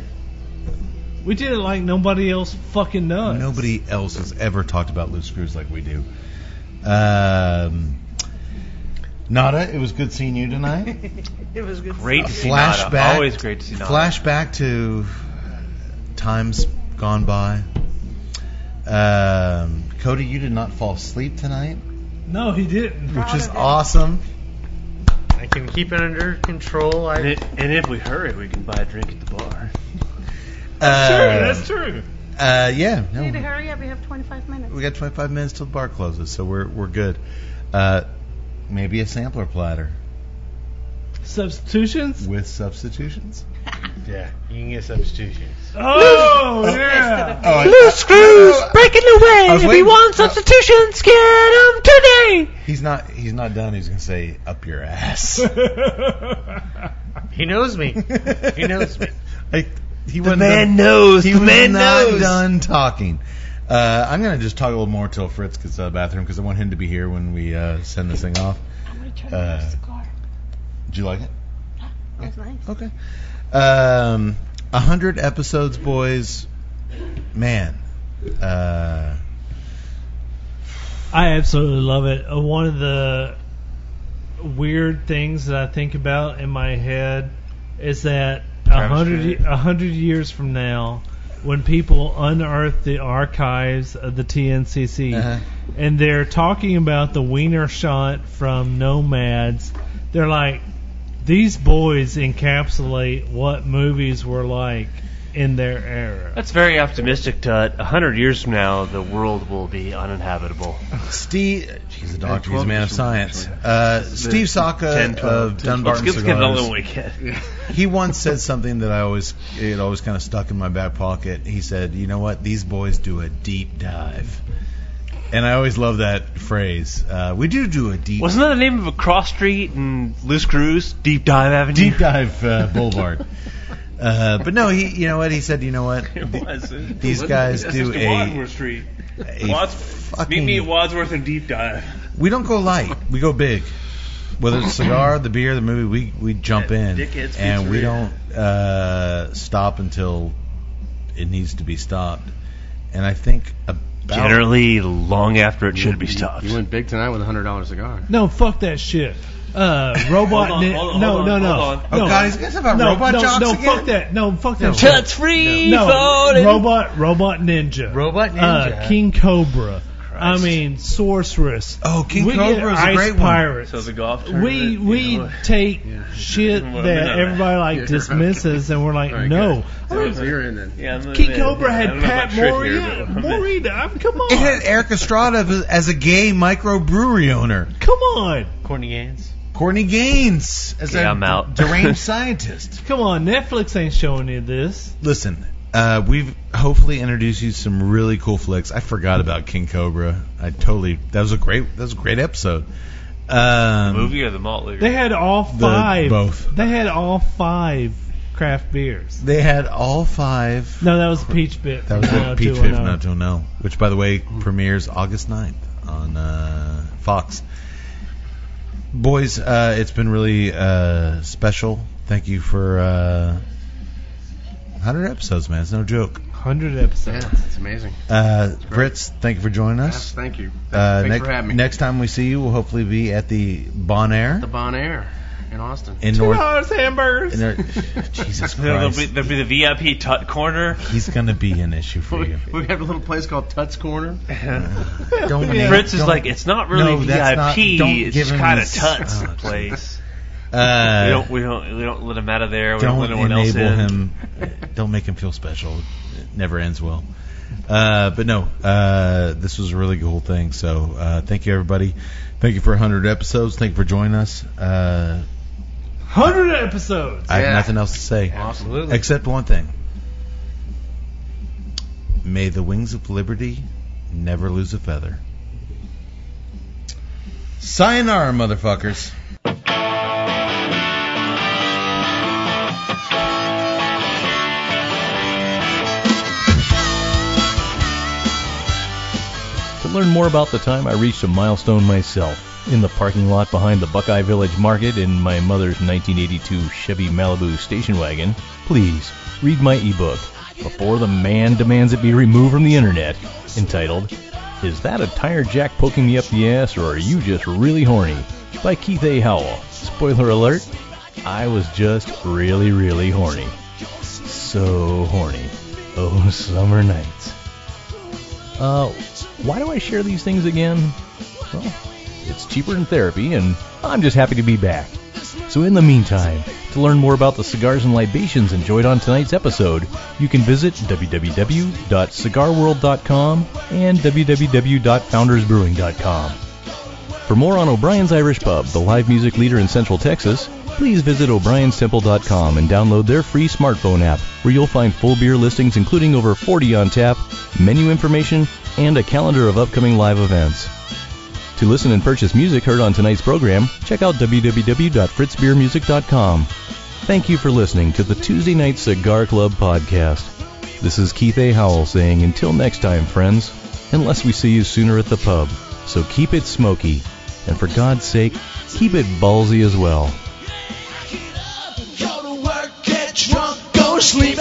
We did it like nobody else fucking does.
Nobody else has ever talked about loose screws like we do. Um, Nada, it was good seeing you tonight.
it was good.
Great to see Nada.
flashback.
Always great to see Nada.
Flashback to times gone by. Um, Cody, you did not fall asleep tonight,
No, he didn't.
which is awesome.
I can keep it under control. I,
And, it, and if we hurry, we can buy a drink at the bar.
Uh,
true.
Uh, yeah, no,
Need to hurry up. We have 25 minutes.
we got 25 minutes till the bar closes, so we're we're good. Uh, maybe a sampler platter
Substitutions?
with substitutions.
yeah, you can get substitutions.
Oh, yeah.
Oh, I-
Loose screws breaking
I
away.
was
If you
waiting-
want substitutions, get 'em today.
He's not. He's not done. He's gonna say up your ass.
He knows me. He knows me.
Like, he
The
wasn't
man
done-
knows.
He
The
was
man
not
knows.
done talking. Uh, I'm gonna just talk a little more till Fritz gets out of the bathroom because I want him to be here when we uh, send this thing off. Uh, did you like it?
That's nice.
Okay. Um, a hundred episodes, boys. Man, uh,
I absolutely love it. Uh, One of the weird things that I think about in my head is that a
Travis
hundred
Tritt.
a hundred years from now, when people unearth the archives of the TNCC,
Uh-huh.
Uh-huh.
and they're talking about the wiener shot from Nomads, they're like, these boys encapsulate what movies were like in their era.
That's very optimistic, Tut. A hundred years from now, the world will be uninhabitable.
Steve, he's a doctor. He's a
twelve
man of
years from
science. Uh, Steve Saka of Dunbarton
Let's get
Cigars.
another one we get.
he once said something that I always it always kind of stuck in my back pocket. He said, "You know what? These boys do a deep dive," and I always love that phrase. Uh, we do do a deep
Wasn't that the name of a cross street in Loose Cruise? Deep Dive Avenue?
Deep Dive uh, Boulevard. Uh, but no, he. You know what he said. You know what? These guys
That's
do
just
a.
Wadsworth Street.
a
Wads- meet me at Wadsworth and deep dive.
We don't go light. We go big. Whether it's cigar, the beer, the movie, we we jump in,
dickhead's
and we
pizzeria.
don't uh, stop until it needs to be stopped. And I think about
Generally, long after it should be stopped.
You went big tonight with a hundred dollar cigar.
No, fuck that shit. Uh, robot.
Hold on,
Nin-
hold on,
no,
hold
no,
on,
no,
hold on.
no.
Oh, God, he's gonna talk about
no,
robot
no,
jocks
No,
again?
fuck that. No, fuck that.
No.
shit.
Touch free
No,
phone and-
robot, robot ninja.
Robot
Uh,
ninja.
King Cobra. I mean, sorceress.
Oh, King
we
Cobra
get
is a
ice
great one.
pirates.
So the golf
We
tournament,
we
you know.
take shit
Well,
that
no.
everybody like
Yeah, right.
dismisses, and we're like,
Very
no.
so you're in then.
Yeah, I'm
King
in.
Cobra
I
had
don't know
Pat
about Tripp here,
Morita.
but I'm in.
Morita, I'm- come on.
It had Eric Estrada as- as a gay microbrewery owner.
Come on.
Courtney Gaines.
Courtney Gaines as
Yeah,
a
I'm out.
deranged scientist.
Come on, Netflix ain't showing you this.
Listen, uh, we've hopefully introduced you to some really cool flicks. I forgot about King Cobra. I totally that was a great that was a great episode. Um,
movie or the Motley?
They had all
The-
five.
both.
They had all five craft beers.
They had all five.
No, that was Peach Bit.
That was
from
the Peach Fifth
90210.
Not to Know, oh, which by the way premieres August 9th on uh, Fox. Boys, uh, it's been really uh, special. Thank you for uh, 100 episodes, man. It's no joke.
100 episodes.
Yeah, that's amazing.
Uh, Brits, thank you for joining us.
Yes, thank you.
Uh,
Thanks
next,
for having me.
next time we see you, we'll hopefully be at the Bon Air
The Bon Air in Austin.
in North.
dollars hamburgers.
In North Jesus
There'll
Christ,
be, there'll be the VIP Tut Corner.
he's gonna be an issue for you.
We have a little place called Tut's Corner.
Don't name-
Fritz is
don't-
like, it's not really
No, that's not-
VIP.
don't
it's
give
just
him
kind of
this-
Tut's
oh,
place. we
Uh,
don't we don't we don't let him out of there. We don't,
don't
let anyone else in.
enable him. Don't make him feel special. It never ends well. Uh, but no, uh, this was a really cool thing. So uh, thank you everybody. Thank you for 100 episodes. Thank you for joining us. Uh,
100 episodes.
I have nothing else to say.
Absolutely.
Except one thing. May the wings of liberty never lose a feather. Sayonara, motherfuckers.
To learn more about the time I reached a milestone myself in the parking lot behind the Buckeye Village Market in my mother's 1982 Chevy Malibu station wagon, please read my ebook, Before the Man Demands It Be Removed from the Internet, entitled, Is That a Tire Jack Poking Me Up the Ass or Are You Just Really Horny? by Keith A. Howell. Spoiler alert, I was just really, really horny. So horny. Oh, summer nights. Uh, why do I share these things again? Well, it's cheaper than therapy, and I'm just happy to be back. So, in the meantime, to learn more about the cigars and libations enjoyed on tonight's episode, you can visit www.cigarworld.com and www.foundersbrewing.com. For more on O'Brien's Irish Pub, the live music leader in Central Texas, please visit o'brienstemple.com and download their free smartphone app, where you'll find full beer listings including over 40 on tap, menu information, and a calendar of upcoming live events. To listen and purchase music heard on tonight's program, check out www.fritzbeermusic.com. Thank you for listening to the Tuesday Night Cigar Club podcast. This is Keith A. Howell saying until next time, friends, unless we see you sooner at the pub. So keep it smoky, and for God's sake, keep it ballsy as well.
Go to work, get drunk, go to sleep.